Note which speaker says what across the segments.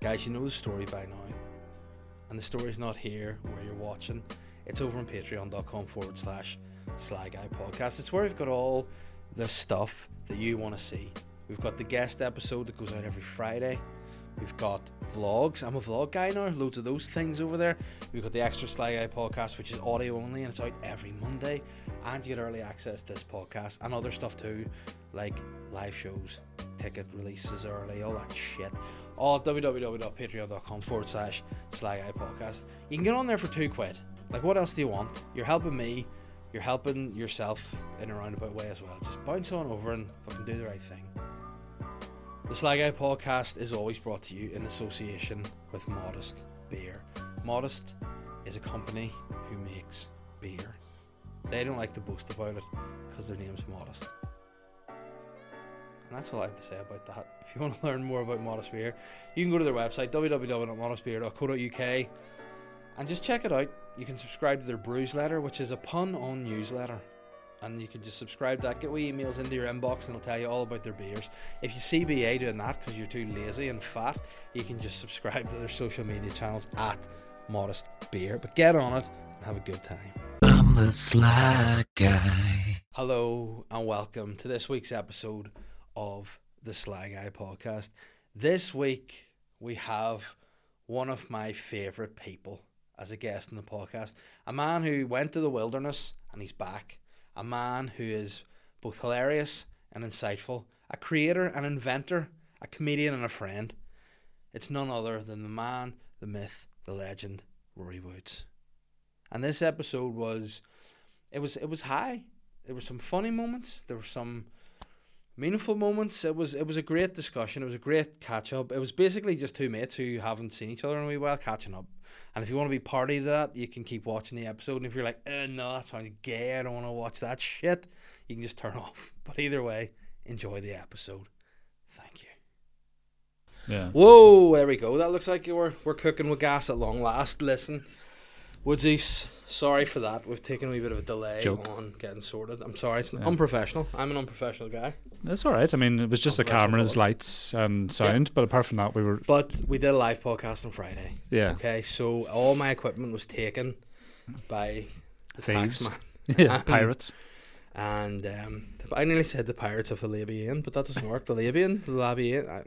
Speaker 1: Guys, you know the story by now. And the story's not here where you're watching. It's over on patreon.com forward slash Sly Guy Podcast. It's where we've got all the stuff that you want to see. We've got the guest episode that goes out every Friday. We've got vlogs. I'm a vlog guy now. Loads of those things over there. We've got the Extra Sly Guy podcast, which is audio only, and it's out every Monday. And you get early access to this podcast and other stuff too, like live shows, ticket releases early, all that shit. All at www.patreon.com forward slash Sly Guy podcast. You can get on there for two quid. Like, what else do you want? You're helping me. You're helping yourself in a roundabout way as well. Just bounce on over and fucking do the right thing. The Slag Out podcast is always brought to you in association with Modest Beer. Modest is a company who makes beer. They don't like to boast about it because their name's Modest. And that's all I have to say about that. If you want to learn more about Modest Beer, you can go to their website www.modestbeer.co.uk and just check it out. You can subscribe to their brews letter, which is a pun on newsletter and you can just subscribe to that. Get wee emails into your inbox, and it'll tell you all about their beers. If you see BA doing that because you're too lazy and fat, you can just subscribe to their social media channels at Modest Beer. But get on it and have a good time.
Speaker 2: I'm the Sly Guy.
Speaker 1: Hello and welcome to this week's episode of the Sly Guy Podcast. This week we have one of my favourite people as a guest on the podcast, a man who went to the wilderness and he's back a man who is both hilarious and insightful, a creator, an inventor, a comedian, and a friend. It's none other than the man, the myth, the legend, Rory Woods. And this episode was, it was, it was high. There were some funny moments. There were some meaningful moments. It was, it was a great discussion. It was a great catch up. It was basically just two mates who haven't seen each other in a wee while catching up. And if you want to be party to that, you can keep watching the episode. And if you're like, eh, no, that sounds gay, I don't want to watch that shit, you can just turn off. But either way, enjoy the episode. Thank you.
Speaker 3: Yeah.
Speaker 1: Whoa, there we go. That looks like we're, we're cooking with gas at long last. Listen, Woodsies, sorry for that. We've taken a wee bit of a delay
Speaker 3: Joke.
Speaker 1: on getting sorted. I'm sorry, it's unprofessional. I'm an unprofessional guy.
Speaker 3: That's all right. I mean, it was just the
Speaker 1: Unprofessional
Speaker 3: cameras,
Speaker 1: one.
Speaker 3: lights, and sound. But apart from that, we were
Speaker 1: But we did a live podcast on Friday.
Speaker 3: yeah.
Speaker 1: Okay, so all my equipment was taken by the
Speaker 3: Thieves.
Speaker 1: tax man. Uh-huh.
Speaker 3: yeah, pirates.
Speaker 1: And um, the- I nearly said the Pirates of the Labian, but that doesn't work. The Labian, the Labian. I,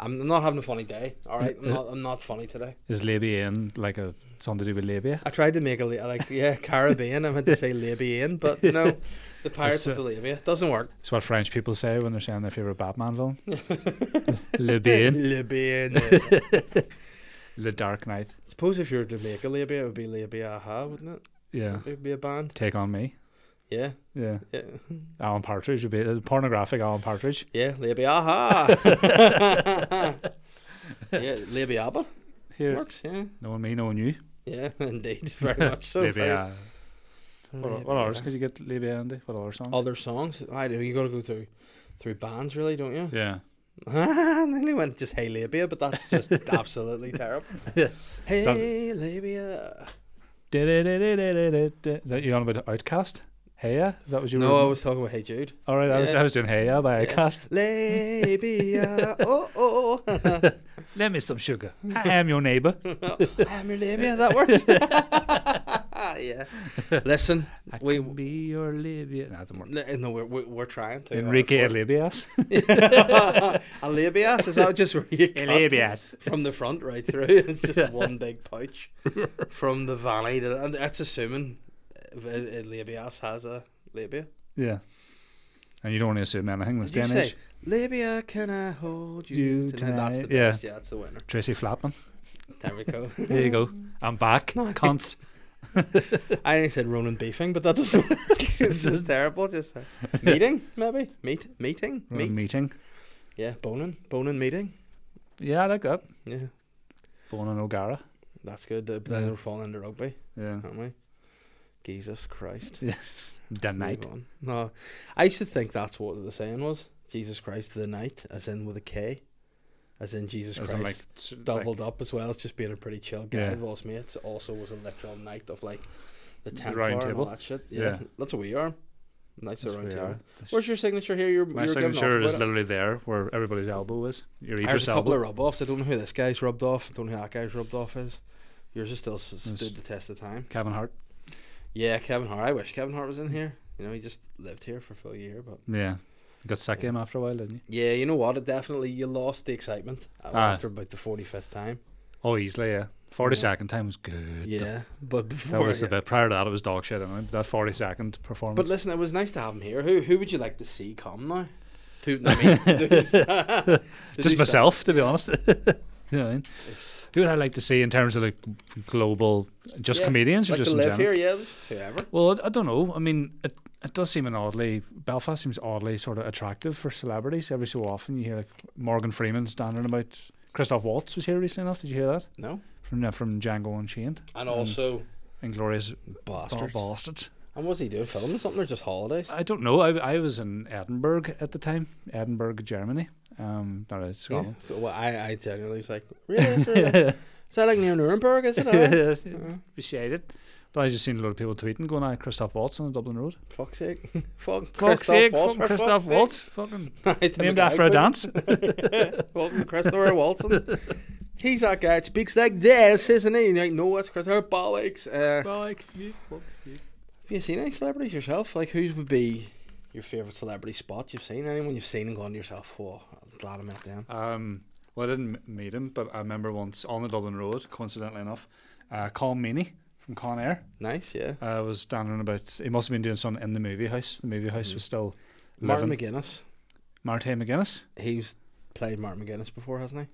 Speaker 1: I'm not having a funny day. All right, I'm not. I'm not funny today.
Speaker 3: Is labia in like a something to do with labia?
Speaker 1: I tried to make a la- like yeah Caribbean. I meant to say Labian, but no, the Pirates of
Speaker 3: It's,
Speaker 1: the Labia doesn't work.
Speaker 3: It's what French people say when they're saying their favorite Batman villain. Libyan,
Speaker 1: Labian.
Speaker 3: the Dark Knight.
Speaker 1: Suppose if you were to make a Labia, it would be Labia Aha, wouldn't it?
Speaker 3: Yeah,
Speaker 1: It would be a band.
Speaker 3: take on me.
Speaker 1: Yeah,
Speaker 3: Yeah,
Speaker 1: yeah,
Speaker 3: Alan Partridge would be a pornographic Alan Partridge.
Speaker 1: yeah. Labia Aha. yeah, Labia Abba
Speaker 3: Here,
Speaker 1: works. Yeah,
Speaker 3: knowing me, knowing you.
Speaker 1: yeah, indeed, very much so. very-
Speaker 3: labia. What, what others
Speaker 1: Yeah.
Speaker 3: could you get labia Andy? What other songs?
Speaker 1: Other songs? I do. You got to go through through bands, really, don't you?
Speaker 3: Yeah,
Speaker 1: and then he went just Hey Labia, but that's just absolutely terrible. Hey Labia.
Speaker 3: Da-da-da-da-da-da-da. That you on about Outcast? Heya? Is that what you were?
Speaker 1: No, I was talking about Hey Jude.
Speaker 3: All right, I was
Speaker 1: Yeah.
Speaker 3: I was doing Heya by Outcast.
Speaker 1: Labia. oh, oh, oh.
Speaker 3: Let me some sugar. I am your neighbour.
Speaker 1: I'm your labia. That works. yeah. Listen,
Speaker 3: I
Speaker 1: we.
Speaker 3: can be your Libya. No, it doesn't work.
Speaker 1: No, we're, we're, we're trying to.
Speaker 3: Enrique Libias.
Speaker 1: a labias? Is that just where you cut?
Speaker 3: Libias.
Speaker 1: from the front right through. It's just one big pouch from the valley. To, and that's assuming uh, uh, Labias has a labia.
Speaker 3: Yeah. And you don't want to assume anything this
Speaker 1: Did
Speaker 3: day
Speaker 1: you
Speaker 3: and
Speaker 1: say
Speaker 3: age.
Speaker 1: labia? Can I hold you,
Speaker 3: You
Speaker 1: tonight? That's the
Speaker 3: tonight. Yeah.
Speaker 1: best. Yeah, that's the winner.
Speaker 3: Tracy Flatman.
Speaker 1: There we go.
Speaker 3: There you go. I'm back.
Speaker 1: No.
Speaker 3: Cunts.
Speaker 1: I only said Ronan beefing, but that doesn't work. it's just terrible. Just uh, meeting, maybe meet meeting
Speaker 3: We're in
Speaker 1: meet.
Speaker 3: meeting.
Speaker 1: Yeah, boning boning meeting.
Speaker 3: Yeah, I like that.
Speaker 1: Yeah,
Speaker 3: Born in O'Gara.
Speaker 1: that's good. Uh, but then
Speaker 3: Yeah.
Speaker 1: it'll fall into rugby,
Speaker 3: Yeah.
Speaker 1: aren't we? Jesus Christ.
Speaker 3: The
Speaker 1: Move
Speaker 3: night.
Speaker 1: on. No, I used to think that's what the saying was. Jesus Christ the night, as in with a K, as in Jesus
Speaker 3: As
Speaker 1: Christ.
Speaker 3: in, like, s- like-
Speaker 1: doubled up as well as just being a pretty chill guy.
Speaker 3: Yeah.
Speaker 1: Yeah. Lost mates also was a literal night of like the
Speaker 3: The
Speaker 1: Templar
Speaker 3: round
Speaker 1: and all
Speaker 3: table.
Speaker 1: that shit. Yeah,
Speaker 3: Yeah.
Speaker 1: that's what we are. Nice
Speaker 3: That's
Speaker 1: around
Speaker 3: where we
Speaker 1: table.
Speaker 3: are.
Speaker 1: Where's your signature here? You're,
Speaker 3: My
Speaker 1: you're giving
Speaker 3: signature
Speaker 1: off
Speaker 3: is
Speaker 1: about it.
Speaker 3: literally there where everybody's elbow is. Your
Speaker 1: There's
Speaker 3: Idris
Speaker 1: a couple
Speaker 3: elbow.
Speaker 1: of rub offs. I don't know who this guy's rubbed off. I don't know who that guy's rubbed off is. Yours has still s- stood the test of time.
Speaker 3: Kevin Hart.
Speaker 1: Yeah, Kevin Hart. I wish Kevin Hart was in here. You know, he just lived here for a full year, but
Speaker 3: Yeah. Got sick of him after a while, didn't you?
Speaker 1: yeah, you know what? It definitely you lost the excitement
Speaker 3: Aye.
Speaker 1: after about the forty fifth time.
Speaker 3: Oh, easily, yeah. 40
Speaker 1: Yeah.
Speaker 3: second time was good.
Speaker 1: Yeah, but
Speaker 3: That
Speaker 1: before
Speaker 3: was the
Speaker 1: yeah.
Speaker 3: bit. Prior to that, it was dog shit. Anyway. That 40 second performance.
Speaker 1: But listen, it was nice to have him here. Who who would you like to see come now? To, I mean, to do sta- to do
Speaker 3: just
Speaker 1: sta-
Speaker 3: myself, to be honest. you know what I mean? Who would I like to see in terms of like global, just
Speaker 1: Yeah,
Speaker 3: comedians or
Speaker 1: Like
Speaker 3: just
Speaker 1: to
Speaker 3: in
Speaker 1: live
Speaker 3: general?
Speaker 1: here, yeah, just whoever.
Speaker 3: Well, I, I don't know. I mean, it, it does seem an oddly Belfast seems oddly sort of attractive for celebrities. Every so often, you hear like Morgan Freeman standing about. Christoph Waltz was here recently enough. Did you hear that
Speaker 1: No,
Speaker 3: from uh, from Django Unchained
Speaker 1: and
Speaker 3: Um,
Speaker 1: also
Speaker 3: and Glorious
Speaker 1: bastards.
Speaker 3: Bastards?
Speaker 1: And what's he doing? Filming something or just holidays?
Speaker 3: I don't know. I I was in Edinburgh at the time, Edinburgh, Germany. Um, not uh,
Speaker 1: Yeah.
Speaker 3: Scotland.
Speaker 1: So well, I, I genuinely was like, really? Is that like near Nuremberg? Is it? Uh,
Speaker 3: Yes, Beside it. But I just seen a lot of people tweeting going, "Ah, Christoph Waltz on the Dublin Road."
Speaker 1: fuck's sake! Fuck Christoph
Speaker 3: Fuck's sake,
Speaker 1: Waltz!
Speaker 3: fucking
Speaker 1: for
Speaker 3: Christoph
Speaker 1: fuck's sake.
Speaker 3: Waltz, fucking
Speaker 1: I didn't
Speaker 3: named
Speaker 1: know
Speaker 3: after
Speaker 1: I
Speaker 3: a
Speaker 1: could.
Speaker 3: dance.
Speaker 1: Welcome, Christopher Walton. He's that guy that speaks like this, isn't he? Like, no, it's Christopher Bollocks. Uh, Have you seen any celebrities yourself? Like, whose would be your favourite celebrity spot you've seen? Anyone you've seen and gone to yourself, oh, I'm glad I met them.
Speaker 3: Um, well, I didn't m- meet him, but I remember once on the Dublin Road, coincidentally enough, uh, Colin Meaney from Con Air
Speaker 1: Nice, yeah.
Speaker 3: uh, was standing about. He must have been doing something in the movie house. The movie
Speaker 1: Mm.
Speaker 3: house was still
Speaker 1: Martin
Speaker 3: living.
Speaker 1: McGuinness.
Speaker 3: Martin McGuinness.
Speaker 1: He's played Martin McGuinness before, hasn't he?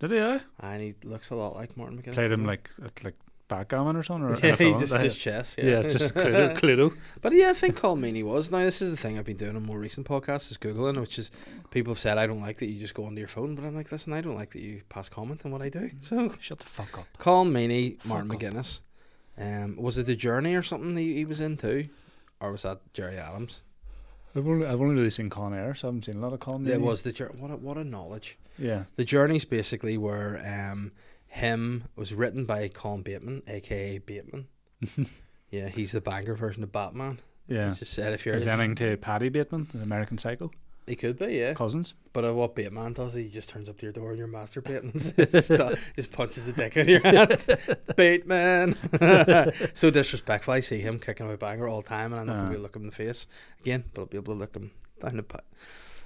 Speaker 3: Did he? Uh,
Speaker 1: And he looks a lot like Martin McGuinness.
Speaker 3: played
Speaker 1: doesn't
Speaker 3: him like at, like backgammon or something. Or
Speaker 1: he? yeah,
Speaker 3: in a
Speaker 1: he
Speaker 3: film.
Speaker 1: just his chess.
Speaker 3: yeah, just Cluedo. Cluedo.
Speaker 1: But yeah, I think Colm Meaney was. Now, this is the thing I've been doing on more recent podcasts is Googling, which is people have said, I don't like that you just go onto your phone. But I'm like, listen, I don't like that you pass comment on what I do. So,
Speaker 3: Shut the fuck up.
Speaker 1: Colm Meaney, Martin
Speaker 3: Fuck up.
Speaker 1: McGuinness. Um, was it The Journey or something he, he was in too? Or was that Jerry Adams?
Speaker 3: I've only, I've only really seen Con Air, so I haven't seen a lot of Colin.
Speaker 1: It
Speaker 3: Meaney.
Speaker 1: was The Journey. What a, what a knowledge.
Speaker 3: Yeah.
Speaker 1: The Journey's basically where um, him it was written by Colm Bateman, aka Bateman. yeah, he's the banger version of Batman.
Speaker 3: Yeah.
Speaker 1: He's just said if you're.
Speaker 3: Is anything to Paddy Bateman, the American Psycho
Speaker 1: He could be, yeah.
Speaker 3: cousins?
Speaker 1: But uh, what Batman does, he just turns up to your door and you're masturbating and says stuff, just punches the dick out of your hand. Batman! so disrespectful. I see him kicking my banger all the time and I'm not going
Speaker 3: Uh.
Speaker 1: to look him in the face again, but I'll be able to look him down the pipe.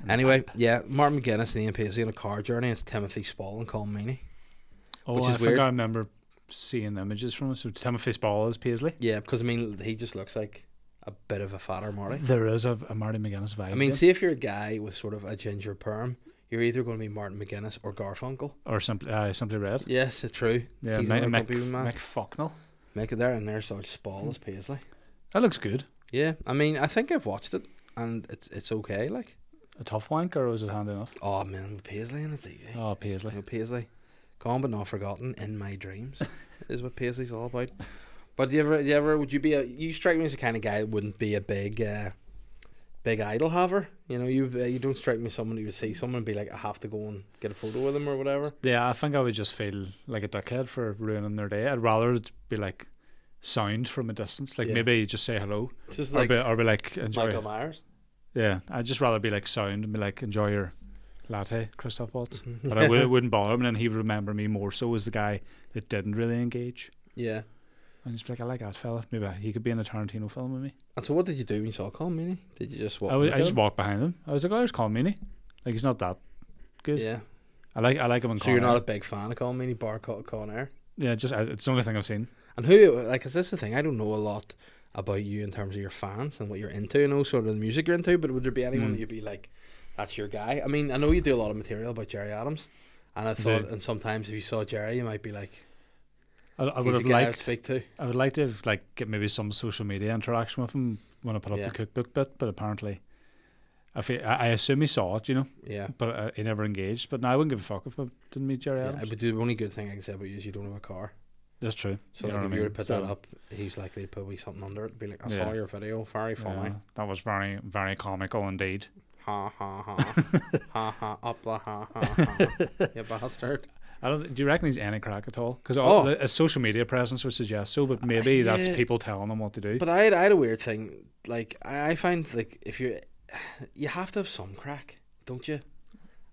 Speaker 1: Anyway, yeah, Martin McGuinness and Ian Paisley on a car journey. It's Timothy Spall and Colm Meaney.
Speaker 3: Oh,
Speaker 1: Which
Speaker 3: I
Speaker 1: is
Speaker 3: think
Speaker 1: weird.
Speaker 3: I remember seeing images from it. So Timothy Spall is Paisley.
Speaker 1: Yeah, because I mean, he just looks like a bit of a fatter Marty.
Speaker 3: There is a, a Marty McGuinness vibe.
Speaker 1: I mean,
Speaker 3: there.
Speaker 1: see if you're a guy with sort of a ginger perm, you're either going to be Martin McGuinness or Garfunkel.
Speaker 3: or simply uh, simply red.
Speaker 1: Yes, it's true.
Speaker 3: Yeah,
Speaker 1: He's
Speaker 3: Mick,
Speaker 1: another
Speaker 3: Mick,
Speaker 1: grumpy man.
Speaker 3: Mick Fucknell.
Speaker 1: Make it there and there's such Spall as Paisley.
Speaker 3: That looks good.
Speaker 1: Yeah, I mean, I think I've watched it and it's it's okay. Like,
Speaker 3: A tough wank, or was it hand enough?
Speaker 1: oh man, with Paisley and it's easy.
Speaker 3: Oh, Paisley.
Speaker 1: No, Paisley, gone but not forgotten in my dreams is what Paisley's all about. But do you ever, do you ever, would you be a? You strike me as the kind of guy that wouldn't be a big, uh, big idol haver. You know, you uh, you don't strike me as someone who would see someone and be like, I have to go and get a photo with him or whatever.
Speaker 3: Yeah, I think I would just feel like a dickhead for ruining their day. I'd rather it be like sound from a distance. Like
Speaker 1: Yeah.
Speaker 3: maybe just say hello,
Speaker 1: Just
Speaker 3: or
Speaker 1: like
Speaker 3: be, or be like enjoy.
Speaker 1: Michael Myers.
Speaker 3: Yeah, I'd just rather be like sound and be like enjoy your latte, Christoph Waltz.
Speaker 1: Mm-hmm.
Speaker 3: But I would, wouldn't bother him, and then he would remember me more so as the guy that didn't really engage.
Speaker 1: Yeah.
Speaker 3: And he's like, I like that fella. Maybe he could be in a Tarantino film with me.
Speaker 1: And so, what did you do when you saw Colm Meaney? Did you just walk?
Speaker 3: I, was,
Speaker 1: look
Speaker 3: I
Speaker 1: at
Speaker 3: just
Speaker 1: him?
Speaker 3: walked behind him. I was like, oh, there's Colm Meaney. Like, he's not that. good.
Speaker 1: Yeah.
Speaker 3: I like I like him in
Speaker 1: So you're
Speaker 3: Con
Speaker 1: not
Speaker 3: Air.
Speaker 1: a big fan of Colm Meaney, bar Con Con Air.
Speaker 3: Yeah, just I, it's the only thing I've seen.
Speaker 1: And who, like, is this the thing? I don't know a lot about you in terms of your fans and what you're into, and all sort of the music you're into, but would there be anyone
Speaker 3: Mm.
Speaker 1: that you'd be like, that's your guy? I mean, I know you do a lot of material about Jerry Adams, and I thought,
Speaker 3: do.
Speaker 1: and sometimes if you saw Jerry, you might be like,
Speaker 3: I, I
Speaker 1: he's
Speaker 3: would
Speaker 1: a
Speaker 3: have
Speaker 1: guy I would
Speaker 3: liked
Speaker 1: speak to.
Speaker 3: I would like to have like get maybe some social media interaction with him when I put up
Speaker 1: Yeah.
Speaker 3: the cookbook bit, but apparently, I fe I, I assume he saw it, you know,
Speaker 1: Yeah.
Speaker 3: but uh, he never engaged. But now I wouldn't give a fuck if I didn't meet Jerry
Speaker 1: yeah
Speaker 3: Adams.
Speaker 1: but the only good thing I can say about you is you don't have a car.
Speaker 3: That's true.
Speaker 1: So
Speaker 3: You know
Speaker 1: like,
Speaker 3: what
Speaker 1: if
Speaker 3: I
Speaker 1: you were to
Speaker 3: mean?
Speaker 1: put
Speaker 3: So,
Speaker 1: that up, he's likely to put something under it and be like, I saw
Speaker 3: Yeah.
Speaker 1: your video, very funny.
Speaker 3: yeah, that was very very comical indeed.
Speaker 1: Ha ha ha. ha ha, up the ha ha ha. you bastard.
Speaker 3: I don't. Do you reckon he's any crack at all? Because
Speaker 1: Oh. Uh,
Speaker 3: his social media presence would suggest so, but maybe that's
Speaker 1: yeah.
Speaker 3: people telling him what to do.
Speaker 1: But I had, I had a weird thing. Like I, I find like if you you have to have some crack, don't you?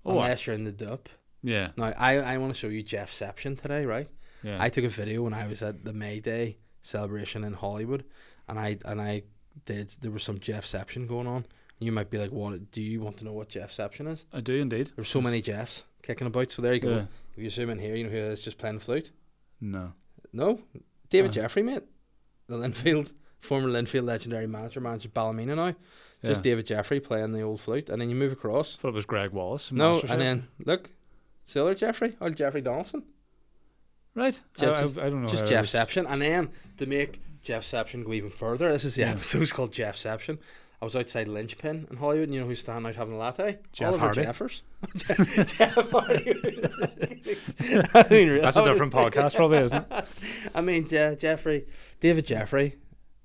Speaker 3: Oh, I-
Speaker 1: Unless you're in the dip.
Speaker 3: yeah,
Speaker 1: Now I, I want to show you Jeffception today, right?
Speaker 3: yeah.
Speaker 1: I took a video when I was at the May Day celebration in Hollywood, and I and I did. There was some Jeffception going on. You might be like, "What? Do you want to know what Jeffception is?"
Speaker 3: I do indeed.
Speaker 1: There's so many Jeffs kicking about. So there you go.
Speaker 3: Yeah.
Speaker 1: If you zoom in here, you know who is just playing the flute.
Speaker 3: No.
Speaker 1: No, David
Speaker 3: Uh.
Speaker 1: Jeffrey, mate, the Linfield former Linfield legendary manager, manages Ballymena now. Just
Speaker 3: yeah.
Speaker 1: David Jeffrey playing the old flute, and then you move across.
Speaker 3: thought it was Greg Wallace. from
Speaker 1: No,
Speaker 3: MasterChef.
Speaker 1: and then look, Siller Jeffrey, old Jeffrey Donaldson.
Speaker 3: right. I,
Speaker 1: Just-
Speaker 3: I, I don't know.
Speaker 1: just
Speaker 3: how it was-
Speaker 1: Jeffception. And then to make Jeffception go even further, this is the
Speaker 3: Yeah.
Speaker 1: episode it's called Jeffception. I was outside Lynchpin in Hollywood, and you know who's standing out having a latte?
Speaker 3: Jeff
Speaker 1: Oliver
Speaker 3: Hardy.
Speaker 1: Jeffers. Jeff, Jeff Hardy. I mean, really,
Speaker 3: That's a different podcast, probably, isn't it?
Speaker 1: I mean, Je- Jeffrey, David Jeffrey,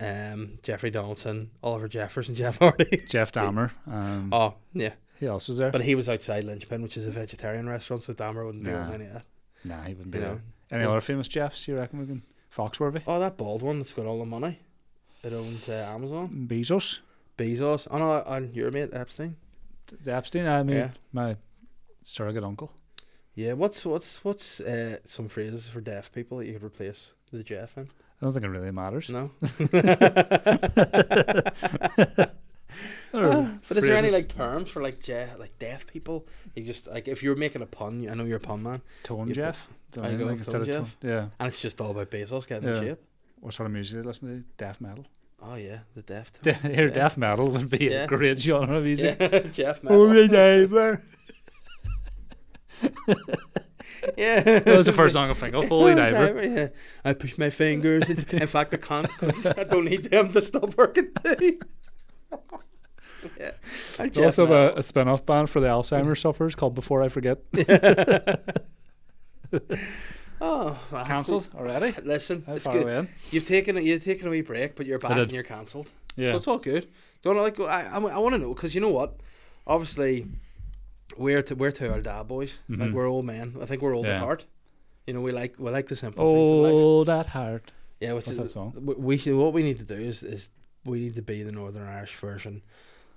Speaker 1: um, Jeffrey Donaldson, Oliver Jeffers, and Jeff Hardy.
Speaker 3: Jeff Dahmer. Um,
Speaker 1: Oh, yeah.
Speaker 3: He else was there.
Speaker 1: But he was outside Lynchpin, which is a vegetarian restaurant, so Dahmer wouldn't be
Speaker 3: Nah.
Speaker 1: on any of that.
Speaker 3: nah, he wouldn't be
Speaker 1: You know?
Speaker 3: there. Any
Speaker 1: Yeah.
Speaker 3: other famous Jeffs you reckon we can? Foxworthy,
Speaker 1: Oh, that bald one that's got all the money. It owns uh, Amazon.
Speaker 3: Bezos,
Speaker 1: Bezos. Oh no, on your mate Epstein.
Speaker 3: the Epstein. I mean,
Speaker 1: Yeah.
Speaker 3: my surrogate uncle.
Speaker 1: Yeah, what's what's what's uh, some phrases for deaf people that you could replace the Jeff in?
Speaker 3: I don't think it really matters.
Speaker 1: No.
Speaker 3: Or
Speaker 1: But is there any
Speaker 3: phrases.
Speaker 1: like terms for like Jeff like deaf people? You just like if you were making a pun, you- I know you're a pun man,
Speaker 3: Tone
Speaker 1: You put-
Speaker 3: Jeff? Don't
Speaker 1: I
Speaker 3: know,
Speaker 1: go
Speaker 3: like,
Speaker 1: Tone
Speaker 3: instead of
Speaker 1: Jeff.
Speaker 3: Yeah.
Speaker 1: and it's just all about Bezos getting in
Speaker 3: Yeah.
Speaker 1: shape.
Speaker 3: What sort of music do you listen to? Death metal.
Speaker 1: Oh yeah, the deaf. term.
Speaker 3: De- Here,
Speaker 1: Yeah.
Speaker 3: death metal would be
Speaker 1: Yeah.
Speaker 3: a great genre of music.
Speaker 1: Yeah, Jeff. Metal.
Speaker 3: Holy neighbor.
Speaker 1: Yeah,
Speaker 3: That was the first song I think of. Holy neighbor.
Speaker 1: yeah. I push my fingers. And, in fact, I can't 'cause I don't need them to stop working. Too. yeah. I
Speaker 3: They also have a, a spin off band for the Alzheimer's sufferers called Before I Forget.
Speaker 1: Ah, Oh, well,
Speaker 3: Cancelled already?
Speaker 1: Listen,
Speaker 3: How
Speaker 1: it's
Speaker 3: far
Speaker 1: good.
Speaker 3: away in?
Speaker 1: You've taken a, you've taken a wee break, but you're back
Speaker 3: did.
Speaker 1: and you're cancelled. So
Speaker 3: Yeah.
Speaker 1: it's all good. Don't like I I, want to know because you know what? Obviously, we're t- we're two old dad boys. Like
Speaker 3: Mhm.
Speaker 1: we're old men. I think we're old
Speaker 3: Yeah.
Speaker 1: at heart. You know, we like we like the simple things in life.
Speaker 3: Oh, that heart.
Speaker 1: Yeah, which
Speaker 3: What's
Speaker 1: is,
Speaker 3: that song?
Speaker 1: We, we should, what we need to do is is we need to be the Northern Irish version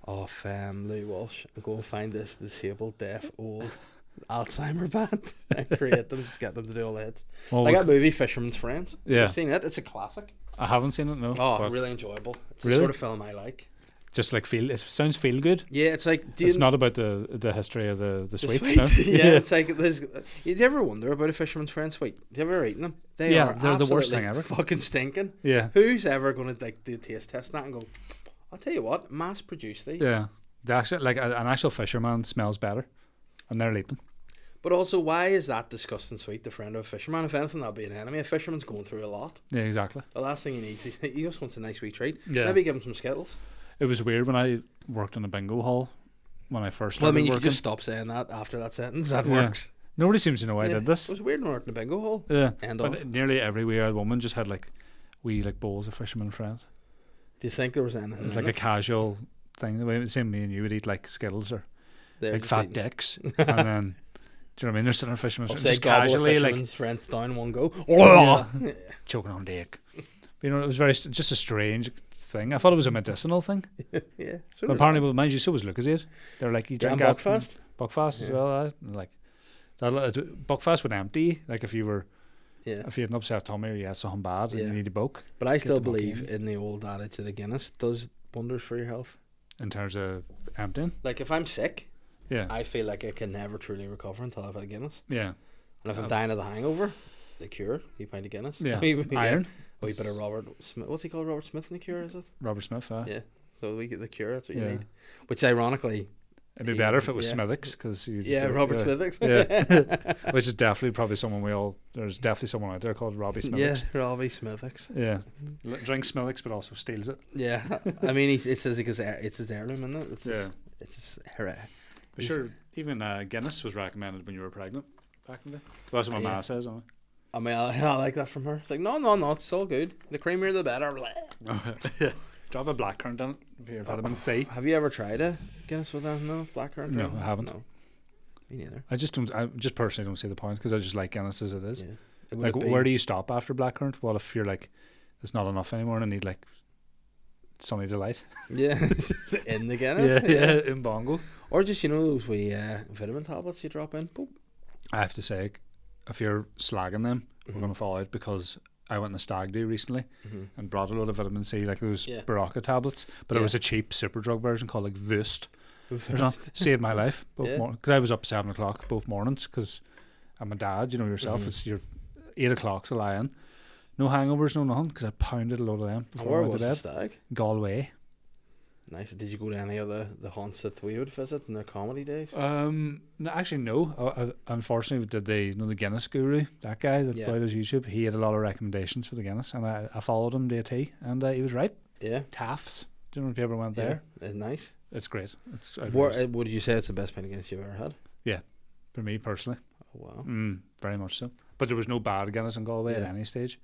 Speaker 1: of um, Louis Walsh and go and find this disabled, deaf, old Alzheimer band and create them, just get them to do all the hits.
Speaker 3: Well,
Speaker 1: like
Speaker 3: we
Speaker 1: that movie Fisherman's Friends.
Speaker 3: Oh, Yeah.
Speaker 1: I've seen it. It's a classic.
Speaker 3: c- I haven't seen it, no.
Speaker 1: Oh,
Speaker 3: but
Speaker 1: really enjoyable. It's the
Speaker 3: Really?
Speaker 1: sort of film I like.
Speaker 3: Just like feel, it sounds feel good.
Speaker 1: Yeah, it's like do you
Speaker 3: It's not about the the history of the, the
Speaker 1: the
Speaker 3: sweets,
Speaker 1: sweet.
Speaker 3: no?
Speaker 1: yeah, it's like there's. You ever wonder about a Fisherman's Friends sweet? Do you ever eaten them? They
Speaker 3: Yeah,
Speaker 1: are
Speaker 3: they're the worst thing
Speaker 1: absolutely
Speaker 3: ever.
Speaker 1: Fucking stinking.
Speaker 3: Yeah.
Speaker 1: Who's ever going to like do a taste test that and go? I'll tell you what, mass produce these.
Speaker 3: Yeah. The actual, like a, an actual fisherman smells better. And they're leaping.
Speaker 1: But also, why is that disgusting sweet the friend of a fisherman? If anything, that'll be an enemy. A fisherman's going through a lot.
Speaker 3: Yeah, exactly.
Speaker 1: The last thing he needs is he just wants a nice wee treat.
Speaker 3: Yeah.
Speaker 1: Maybe give him some Skittles.
Speaker 3: It was weird when I worked in a bingo hall when I first
Speaker 1: Well, I
Speaker 3: started
Speaker 1: mean, you could
Speaker 3: working.
Speaker 1: just stop saying that after that sentence. That
Speaker 3: Yeah.
Speaker 1: works.
Speaker 3: Nobody seems to know why
Speaker 1: Yeah.
Speaker 3: I did this.
Speaker 1: It was weird when we were in a bingo hall.
Speaker 3: Yeah.
Speaker 1: End
Speaker 3: But
Speaker 1: off.
Speaker 3: nearly every weird woman just had like wee like bowls of fisherman friends.
Speaker 1: Do you think there was anything?
Speaker 3: It was
Speaker 1: in
Speaker 3: like a casual thing. The way the same me and you would eat like Skittles or
Speaker 1: They're
Speaker 3: big
Speaker 1: just
Speaker 3: fat
Speaker 1: eating-
Speaker 3: dicks. and then do you know what I mean? They're sitting in fisherman's
Speaker 1: I'll
Speaker 3: friends
Speaker 1: say
Speaker 3: just
Speaker 1: gobble of
Speaker 3: casually like
Speaker 1: fisherman's friends down one go.
Speaker 3: Yeah. choking on dick. But, you know, it was very st- just a strange thing. I thought it was a medicinal thing.
Speaker 1: yeah.
Speaker 3: But apparently, well, mind you, so was Lucas Aid. They were like, you
Speaker 1: Yeah,
Speaker 3: drink
Speaker 1: and
Speaker 3: that from-
Speaker 1: Buckfast?
Speaker 3: Buckfast as
Speaker 1: Yeah.
Speaker 3: well. Uh, and, like that, uh, Buckfast would empty. Like if you were
Speaker 1: yeah.
Speaker 3: if you had an upset tummy or you had something bad and
Speaker 1: Yeah.
Speaker 3: you need a bulk
Speaker 1: But I still
Speaker 3: the buck
Speaker 1: believe
Speaker 3: in.
Speaker 1: in the old adage that a Guinness does wonders for your health.
Speaker 3: in terms of emptying.
Speaker 1: Like if I'm sick,
Speaker 3: Yeah,
Speaker 1: I feel like I can never truly recover until I've had a Guinness.
Speaker 3: yeah,
Speaker 1: And if I'm
Speaker 3: Um,
Speaker 1: dying of the hangover, the cure, you find a Guinness.
Speaker 3: yeah.
Speaker 1: we, we-
Speaker 3: Iron.
Speaker 1: We better Robert Smith. What's he called? Robert Smith in the cure, is it?
Speaker 3: Robert Smith. Uh,
Speaker 1: Yeah. So we get the cure. That's what you
Speaker 3: Yeah.
Speaker 1: need. Which ironically,
Speaker 3: It'd be
Speaker 1: He-
Speaker 3: better if it was
Speaker 1: yeah.
Speaker 3: Smithix because
Speaker 1: yeah, Robert
Speaker 3: yeah.
Speaker 1: Smithix.
Speaker 3: Yeah. which is definitely probably someone we all. There's definitely someone out there called Robbie
Speaker 1: yeah,
Speaker 3: Smithix.
Speaker 1: Robbie Smithix.
Speaker 3: Yeah, L drinks Smithix but also steals it.
Speaker 1: Yeah, I mean, he's, it's his it's his- it's his heirloom, isn't it? It's
Speaker 3: Yeah,
Speaker 1: his, it's his heir-
Speaker 3: but sure. Even uh, Guinness was recommended when you were pregnant back in the day. Well, that's what my
Speaker 1: Yeah.
Speaker 3: ma says. On
Speaker 1: I mean, I, I like that from her. Like, no, no, no, it's all good. The creamier, the better. Blah.
Speaker 3: it. Drop a blackcurrant on it. Here, vitamin C.
Speaker 1: Have you ever tried a Guinness with that? No, blackcurrant.
Speaker 3: No,
Speaker 1: or-
Speaker 3: I haven't.
Speaker 1: No. Me neither.
Speaker 3: I just don't. I just personally don't see the point because I just like Guinness as it is.
Speaker 1: Yeah. It would
Speaker 3: like,
Speaker 1: it be-
Speaker 3: where do you stop after blackcurrant? Well, if you're like, it's not enough anymore, and I need like Sunny Delight.
Speaker 1: Yeah, in the Guinness.
Speaker 3: in Bongo.
Speaker 1: Or just you know those wee uh, vitamin tablets you drop in. Boop.
Speaker 3: I have to say, if you're slagging them,
Speaker 1: Mm-hmm.
Speaker 3: we're going to fall out because I went on a stag do recently and brought a load of vitamin C, like those
Speaker 1: Yeah.
Speaker 3: Baraka tablets, but
Speaker 1: Yeah.
Speaker 3: it was a cheap superdrug version called like Vist.
Speaker 1: Mm-hmm.
Speaker 3: or something. Saved my life both
Speaker 1: Yeah.
Speaker 3: yeah. because I was up seven o'clock both mornings because I'm a dad, you know yourself.
Speaker 1: Mm-hmm.
Speaker 3: It's your eight o'clock's a lie in. No hangovers, no nothing because I pounded a load of them
Speaker 1: And
Speaker 3: before I
Speaker 1: where
Speaker 3: went
Speaker 1: was
Speaker 3: to
Speaker 1: the
Speaker 3: bed.
Speaker 1: stag?
Speaker 3: Galway.
Speaker 1: Nice. Did you go to any of the, the haunts that we would visit in their comedy days?
Speaker 3: Um, no, actually, no. I, I, unfortunately, did the you know the Guinness guru that guy that
Speaker 1: Yeah.
Speaker 3: played his YouTube? He had a lot of recommendations for the Guinness, and I, I followed him to a T, and uh, he was right.
Speaker 1: Yeah.
Speaker 3: Taft's. Do you know if you ever went there?
Speaker 1: Yeah. It's nice.
Speaker 3: It's great. It's
Speaker 1: Where,
Speaker 3: outrageous.
Speaker 1: uh, would you say it's the best pint against you've ever had?
Speaker 3: for me personally.
Speaker 1: Oh, wow.
Speaker 3: Mm, very much so. But there was no bad Guinness in Galway
Speaker 1: Yeah.
Speaker 3: at any stage.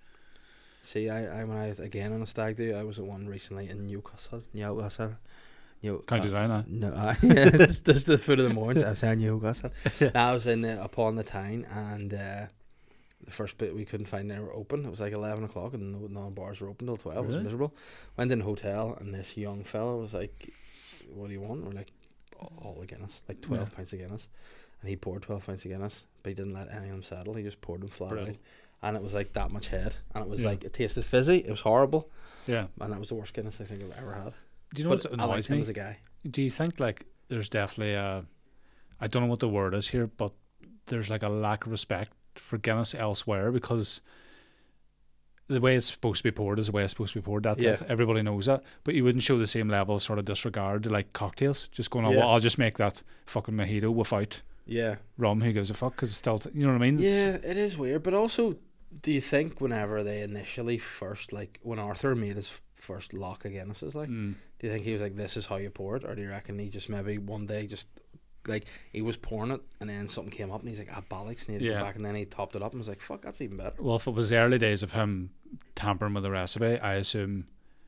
Speaker 1: See, I, I when I was again on a stag do, I was at one recently in Newcastle. Newcastle. New, uh,
Speaker 3: Can't do that now.
Speaker 1: No, I, yeah, it's just the foot of the morning. I was in Newcastle. I was in uh, upon the town, and uh, the first bit we couldn't find they were open. It was like eleven o'clock, and no, none of the bars were open till twelve. It was
Speaker 3: Really?
Speaker 1: miserable. Went in a hotel, and this young fella was like, "What do you want?" We're like, "All the Guinness, like twelve
Speaker 3: Yeah.
Speaker 1: pints of Guinness," and he poured twelve pints of Guinness, but he didn't let any of them settle. He just poured them flat
Speaker 3: Brilliant.
Speaker 1: out. And it was like that much head, and it was
Speaker 3: Yeah.
Speaker 1: like it tasted fizzy. It was horrible,
Speaker 3: Yeah.
Speaker 1: and that was the worst Guinness I think I've ever had.
Speaker 3: Do you know
Speaker 1: but
Speaker 3: what
Speaker 1: I liked
Speaker 3: annoys
Speaker 1: him
Speaker 3: me?
Speaker 1: as a guy.
Speaker 3: Do you think like there's definitely a, I don't know what the word is here, but there's like a lack of respect for Guinness elsewhere because the way it's supposed to be poured is the way it's supposed to be poured. That's it.
Speaker 1: Yeah.
Speaker 3: Everybody knows that, but you wouldn't show the same level of sort of disregard to like cocktails. Just going, oh,
Speaker 1: Yeah.
Speaker 3: well, I'll just make that fucking mojito without
Speaker 1: Yeah,
Speaker 3: rum. Who gives a fuck? Because it's still, t- you know what I mean? It's-
Speaker 1: Yeah, it is weird. But also, do you think whenever they initially first, like when Arthur made his f- first lock of Guinnesses, like,
Speaker 3: Mm.
Speaker 1: do you think he was like, "This is how you pour it," or do you reckon he just maybe one day just like he was pouring it and then something came up and he's like, "Ah, bollocks," and he yeah.
Speaker 3: Yeah.
Speaker 1: back and then he topped it up and was like, "Fuck, that's even better."
Speaker 3: Well, if it was the early days of him tampering with the recipe, I assume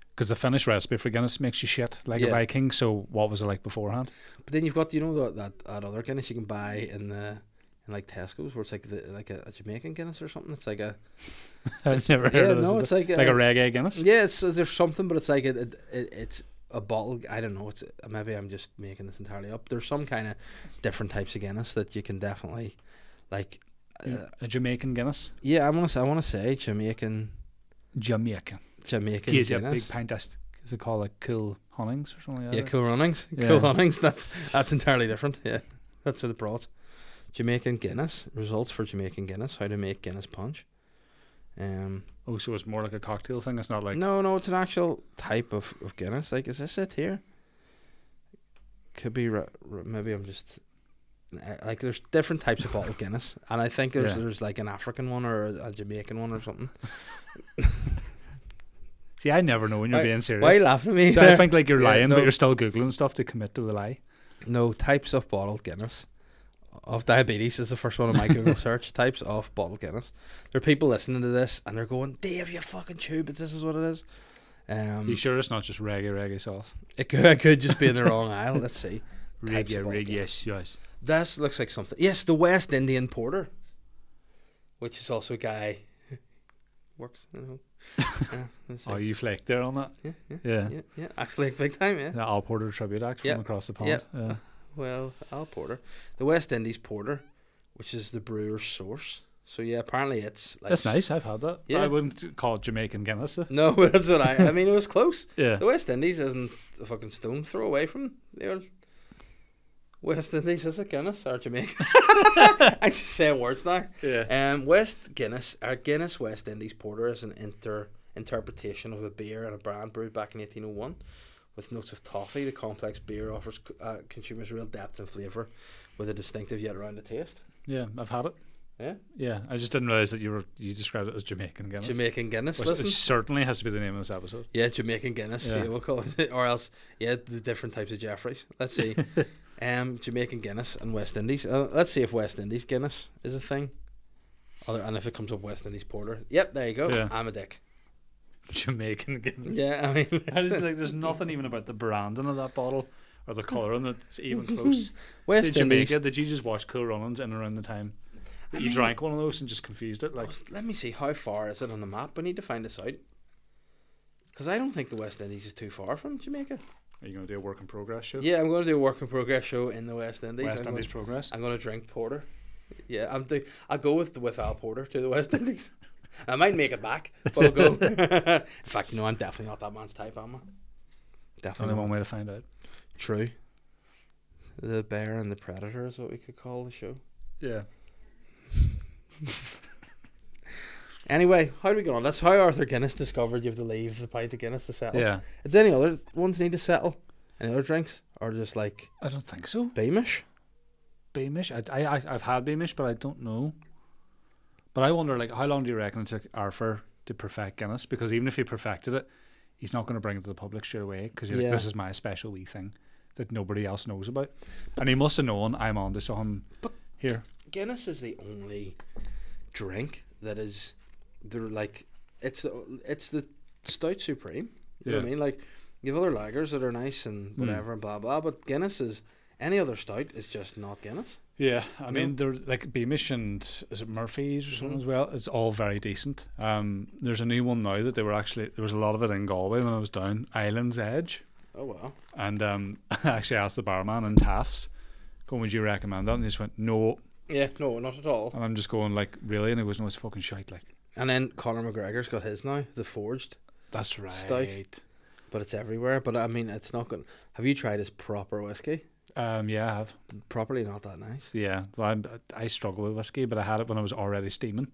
Speaker 3: because the finished recipe for Guinness makes you shit like
Speaker 1: Yeah.
Speaker 3: a Viking. So what was it like beforehand?
Speaker 1: But then you've got you know that that, that other Guinness you can buy in the. In like Tesco's, where it's like the, like a, a Jamaican Guinness or something. It's like a
Speaker 3: I've never heard
Speaker 1: yeah,
Speaker 3: of this.
Speaker 1: no,
Speaker 3: Is
Speaker 1: it's
Speaker 3: it
Speaker 1: like uh,
Speaker 3: like a reggae Guinness.
Speaker 1: Yeah, it's, there's something, but it's like it, it, it, it's a bottle. I don't know. It's maybe I'm just making this entirely up. There's some kind of different types of Guinness that you can definitely like. Uh,
Speaker 3: A Jamaican Guinness.
Speaker 1: yeah, I want to. I want to say Jamaican,
Speaker 3: Jamaican.
Speaker 1: Jamaican
Speaker 3: Here's a big
Speaker 1: Guinness.
Speaker 3: pint of is it called like Cool Hunnings or something like
Speaker 1: yeah,
Speaker 3: that?
Speaker 1: cool runnings,
Speaker 3: Yeah.
Speaker 1: cool runnings. That's that's entirely different. Yeah, that's what it brought. Jamaican Guinness results for Jamaican Guinness. How to make Guinness punch. Um,
Speaker 3: Oh, so it's more like a cocktail thing. It's not like
Speaker 1: no, no, it's an actual type of, of Guinness. Like, is this it here? Could be. Re- re- maybe I'm just I- like there's different types of bottled Guinness, and I think there's
Speaker 3: Yeah.
Speaker 1: there's like an African one or a, a Jamaican one or something.
Speaker 3: See, I never know when you're
Speaker 1: Why-
Speaker 3: being serious.
Speaker 1: Why are you laughing at me?
Speaker 3: so I think like you're
Speaker 1: Yeah,
Speaker 3: lying,
Speaker 1: no.
Speaker 3: but you're still googling stuff to commit to the lie.
Speaker 1: no types of bottled Guinness. Of diabetes is the first one on my Google search. Types of bottled Guinness. There are people listening to this and they're going, "Dave, you fucking tube! But this is what it is." Um,
Speaker 3: you sure it's not just reggae reggae sauce?
Speaker 1: it could it could just be in the wrong aisle. Let's see. Types
Speaker 3: Reggae
Speaker 1: of all
Speaker 3: reggae
Speaker 1: Guinness.
Speaker 3: sauce.
Speaker 1: That looks like something. Yes, the West Indian Porter, which is also a guy works. You know. yeah, that's
Speaker 3: Oh,
Speaker 1: right.
Speaker 3: you flaked there on that.
Speaker 1: yeah, yeah,
Speaker 3: Yeah.
Speaker 1: yeah, yeah. Actually, like big time. Yeah.
Speaker 3: The Al Porter tribute act
Speaker 1: Yeah.
Speaker 3: from across the pond.
Speaker 1: Yeah. Uh,
Speaker 3: Yeah.
Speaker 1: Well, Al Porter, the West Indies Porter, which is the brewer's source. So yeah, apparently it's like
Speaker 3: That's nice. I've had that. But
Speaker 1: Yeah.
Speaker 3: I wouldn't call it Jamaican Guinness. though.
Speaker 1: No, that's what I. I mean, it was close.
Speaker 3: Yeah.
Speaker 1: The West Indies isn't a fucking stone throw away from the old West Indies. Is it Guinness or Jamaica? I just say words now.
Speaker 3: Yeah.
Speaker 1: Um, West Guinness, our Guinness West Indies Porter is an inter interpretation of a beer and a brand brewed back in 1801. With notes of toffee, the complex beer offers c- uh, consumers real depth and flavour with a distinctive yet rounded taste.
Speaker 3: Yeah, I've had it.
Speaker 1: Yeah?
Speaker 3: Yeah, I just didn't realize that you were you described it as Jamaican Guinness.
Speaker 1: Jamaican Guinness,
Speaker 3: which
Speaker 1: listen.
Speaker 3: it certainly has to be the name of this episode.
Speaker 1: Yeah, Jamaican Guinness, yeah.
Speaker 3: Yeah.
Speaker 1: we'll call it. Or else, yeah, the different types of Jeffreys. Let's see. um, Jamaican Guinness and West Indies. Uh, let's see if West Indies Guinness is a thing. Other, and if it comes up West Indies Porter. Yep, there you go.
Speaker 3: Yeah.
Speaker 1: I'm a dick.
Speaker 3: Jamaican Guinness.
Speaker 1: Yeah, I mean,
Speaker 3: I just,
Speaker 1: it's-
Speaker 3: like, there's nothing even about the branding of that bottle or the colouring that's even close.
Speaker 1: West
Speaker 3: did
Speaker 1: Indies.
Speaker 3: Jamaica, did you just watch Cool Runnings and around the time that
Speaker 1: I
Speaker 3: you
Speaker 1: mean-
Speaker 3: drank one of those and just confused it? Like,
Speaker 1: Just Let me see how far is it on the map. I need to find this out. Because I don't think the West Indies is too far from Jamaica.
Speaker 3: are you going to do a work in progress show?
Speaker 1: Yeah, I'm going to do a work in progress show in the West Indies.
Speaker 3: West
Speaker 1: I'm
Speaker 3: Indies
Speaker 1: Going,
Speaker 3: progress.
Speaker 1: I'm going to drink porter. Yeah, I'm. Do, I'll go with with Al Porter to the West Indies. I might make it back, but I'll go. in fact, no, I'm definitely not that man's type, am I?
Speaker 3: Only
Speaker 1: Definitely
Speaker 3: one
Speaker 1: not.
Speaker 3: way to find out.
Speaker 1: True. The Bear and the Predator is what we could call the show.
Speaker 3: Yeah.
Speaker 1: Anyway, how do we get on? That's how Arthur Guinness discovered you have to leave the pint of Guinness to settle.
Speaker 3: Yeah.
Speaker 1: Do any other ones need to settle? Any other drinks? Or just like
Speaker 3: I don't think so.
Speaker 1: Beamish?
Speaker 3: Beamish. I, I, I- I've had Beamish, but I don't know. But I wonder, like, how long do you reckon it took Arthur to perfect Guinness? Because even if he perfected it, he's not going to bring it to the public straight away because
Speaker 1: Yeah.
Speaker 3: like, this is my special wee thing that nobody else knows about. and he must have known I'm on to something
Speaker 1: But-
Speaker 3: here.
Speaker 1: Guinness is the only drink that is they're like it's the it's the stout supreme. You know what I
Speaker 3: Yeah.
Speaker 1: mean? Like you have other lagers that are nice and whatever and blah blah, but Guinness is any other stout is just not Guinness.
Speaker 3: Yeah, I mean, they're like Beamish and is it Murphy's or
Speaker 1: Mm-hmm.
Speaker 3: something as well? It's all very decent. Um, there's a new one now that they were actually there was a lot of it in Galway when I was down Island's Edge.
Speaker 1: Oh wow.
Speaker 3: And um, I actually asked the barman in Taft's, going, would you recommend that? And he just went, no.
Speaker 1: Yeah, no, not at all.
Speaker 3: And I'm just going, like, really? And he goes, no, it's fucking shite. Like,
Speaker 1: And then Conor McGregor's got his now, the forged,
Speaker 3: that's right.
Speaker 1: but it's everywhere. But I mean, it's not good. Have you tried his proper whiskey?
Speaker 3: Um, yeah, I have.
Speaker 1: Properly not that nice.
Speaker 3: Yeah. Well, I'm, I struggle with whiskey, but I had it when I was already steaming.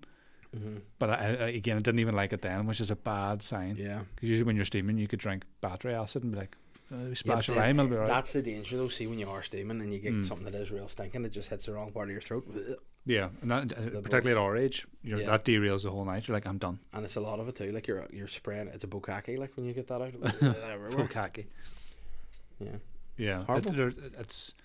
Speaker 1: hmm
Speaker 3: But I, I, again, I didn't even like it then, which is a bad sign.
Speaker 1: Yeah.
Speaker 3: Because usually when you're steaming, you could drink battery acid and be like, uh, splash
Speaker 1: Yeah,
Speaker 3: of
Speaker 1: but
Speaker 3: lime,
Speaker 1: then
Speaker 3: it'll be all right.
Speaker 1: That's the danger, though. See, when you are steaming and you get
Speaker 3: Mm.
Speaker 1: something that is real stinking, it just hits the wrong part of your throat,
Speaker 3: Yeah. And that,
Speaker 1: blood.
Speaker 3: particularly at our age, you're,
Speaker 1: Yeah.
Speaker 3: that derails the whole night. You're like, I'm done.
Speaker 1: and it's a lot of it too. Like you're you're spraying, it's a bukkake. Like when you get that out, everywhere.
Speaker 3: Full khaki.
Speaker 1: Yeah,
Speaker 3: Yeah, it,
Speaker 1: Horrible.
Speaker 3: there, it's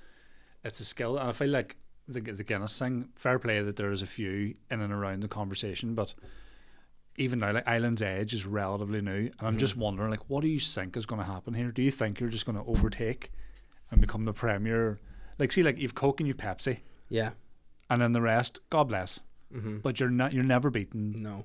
Speaker 3: it's a skill, and I feel like the the Guinness thing. Fair play that there is a few in and around the conversation, but even now, like Island's Edge is relatively new, and I'm
Speaker 1: Mm-hmm.
Speaker 3: just wondering, like, what do you think is going to happen here? Do you think you're just going to overtake and become the premier? Like, see, like you've Coke and you've Pepsi,
Speaker 1: yeah,
Speaker 3: and then the rest, God bless.
Speaker 1: mm-hmm.
Speaker 3: But you're not, you're never beating
Speaker 1: no.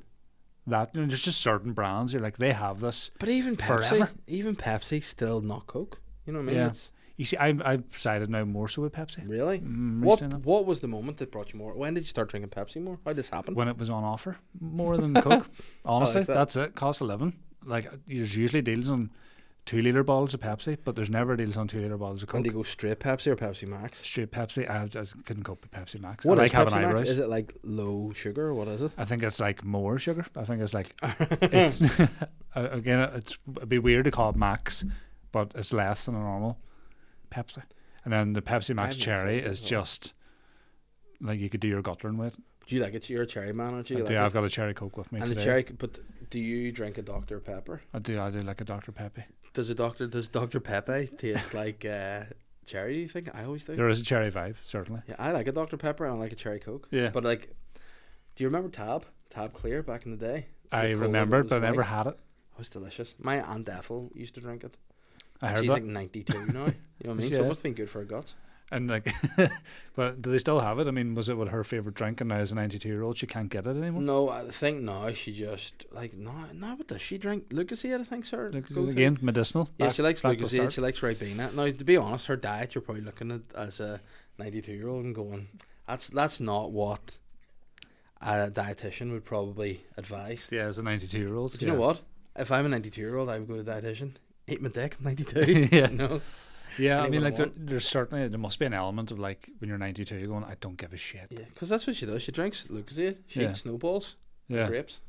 Speaker 3: that. You know, there's just certain brands you're like they have this.
Speaker 1: But even Pepsi,
Speaker 3: Forever.
Speaker 1: even Pepsi, still not Coke. You know what I mean?
Speaker 3: Yeah.
Speaker 1: It's,
Speaker 3: You see, I'm I've decided now more so with Pepsi.
Speaker 1: really.
Speaker 3: Mm,
Speaker 1: What
Speaker 3: recently.
Speaker 1: What was the moment that brought you more? When did you start drinking Pepsi more? How did this happen?
Speaker 3: when it was on offer more than Coke. Honestly,
Speaker 1: that.
Speaker 3: that's it. Cost eleven. Like there's usually deals on two liter bottles of Pepsi, but there's never deals on two liter bottles of
Speaker 1: When
Speaker 3: Coke.
Speaker 1: did you go straight Pepsi or Pepsi Max?
Speaker 3: Straight Pepsi. I, I couldn't cope with Pepsi Max.
Speaker 1: What is
Speaker 3: I like having
Speaker 1: Pepsi Max?
Speaker 3: eyebrows.
Speaker 1: Is it like low sugar? or What is it?
Speaker 3: I think it's like more sugar. I think it's like it's again. It's it'd be weird to call it Max, but it's less than a normal Pepsi. And then the Pepsi Max
Speaker 1: I've never
Speaker 3: Cherry
Speaker 1: tried that as
Speaker 3: is
Speaker 1: well.
Speaker 3: just like you could do your guttering with.
Speaker 1: Do you like it? You're a cherry man, aren't you?
Speaker 3: I
Speaker 1: You like
Speaker 3: do.
Speaker 1: it?
Speaker 3: I've got a cherry Coke with me
Speaker 1: And
Speaker 3: today.
Speaker 1: the cherry, but do you drink a Dr Pepper?
Speaker 3: I do. I do like a Dr Peppy.
Speaker 1: Does a doctor does Dr Pepe taste like uh, cherry? Do you think? I always think.
Speaker 3: There is a cherry vibe, certainly.
Speaker 1: Yeah, I like a Dr Pepper and I like a cherry Coke.
Speaker 3: Yeah.
Speaker 1: But like, do you remember Tab? Tab Clear back in the day.
Speaker 3: I
Speaker 1: The cola
Speaker 3: remember,
Speaker 1: that
Speaker 3: but I
Speaker 1: was
Speaker 3: never
Speaker 1: white?
Speaker 3: had it.
Speaker 1: It was delicious. My aunt Ethel used to drink it.
Speaker 3: I heard
Speaker 1: She's
Speaker 3: that.
Speaker 1: like 92 now. You know what I mean? So it
Speaker 3: Yeah.
Speaker 1: must have been good for her guts.
Speaker 3: and like, but do they still have it? I mean, was it with her favorite drink? And now as a ninety-two-year-old, she can't get it anymore.
Speaker 1: No, I think now she just like no, no. What does she drink? Lucasade, I think, sir.
Speaker 3: Look, is
Speaker 1: Go
Speaker 3: it
Speaker 1: to.
Speaker 3: again, medicinal.
Speaker 1: Yeah,
Speaker 3: Back-
Speaker 1: she likes
Speaker 3: back to
Speaker 1: Lucasade.
Speaker 3: start.
Speaker 1: She likes Ribena. Now, to be honest, her diet you're probably looking at as a 92 year old and going, that's that's not what a dietitian would probably advise.
Speaker 3: Yeah, as a ninety-two-year-old.
Speaker 1: But you know what? If I'm a 92 year old, I would go to a dietitian. Eat my dick. I'm 92.
Speaker 3: Yeah.
Speaker 1: No.
Speaker 3: Yeah, I
Speaker 1: Anyone
Speaker 3: mean, like,
Speaker 1: I
Speaker 3: there,
Speaker 1: want.
Speaker 3: there's certainly there must be an element of like when you're ninety-two, you're going, I don't give a shit.
Speaker 1: Yeah, because that's what she does. She drinks Lucasade. She
Speaker 3: Yeah.
Speaker 1: eats snowballs,
Speaker 3: Yeah,
Speaker 1: grapes.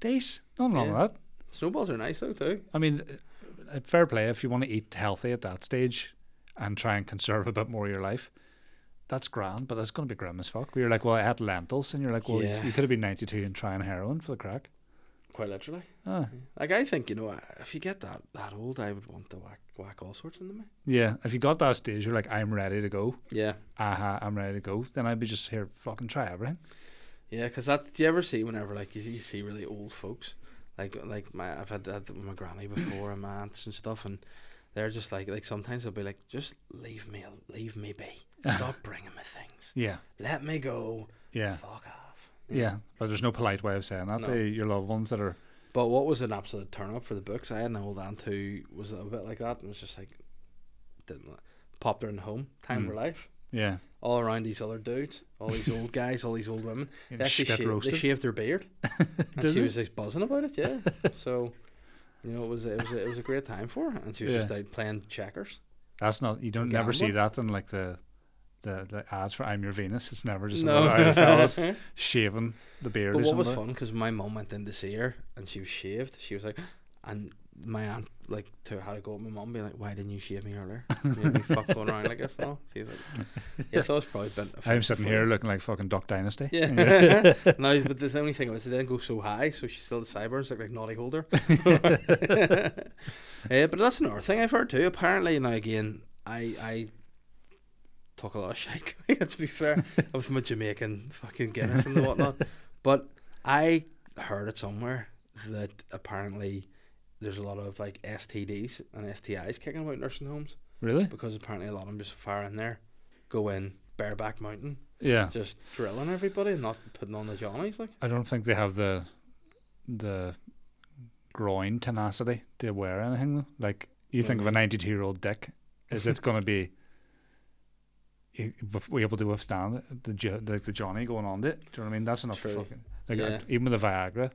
Speaker 3: days, nothing wrong
Speaker 1: Yeah.
Speaker 3: with that.
Speaker 1: Snowballs are nice though too.
Speaker 3: I mean, uh, fair play if you want to eat healthy at that stage and try and conserve a bit more of your life. That's grand, but that's going to be grim as fuck. You're like, well, I had lentils, and you're like, well,
Speaker 1: Yeah.
Speaker 3: you could have been 92 and trying heroin for the crack.
Speaker 1: Quite literally.
Speaker 3: Ah,
Speaker 1: Like I think you know, if you get that that old, I would want to whack whack all sorts into me.
Speaker 3: yeah. If you got that stage, you're like, I'm ready to go.
Speaker 1: Yeah.
Speaker 3: Aha, I'm ready to go. Then I'd be just here, fucking try everything.
Speaker 1: Yeah, because that do you ever see whenever like you, you see really old folks, like like my I've had that with my granny before and my aunts and stuff, and They're just like like sometimes they'll be like, just leave me, al- leave me be. Stop bringing me things.
Speaker 3: Yeah.
Speaker 1: Let me go.
Speaker 3: Yeah.
Speaker 1: Fuck off.
Speaker 3: Yeah. But there's no polite way of saying that.
Speaker 1: No.
Speaker 3: They, your loved ones that are
Speaker 1: But what was an absolute turn up for the books? I had an old aunt who was a bit like that and was just like, didn't li- popped her in the home, time
Speaker 3: Hmm.
Speaker 1: of her life.
Speaker 3: yeah.
Speaker 1: All around these other dudes, all these old guys, all these old women.
Speaker 3: Getting
Speaker 1: They actually
Speaker 3: shit
Speaker 1: shaved, they
Speaker 3: roasted.
Speaker 1: shaved their beard, and
Speaker 3: Did
Speaker 1: she
Speaker 3: they?
Speaker 1: was like buzzing about it. Yeah, so you know it was it was it was a great time for her, and she was
Speaker 3: Yeah.
Speaker 1: just out playing checkers.
Speaker 3: That's not you don't never see
Speaker 1: Gambler?
Speaker 3: that in like the the, the ads for I'm Your Venus. It's never just
Speaker 1: No.
Speaker 3: no. another fellas shaving the beard
Speaker 1: But
Speaker 3: or
Speaker 1: what was
Speaker 3: something.
Speaker 1: fun because my mum went in to see her and she was shaved. She was like, and my aunt like to had a go at my mum being like, "Why didn't you shave me earlier? You know, you fuck going around like this now." She's like, "Yeah, so it's probably been."
Speaker 3: I'm sitting here looking like fucking Duck Dynasty.
Speaker 1: Yeah. no, but the only thing was it didn't go so high, so she still had sideburns look like naughty holder. uh, but that's another thing I've heard too. Apparently, now again, I I talk a lot of shit. to be fair, with my Jamaican fucking Guinness and whatnot. But I heard it somewhere that apparently there's a lot of like STDs and STIs kicking about nursing homes
Speaker 3: Really?
Speaker 1: because apparently a lot of them just fire in there, go in bareback mountain
Speaker 3: Yeah.
Speaker 1: just drilling everybody and not putting on the johnnies like
Speaker 3: I don't think they have the the groin tenacity to wear anything. though. Like you think of a
Speaker 1: Mhm.
Speaker 3: ninety-two-year-old dick, is it going to be i- bef- we able to withstand it? the jo- like the Johnny going on to it? Do you know what I mean? That's enough
Speaker 1: True.
Speaker 3: to fucking like
Speaker 1: Yeah.
Speaker 3: uh, even with the Viagra.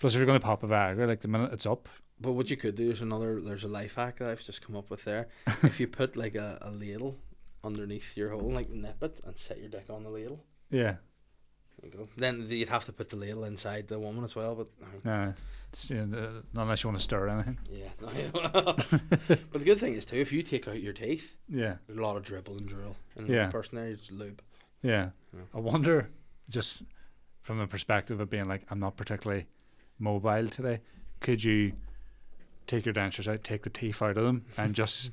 Speaker 3: Plus, if you're going to pop a Viagra, like the minute it's up,
Speaker 1: but what you could do is another there's a life hack that i've just come up with there if you put like a, a ladle underneath your hole like nip it and set your dick on the ladle
Speaker 3: yeah,
Speaker 1: there you go then you'd have to put the ladle inside the woman as well but uh,
Speaker 3: no, it's, uh, uh, not unless you want to stir anything.
Speaker 1: yeah no, you know. but the good thing is too if you take out your teeth
Speaker 3: Yeah,
Speaker 1: there's a lot of dribble and drill and
Speaker 3: Yeah.
Speaker 1: person there you just lube
Speaker 3: yeah.
Speaker 1: Yeah.
Speaker 3: I wonder, just from the perspective of being like, I'm not particularly mobile today. Could you take your dentures out, take the teeth out of them, and just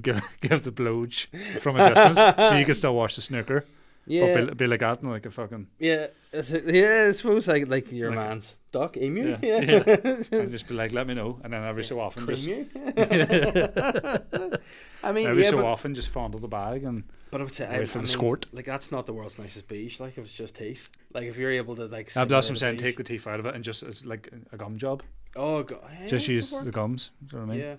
Speaker 3: give give the blowj from a distance, so you can still watch the snooker?
Speaker 1: yeah
Speaker 3: But be, be like that and like a fucking
Speaker 1: yeah it's, yeah i suppose like like your
Speaker 3: Like a-
Speaker 1: man's duck emu
Speaker 3: yeah,
Speaker 1: yeah,
Speaker 3: and just be like, let me know, and then every so often just.
Speaker 1: Emu. i mean
Speaker 3: Every
Speaker 1: yeah,
Speaker 3: so
Speaker 1: but
Speaker 3: often, just fondle the bag and
Speaker 1: But I would say I,
Speaker 3: Wait for
Speaker 1: I mean,
Speaker 3: the squirt.
Speaker 1: Like that's not the world's nicest beach. Like if it's just teeth. Like if you're able to like.
Speaker 3: Uh, but
Speaker 1: simulate
Speaker 3: that's what I'm
Speaker 1: a
Speaker 3: saying. Take
Speaker 1: beach-
Speaker 3: the teeth out of it and just it's like a gum job.
Speaker 1: Oh god. yeah,
Speaker 3: just
Speaker 1: that
Speaker 3: use
Speaker 1: could
Speaker 3: the
Speaker 1: work.
Speaker 3: gums. Do you know what I mean?
Speaker 1: Yeah.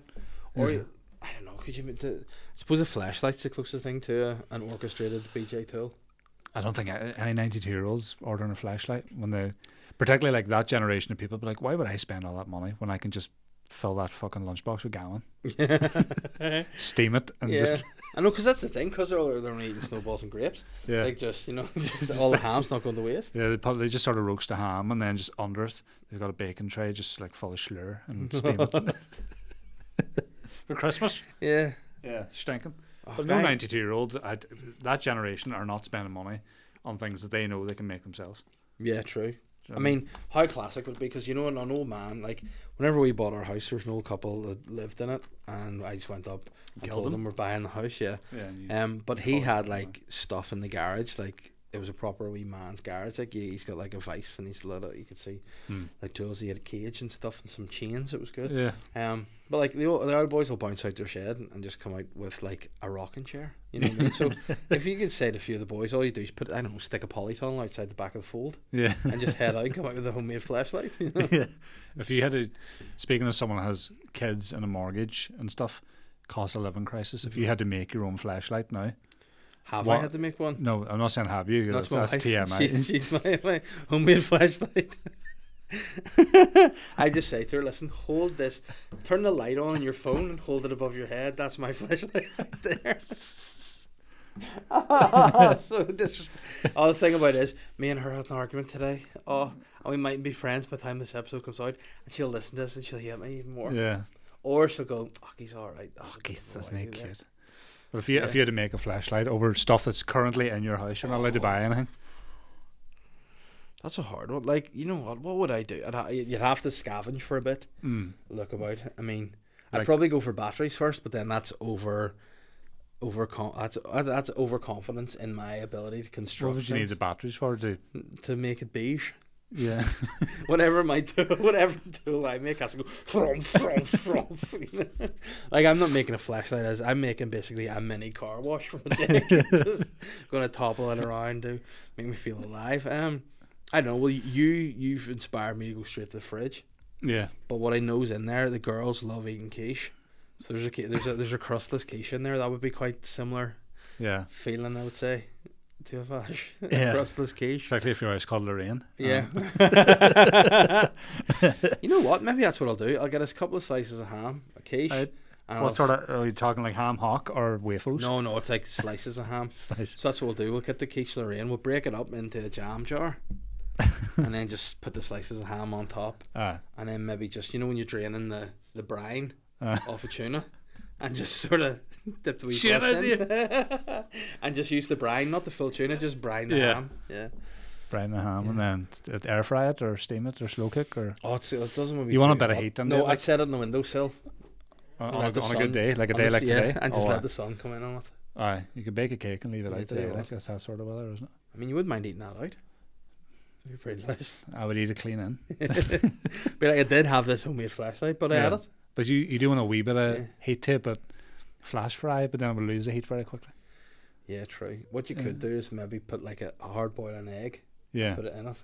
Speaker 1: Or
Speaker 3: Yeah.
Speaker 1: you- I don't know. Could you? make The, I suppose a flashlight's the closest thing to a, an orchestrated BJ tool.
Speaker 3: I don't think a- any 92 year olds ordering a flashlight when they, particularly like that generation of people, be like, why would I spend all that money when I can just fill that fucking lunchbox with gallon,
Speaker 1: yeah.
Speaker 3: steam it, and just
Speaker 1: I know, because that's the thing. Because they're they're only eating snowballs and grapes.
Speaker 3: yeah,
Speaker 1: Like just you know, just all the ham's not going to waste.
Speaker 3: yeah. They, probably, they just sort of roast the ham and then just under it they've got a bacon tray just like full of slur and steam it for Christmas.
Speaker 1: Yeah.
Speaker 3: Yeah, stinking.
Speaker 1: Oh,
Speaker 3: But no
Speaker 1: guy,
Speaker 3: 92 year olds, I- that generation are not spending money on things that they know they can make themselves.
Speaker 1: Yeah. True.
Speaker 3: Do you
Speaker 1: I
Speaker 3: know what
Speaker 1: mean, how classic would it be? Because you know, an, an old man, like whenever we bought our house, there was an old couple that lived in it, and I just went up and
Speaker 3: Killed
Speaker 1: told
Speaker 3: them?
Speaker 1: them we're buying the house. Yeah,
Speaker 3: yeah, and you-
Speaker 1: um, but he
Speaker 3: Probably
Speaker 1: had
Speaker 3: not.
Speaker 1: like stuff in the garage, like it was a proper wee man's garage. Like yeah, he's got like a vice, and he's little. You could see
Speaker 3: Hmm.
Speaker 1: like tools. He had a cage and stuff, and some chains. It was good.
Speaker 3: yeah,
Speaker 1: Um, but like the old, the old boys will bounce out their shed and, and just come out with like a rocking chair. You know what I mean? So if you can say to a few of the boys, all you do is put I don't know, stick a polytunnel outside the back of the fold
Speaker 3: yeah.
Speaker 1: and just head out, come out with a homemade flashlight. you know?
Speaker 3: yeah. If you had a, speaking of someone who has kids and a mortgage and stuff, cost of living crisis.
Speaker 1: Mm-hmm.
Speaker 3: If you had to make your own flashlight now,
Speaker 1: Have I
Speaker 3: What?
Speaker 1: had to make one?
Speaker 3: no, I'm not saying have you.
Speaker 1: No, it's
Speaker 3: That's,
Speaker 1: my
Speaker 3: that's
Speaker 1: wife. She-
Speaker 3: TMI.
Speaker 1: she's my, my homemade flashlight. I just say to her, listen, hold this, turn the light on on your phone and hold it above your head. That's my flashlight right there. so this all the thing about it is me and her had an argument today. Oh, and we mightn't be friends by the time this episode comes out, and she'll listen to this and she'll hate me even more,
Speaker 3: yeah,
Speaker 1: or she'll go, "Oh, he's all right." Oh,
Speaker 3: that's not cute. But if you if
Speaker 1: Yeah.
Speaker 3: you had to make a flashlight over stuff that's currently in your house, you're not allowed to buy anything.
Speaker 1: That's a hard one. Like, you know what? What would I do? I'd ha- you'd have to scavenge for a bit,
Speaker 3: Mm.
Speaker 1: look about. I mean, I'd
Speaker 3: Like-
Speaker 1: probably go for batteries first, but then that's over, over that's that's overconfidence in my ability to
Speaker 3: What
Speaker 1: construct
Speaker 3: would you need
Speaker 1: things
Speaker 3: the batteries for? To
Speaker 1: to make it beige.
Speaker 3: Yeah.
Speaker 1: whatever my tool, whatever tool I make has to go from from from. like I'm not making a flashlight as I'm making basically a mini car wash from a dick. Just gonna topple it around to make me feel alive. Um, I don't know. Well, you you've inspired me to go straight to the fridge.
Speaker 3: Yeah.
Speaker 1: But what I know's in there, the girls love eating quiche. So there's a qui- there's a there's a crustless quiche in there that would be quite similar
Speaker 3: Yeah.
Speaker 1: feeling. I would say to a vash.
Speaker 3: Yeah.
Speaker 1: crustless quiche.
Speaker 3: Exactly if your wife's called Lorraine.
Speaker 1: Yeah.
Speaker 3: Um,
Speaker 1: Um, you know what? Maybe that's what I'll do. I'll get us a couple of slices of ham, a quiche.
Speaker 3: I-
Speaker 1: and I'll-
Speaker 3: Uh, what sort of are you talking like ham hock or waffles?
Speaker 1: No, no, it's like slices of ham.
Speaker 3: Slice.
Speaker 1: So that's what we'll do. We'll get the quiche Lorraine. We'll break it up into a jam jar, and then just put the slices of ham on top,
Speaker 3: Ah,
Speaker 1: and then maybe just you know when you're draining the the brine
Speaker 3: Uh.
Speaker 1: off a tuna. And just sort of dip the wee
Speaker 3: Shit
Speaker 1: breath in, and just use the brine, not the full tuna, just brine the
Speaker 3: Yeah.
Speaker 1: ham. Yeah.
Speaker 3: brine the ham and then t- t- air fry it or steam it or slow cook or
Speaker 1: Oh, it's, it doesn't want to be
Speaker 3: You want a
Speaker 1: too
Speaker 3: bit of
Speaker 1: hot.
Speaker 3: heat on
Speaker 1: No,
Speaker 3: there,
Speaker 1: I
Speaker 3: like-
Speaker 1: set it on the windowsill.
Speaker 3: on,
Speaker 1: Let
Speaker 3: on a,
Speaker 1: the
Speaker 3: on a
Speaker 1: sun-
Speaker 3: good day, Uh, like a
Speaker 1: on
Speaker 3: day
Speaker 1: the-
Speaker 3: like
Speaker 1: yeah,
Speaker 3: today.
Speaker 1: and just
Speaker 3: oh,
Speaker 1: let
Speaker 3: aye.
Speaker 1: the sun come in on it.
Speaker 3: Aye, you could bake a cake and leave it
Speaker 1: Leave
Speaker 3: out
Speaker 1: it there,
Speaker 3: today.
Speaker 1: right?
Speaker 3: Like that's that sort of weather, isn't it?
Speaker 1: I mean, you wouldn't mind eating that out. It'd be pretty nice.
Speaker 3: I would eat a clean in,
Speaker 1: but like, I did have this homemade flashlight, but I had
Speaker 3: Yeah.
Speaker 1: it.
Speaker 3: but you you do want a wee bit of
Speaker 1: Yeah.
Speaker 3: heat to it, but flash fry, but then it will lose the heat very quickly.
Speaker 1: Yeah, true. What you could do is maybe put like a, a hard boiling egg,
Speaker 3: Yeah,
Speaker 1: put it in it,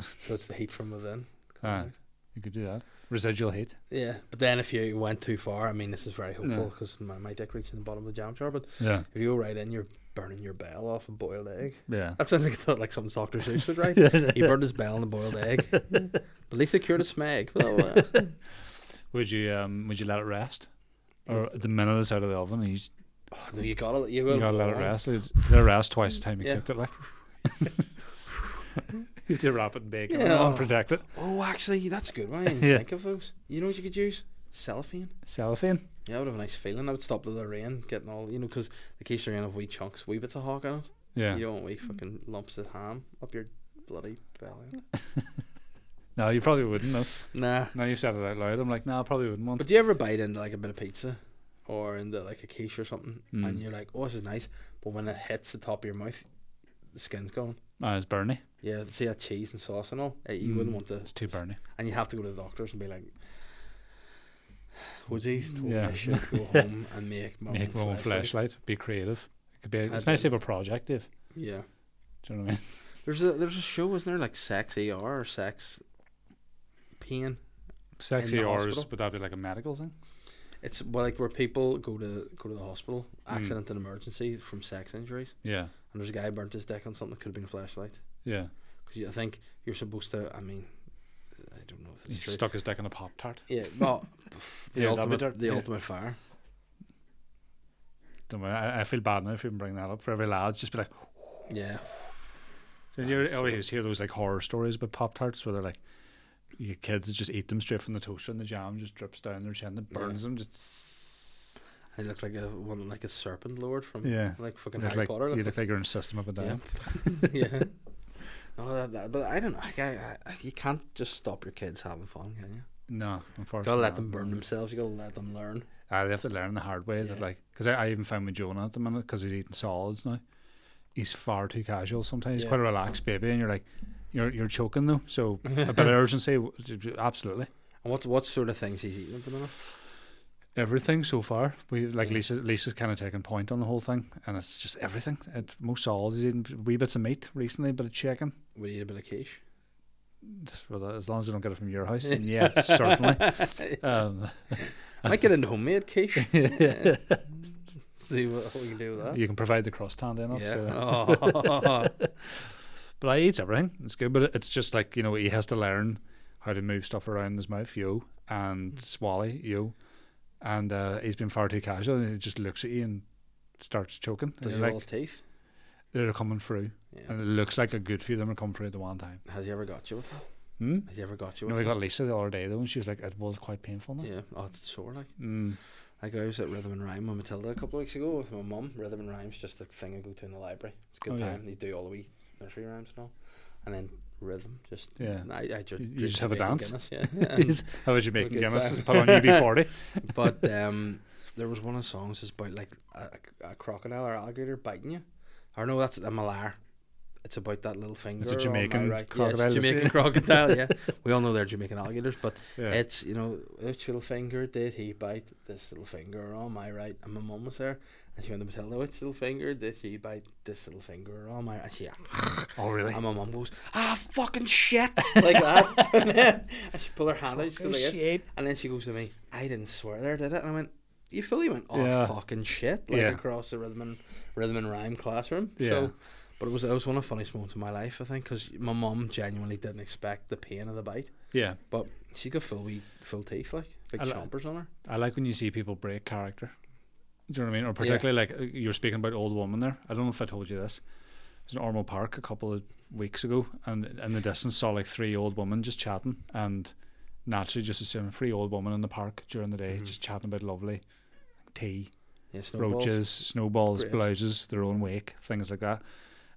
Speaker 1: so it's the heat from within. coming
Speaker 3: aye,
Speaker 1: out.
Speaker 3: you could do that. Residual heat.
Speaker 1: Yeah, but then if you went too far, I mean, this is very hopeful
Speaker 3: No.
Speaker 1: because my, my dick reaching the bottom of the jam jar. But
Speaker 3: Yeah,
Speaker 1: if you go right in, you're burning your bell off a boiled egg.
Speaker 3: yeah.
Speaker 1: That sounds like thought like something Dr. Seuss would write. he burned his bell on a boiled egg. but at least they cured his smeg. Well, uh,
Speaker 3: Would you um would you let it rest, or the minute it's out of the oven, you,
Speaker 1: oh, no, you gotta you gotta,
Speaker 3: you gotta let it
Speaker 1: blow on
Speaker 3: rest. Let it rest twice the time you
Speaker 1: Yeah.
Speaker 3: cooked it. Like you have to wrap it and bake it
Speaker 1: Yeah.
Speaker 3: and protect it.
Speaker 1: Oh, actually, that's a good one. I didn't
Speaker 3: Yeah.
Speaker 1: think of those. You know what you could use? Cellophane.
Speaker 3: Cellophane.
Speaker 1: Yeah, I would have a nice feeling. I would stop the rain getting all, you know, because the quiche rain have wee chunks, wee bits of hog on it.
Speaker 3: Yeah.
Speaker 1: You don't want wee fucking lumps of ham up your bloody belly.
Speaker 3: No, you probably wouldn't. No.
Speaker 1: Nah.
Speaker 3: Now you said it out loud. I'm like, no, I probably wouldn't want.
Speaker 1: But do you ever bite into like a bit of pizza or into like a quiche or something
Speaker 3: Mm.
Speaker 1: and you're like, oh, this is nice. But when it hits the top of your mouth, the skin's gone.
Speaker 3: Ah, it's burny.
Speaker 1: Yeah, see that cheese and sauce and all. Eh, You
Speaker 3: Mm.
Speaker 1: wouldn't want the.
Speaker 3: It's too burny.
Speaker 1: and you have to go to the doctors and be like, "Would you?
Speaker 3: Yeah.
Speaker 1: I should go home and make my
Speaker 3: Make my
Speaker 1: own
Speaker 3: own
Speaker 1: flashlight."
Speaker 3: flashlight. Be creative. It could be.
Speaker 1: I
Speaker 3: It's nice to
Speaker 1: don't-
Speaker 3: have a project, Dave.
Speaker 1: Yeah,
Speaker 3: Do you know what I mean?
Speaker 1: there's a there's a show, isn't there? Like sex ER or sex pain.
Speaker 3: Sexy
Speaker 1: hospital?
Speaker 3: hours would that be like a medical thing?
Speaker 1: It's well, like where people go to go to the hospital, accident and emergency from sex injuries,
Speaker 3: Yeah,
Speaker 1: and there's a guy burnt his dick on something that could have been a flashlight.
Speaker 3: yeah.
Speaker 1: Because I think you're supposed to. I mean, I don't know if
Speaker 3: He
Speaker 1: it's true.
Speaker 3: stuck his dick in a pop tart.
Speaker 1: Yeah, well, the
Speaker 3: Yeah, that'd be
Speaker 1: ultimate
Speaker 3: dirt,
Speaker 1: the
Speaker 3: yeah.
Speaker 1: ultimate fire.
Speaker 3: Don't worry. I, I feel bad now if you even bring that up for every lad. Just be like,
Speaker 1: Yeah, Oh,
Speaker 3: So you always hear those like horror stories about Pop Tarts where they're like, your kids just eat them straight from the toaster and the jam just drips down their chin and burns them. Just
Speaker 1: I look like a one like a serpent lord from
Speaker 3: yeah.
Speaker 1: like fucking
Speaker 3: You look
Speaker 1: Harry
Speaker 3: like,
Speaker 1: Potter.
Speaker 3: you
Speaker 1: like
Speaker 3: look like you're in a system up and
Speaker 1: Yeah.
Speaker 3: down.
Speaker 1: yeah. No, that, that, but I don't know. Like, I, I, you can't just stop your kids having fun, can you?
Speaker 3: No, unfortunately.
Speaker 1: gotta let
Speaker 3: not.
Speaker 1: them burn themselves. You gotta let them learn.
Speaker 3: Ah, they have to learn the hard way. That
Speaker 1: Yeah.
Speaker 3: like, because I, I even found with Jonah at the minute because he's eating solids now. He's far too casual sometimes. He's
Speaker 1: Yeah.
Speaker 3: quite a relaxed baby, and you're like, you're you're choking though. So a bit of urgency, w- d- d- absolutely.
Speaker 1: And what what sort of things he's eating at the minute?
Speaker 3: everything so far. We like
Speaker 1: Yeah.
Speaker 3: Lisa. Lisa's kind of taken point on the whole thing, and it's just everything. It, most solids, he's eating wee bits of meat recently, a bit of chicken.
Speaker 1: Would he eat a bit of quiche?
Speaker 3: Just for the- As long as they don't get it from your house, then yeah, certainly. Um,
Speaker 1: I might get into homemade quiche. See what, what we can do with that.
Speaker 3: you can provide the crosstown then.
Speaker 1: Yeah.
Speaker 3: So.
Speaker 1: Oh.
Speaker 3: But I eat everything. It's good, but it's just like you know he has to learn how to move stuff around his mouth, yo,
Speaker 1: Hmm.
Speaker 3: and swallow, yo, and uh, he's been far too casual, and he just looks at you and starts choking. And
Speaker 1: Does
Speaker 3: you're
Speaker 1: he roll his
Speaker 3: like
Speaker 1: teeth?
Speaker 3: they're coming through.
Speaker 1: Yeah.
Speaker 3: And it looks like a good few of them are coming through at the one time.
Speaker 1: Has he ever got you with that?
Speaker 3: Hmm?
Speaker 1: Has he ever got you
Speaker 3: No,
Speaker 1: with
Speaker 3: we
Speaker 1: that?
Speaker 3: got Lisa the other day though, and she was like, "It was quite painful." Now.
Speaker 1: Yeah. Oh, it's sore like.
Speaker 3: Mm.
Speaker 1: Like I was at Rhythm and Rhyme with Matilda a couple of weeks ago with my mum. Rhythm and Rhyme's just a thing I go to in the library. It's a good
Speaker 3: Oh, yeah.
Speaker 1: time. You do all the wee nursery rhymes and all. And then rhythm, just
Speaker 3: Yeah.
Speaker 1: I, I just
Speaker 3: You- you just have a dance?
Speaker 1: yeah. And-
Speaker 3: How was you making
Speaker 1: good
Speaker 3: Guinness?
Speaker 1: time.
Speaker 3: Just Put on UB40.
Speaker 1: but um, there was one of the songs is about like a, a crocodile or alligator biting you. Or no, that's a malar. it's about that little finger.
Speaker 3: It's a
Speaker 1: on my
Speaker 3: Jamaican
Speaker 1: right. Yeah,
Speaker 3: crocodile,
Speaker 1: it's
Speaker 3: is it?
Speaker 1: Jamaican crocodile. Yeah, we all know they're Jamaican alligators, but
Speaker 3: Yeah.
Speaker 1: it's you know which little finger did he bite? This little finger on my right, and my mum was there, and she went to Matilda, which little finger did she bite? This little finger on my and she,
Speaker 3: oh, really?
Speaker 1: and my mum goes, ah, fucking shit, like that, and, then, and she pulled her hand out just to like this. And then she goes to me, I didn't swear there, did it? And I went, You fully went, Oh
Speaker 3: Yeah.
Speaker 1: fucking shit like
Speaker 3: Yeah.
Speaker 1: across the rhythm and rhythm and rhyme classroom.
Speaker 3: Yeah.
Speaker 1: So but it was it was one of the funniest moments of my life, I think, because my mum genuinely didn't expect the pain of the bite.
Speaker 3: Yeah.
Speaker 1: But she got full wee full teeth, like big
Speaker 3: I li-
Speaker 1: chompers on her.
Speaker 3: I like when you see people break character. Do you know what I mean? Or particularly like like uh, you were speaking about old woman there. I don't know if I told you this. It was in Ormo Park a couple of weeks ago, and in the distance saw like three old women just chatting, and naturally just assuming three old women in the park during the day just chatting about lovely tea,
Speaker 1: Yeah, Mm-hmm. snowballs.
Speaker 3: roaches, snowballs,
Speaker 1: Grapes.
Speaker 3: blouses, their own wake, things like that.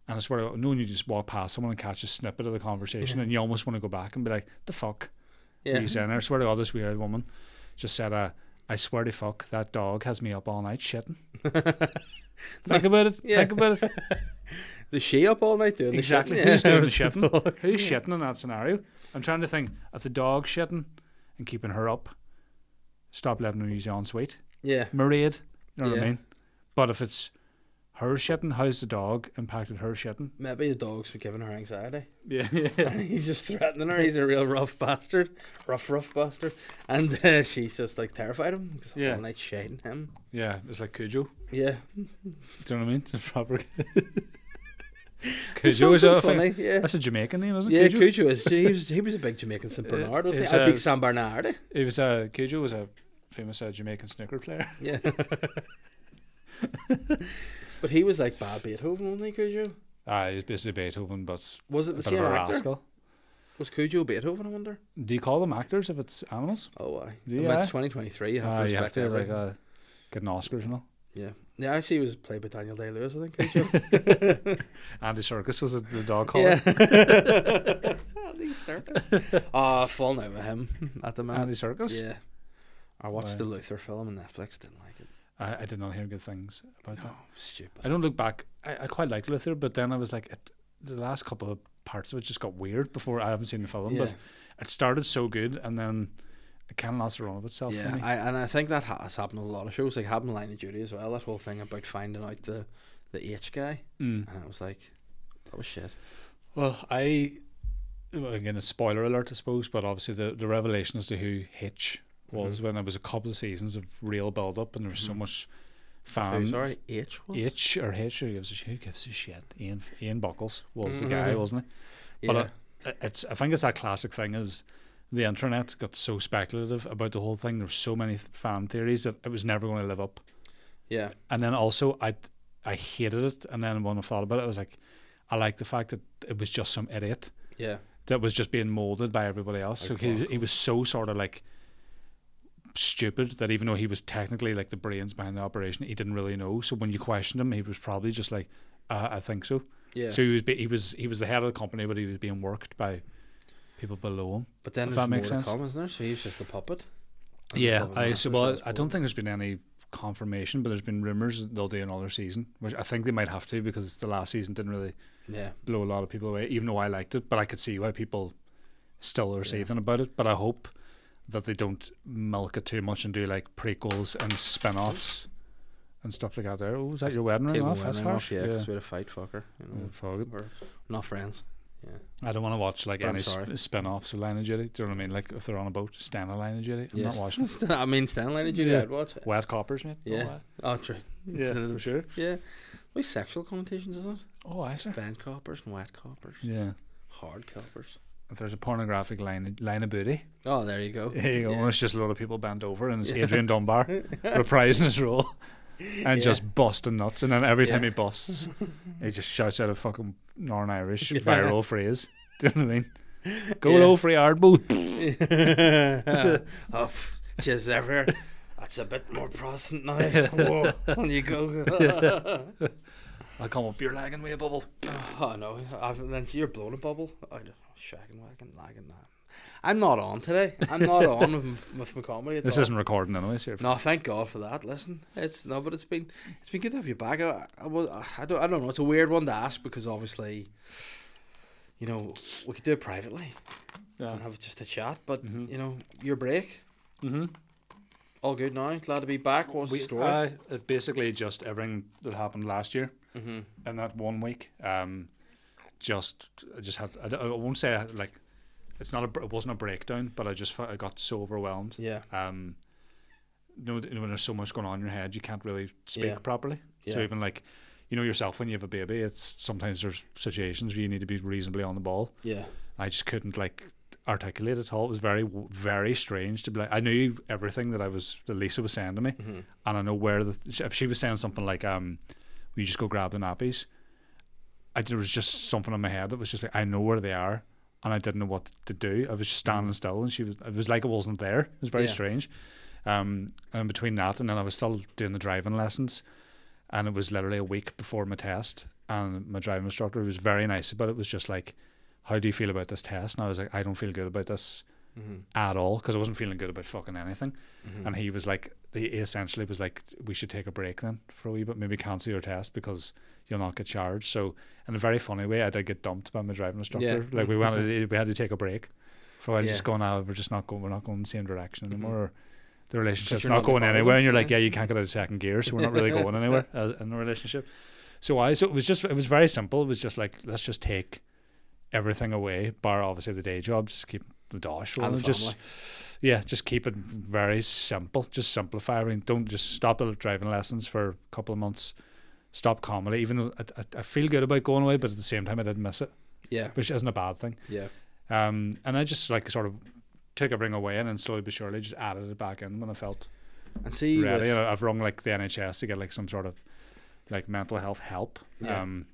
Speaker 3: And I swear, to God, no, you just walk past someone and catch a snippet of the conversation, and you almost want to go back and be like, "The fuck."
Speaker 1: Yeah.
Speaker 3: He's in there. I swear to God, this weird woman just said, uh, I swear to fuck, that dog has me up all night shitting. think about it.
Speaker 1: Yeah.
Speaker 3: Think about it.
Speaker 1: The she up all night doing the
Speaker 3: Exactly.
Speaker 1: shitting?
Speaker 3: Who's
Speaker 1: Yeah.
Speaker 3: doing the shitting? Who's shitting in that scenario? I'm trying to think if the dog's shitting and keeping her up, stop letting her use the ensuite.
Speaker 1: Yeah.
Speaker 3: Married. You know what
Speaker 1: Yeah.
Speaker 3: I mean? But if it's her shitting, how's the dog impacted her shitting?
Speaker 1: Maybe the dog's been giving her anxiety.
Speaker 3: Yeah. yeah.
Speaker 1: he's just threatening her. He's a real rough bastard, rough, rough bastard, and uh, she's just like terrified of him.
Speaker 3: Yeah.
Speaker 1: Yeah, all night shading him.
Speaker 3: Yeah. It's like Cujo.
Speaker 1: Yeah,
Speaker 3: Do you know what I mean? It's a proper.
Speaker 1: There's
Speaker 3: Cujo is a
Speaker 1: something funny, yeah.
Speaker 3: That's a Jamaican name, isn't it?
Speaker 1: yeah.
Speaker 3: Cujo?
Speaker 1: Cujo is he was, he was a big Jamaican St Bernard, wasn't
Speaker 3: it's
Speaker 1: he? A big
Speaker 3: a-
Speaker 1: San Bernard. eh?
Speaker 3: It was uh, Cujo was a famous uh, Jamaican snooker player.
Speaker 1: Yeah. but he was like bad Beethoven, wasn't he? Cujo
Speaker 3: Ah, he's basically Beethoven, but
Speaker 1: was
Speaker 3: a
Speaker 1: it the
Speaker 3: bit of
Speaker 1: same
Speaker 3: a
Speaker 1: actor?
Speaker 3: rascal.
Speaker 1: Was Cujo Beethoven? I wonder.
Speaker 3: Do you call them actors if it's animals?
Speaker 1: Oh, why?
Speaker 3: Yeah.
Speaker 1: It's twenty twenty three. You have
Speaker 3: Ah,
Speaker 1: to
Speaker 3: you have
Speaker 1: respect
Speaker 3: to like
Speaker 1: everything.
Speaker 3: uh, get an Oscars and all.
Speaker 1: yeah. Yeah, actually, he was played by Daniel Day Lewis, I think. Cujo.
Speaker 3: Andy Circus was the- the dog caller.
Speaker 1: yeah. Andy Serkis. Ah, falling out with him at the moment.
Speaker 3: Andy Circus.
Speaker 1: Yeah. I watched
Speaker 3: Wow.
Speaker 1: the Luther film on Netflix, didn't like it.
Speaker 3: I, I did not hear good things about
Speaker 1: Oh,
Speaker 3: that.
Speaker 1: stupid.
Speaker 3: I don't look back. I, I quite like Luther, but then I was like, it, the last couple of parts of it just got weird. Before I haven't seen the film,
Speaker 1: Yeah.
Speaker 3: but it started so good, and then it kind of lost the run of itself. for
Speaker 1: Yeah,
Speaker 3: me.
Speaker 1: I, and I think that ha- has happened on a lot of shows. Like happened in Line of Duty as well. That whole thing about finding out the the H guy,
Speaker 3: Mm.
Speaker 1: and it was like that was shit.
Speaker 3: Well, I well, again a spoiler alert, I suppose, but obviously the, the revelation as to who Hitch was
Speaker 1: Mm-hmm.
Speaker 3: when there was a couple of seasons of real build up and there was so much
Speaker 1: Who,
Speaker 3: fan
Speaker 1: sorry, H was.
Speaker 3: Hitch or Hitch who gives a sh- who gives a shit. Ian Ian Buckles was the
Speaker 1: Mm-hmm.
Speaker 3: guy, wasn't he?
Speaker 1: Yeah.
Speaker 3: But uh, it's I think it's that classic thing is the internet got so speculative about the whole thing. There were so many th- fan theories that it was never going to live up
Speaker 1: yeah,
Speaker 3: and then also I I hated it. And then when I thought about it, I was like, I like the fact that it was just some idiot
Speaker 1: yeah,
Speaker 3: that was just being molded by everybody else. so he, he was so sort of like stupid that even though he was technically like the brains behind the operation, he didn't really know. So when you questioned him, he was probably just like, uh, I think so.
Speaker 1: yeah.
Speaker 3: So he was be- he was he was the head of the company, but he was being worked by people below him.
Speaker 1: but then
Speaker 3: if
Speaker 1: there's
Speaker 3: that makes
Speaker 1: more
Speaker 3: sense.
Speaker 1: to come, isn't there? So he was just a puppet. And the
Speaker 3: Yeah,
Speaker 1: puppet
Speaker 3: I
Speaker 1: master,
Speaker 3: so well,
Speaker 1: that's
Speaker 3: I
Speaker 1: cool.
Speaker 3: don't think there's been any confirmation, but there's been rumors that they'll do another season, which I think they might have to because the last season didn't really
Speaker 1: Yeah,
Speaker 3: blow a lot of people away. Even though I liked it, but I could see why people still are saving about it. But I hope that they don't milk it too much and do like prequels and spin-offs and stuff like that. There, oh, was that your wedding ring
Speaker 1: Table
Speaker 3: off? That's
Speaker 1: winning
Speaker 3: harsh.
Speaker 1: yeah,
Speaker 3: Yeah, Mm.
Speaker 1: 'cause we had a fight, fucker. You know,
Speaker 3: Yeah, fuck it.
Speaker 1: we're not friends. Yeah,
Speaker 3: I don't want to watch like
Speaker 1: But I'm
Speaker 3: any
Speaker 1: sorry.
Speaker 3: sp- spin-offs of Line of Duty. Do you know what I mean? Like if they're on a boat, stand on Line of Duty. I'm
Speaker 1: Yes.
Speaker 3: not watching.
Speaker 1: I mean, Stanley, did you
Speaker 3: Yeah.
Speaker 1: I'd watch it?
Speaker 3: Wet coppers, mate.
Speaker 1: Yeah.
Speaker 3: Oh, aye.
Speaker 1: Oh, true.
Speaker 3: yeah,
Speaker 1: Instead of the-
Speaker 3: for sure.
Speaker 1: Yeah. We sexual connotations, isn't it?
Speaker 3: Oh, I sir.
Speaker 1: Band coppers and wet coppers,
Speaker 3: Yeah.
Speaker 1: hard coppers.
Speaker 3: if there's a pornographic line line of booty,
Speaker 1: Oh, there you go.
Speaker 3: there you go. It's just a lot of people bent over, and it's Adrian Dunbar reprising his role and just busting nuts. And then every time
Speaker 1: Yeah.
Speaker 3: he busts, he just shouts out a fucking Northern Irish
Speaker 1: Yeah.
Speaker 3: viral phrase. Do you know what I mean? Go
Speaker 1: Yeah.
Speaker 3: low for your hard boot.
Speaker 1: oh, pff, jizz everywhere. That's a bit more Protestant now. Whoa, on you go.
Speaker 3: I'll come up. You're lagging me a bubble.
Speaker 1: Oh no, I've, then you're blowing a bubble. I don't know, shagging, wagging, lagging. Nah. I'm not on today. I'm not on with, m- with my comedy. At
Speaker 3: This
Speaker 1: all.
Speaker 3: isn't recording anyways here.
Speaker 1: No, thank God for that. Listen, it's no, but it's been it's been good to have you back. I, I, was- I don't I don't know. It's a weird one to ask because obviously, you know, we could do it privately and
Speaker 3: Uh-huh.
Speaker 1: have just a chat. But
Speaker 3: Mhm.
Speaker 1: you know, your break,
Speaker 3: Mm-hmm.
Speaker 1: all good now. Glad to be back. What's
Speaker 3: We,
Speaker 1: the story?
Speaker 3: uh, it basically, just everything that happened last year
Speaker 1: mm-hmm.
Speaker 3: in that one week. Um, just I just had I, don't- I won't say I- like it's not a br- it wasn't a breakdown, but I just felt I got so overwhelmed.
Speaker 1: Yeah,
Speaker 3: Um, you know, th- when there's so much going on in your head, you can't really speak
Speaker 1: Yeah.
Speaker 3: properly. So
Speaker 1: Yeah.
Speaker 3: even like you know yourself when you have a baby, it's sometimes there's situations where you need to be reasonably on the ball.
Speaker 1: yeah,
Speaker 3: I just couldn't like articulate at all. It was very very strange to be like I knew everything that I was that Lisa was saying to me,
Speaker 1: Mhm.
Speaker 3: and I know where the if she was saying something like um, we just go grab the nappies. I there was just something in my head that was just like I know where they are, and I didn't know what to do. I was just standing still, and she was it was like it wasn't there. It was very
Speaker 1: Yeah.
Speaker 3: strange. Um, and between that and then I was still doing the driving lessons, and it was literally a week before my test. And my driving instructor was very nice, but it was just like how do you feel about this test? And I was like, I don't feel good about this
Speaker 1: Mhm.
Speaker 3: at all because I wasn't feeling good about fucking anything.
Speaker 1: Mhm.
Speaker 3: And he was like, he essentially was like, we should take a break then for a wee bit, maybe cancel your test because you'll not get charged. So, in a very funny way, I did get dumped by my driving instructor.
Speaker 1: Yeah.
Speaker 3: Like we went, we had to take a break for a while,
Speaker 1: Yeah. Mm-hmm.
Speaker 3: just going, ah, we're just not going, we're not going in the same direction anymore. Or the relationship's
Speaker 1: you're
Speaker 3: not,
Speaker 1: not
Speaker 3: going
Speaker 1: involved in
Speaker 3: anywhere,
Speaker 1: it,
Speaker 3: and you're like,
Speaker 1: yeah.
Speaker 3: yeah, you can't get out of second gear, so we're not really going anywhere as, in the relationship. So I, so it was just, it was very simple. It was just like, let's just take everything away, bar obviously the day job, just keep the dosh
Speaker 1: and
Speaker 3: rolling,
Speaker 1: the
Speaker 3: just
Speaker 1: family.
Speaker 3: yeah, just keep it very simple. Just simplify. I mean, don't just stop the driving lessons for a couple of months. Stop comedy. Even though I, I, I feel good about going away, but at the same time, I did miss it,
Speaker 1: yeah,
Speaker 3: which isn't a bad thing.
Speaker 1: yeah,
Speaker 3: Um, and I just like sort of took everything away and then slowly but surely just added it back in when I felt
Speaker 1: and see,
Speaker 3: ready.
Speaker 1: with,
Speaker 3: I- I've rung like the NHS to get like some sort of like mental health help.
Speaker 1: Yeah.
Speaker 3: Um,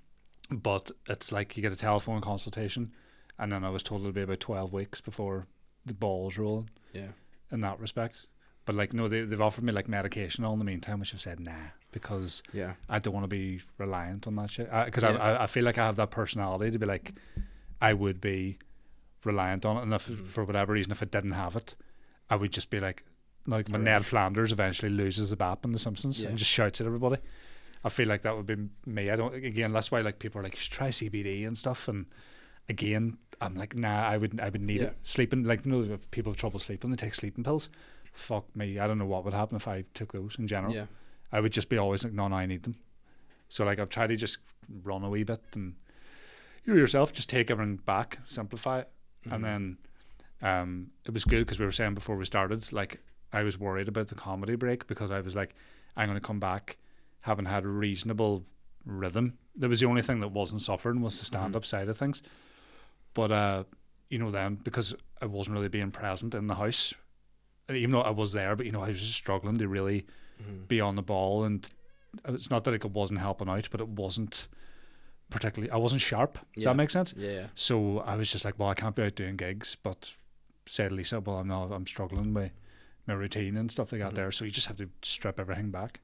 Speaker 3: but it's like you get a telephone consultation, and then I was told it'll be about twelve weeks before the balls rolling
Speaker 1: yeah,
Speaker 3: in that respect. But like, no, they, they've offered me like medication all in the meantime, which I've said nah because
Speaker 1: yeah,
Speaker 3: I don't want to be reliant on that shit. Because
Speaker 1: Yeah.
Speaker 3: I, I, I feel like I have that personality to be like, I would be reliant on it, and if
Speaker 1: Mm-hmm.
Speaker 3: for whatever reason, if it didn't have it, I would just be like, like when Ned Flanders eventually loses the bat in The Simpsons
Speaker 1: Yeah.
Speaker 3: and just shouts at everybody. I feel like that would be me. I don't. Again, that's why like people are like, "Just try CBD and stuff, and again, I'm like, nah, I would, I would need
Speaker 1: Yeah.
Speaker 3: it. Sleeping, like, you know, if people have trouble sleeping, they take sleeping pills. Fuck me, I don't know what would happen if I took those in general.
Speaker 1: yeah.
Speaker 3: I would just be always like, no, no, I need them. So like I've tried to just run a wee bit and you yourself just take everything back, simplify it, and then um, it was good because we were saying before we started, like I was worried about the comedy break because I was like, I'm going to come back having had a reasonable rhythm. That was the only thing that wasn't suffering was the stand up side of things, but uh, you know then because I wasn't really being present in the house, and even though I was there, but you know I was just struggling to really be on the ball and uh, it's not that like, it wasn't helping out but it wasn't particularly i wasn't sharp does
Speaker 1: Yeah.
Speaker 3: that make sense
Speaker 1: Yeah,
Speaker 3: so i was just like well i can't be out doing gigs but said lisa well i'm not i'm struggling with my routine and stuff like that there so you just have to strip everything back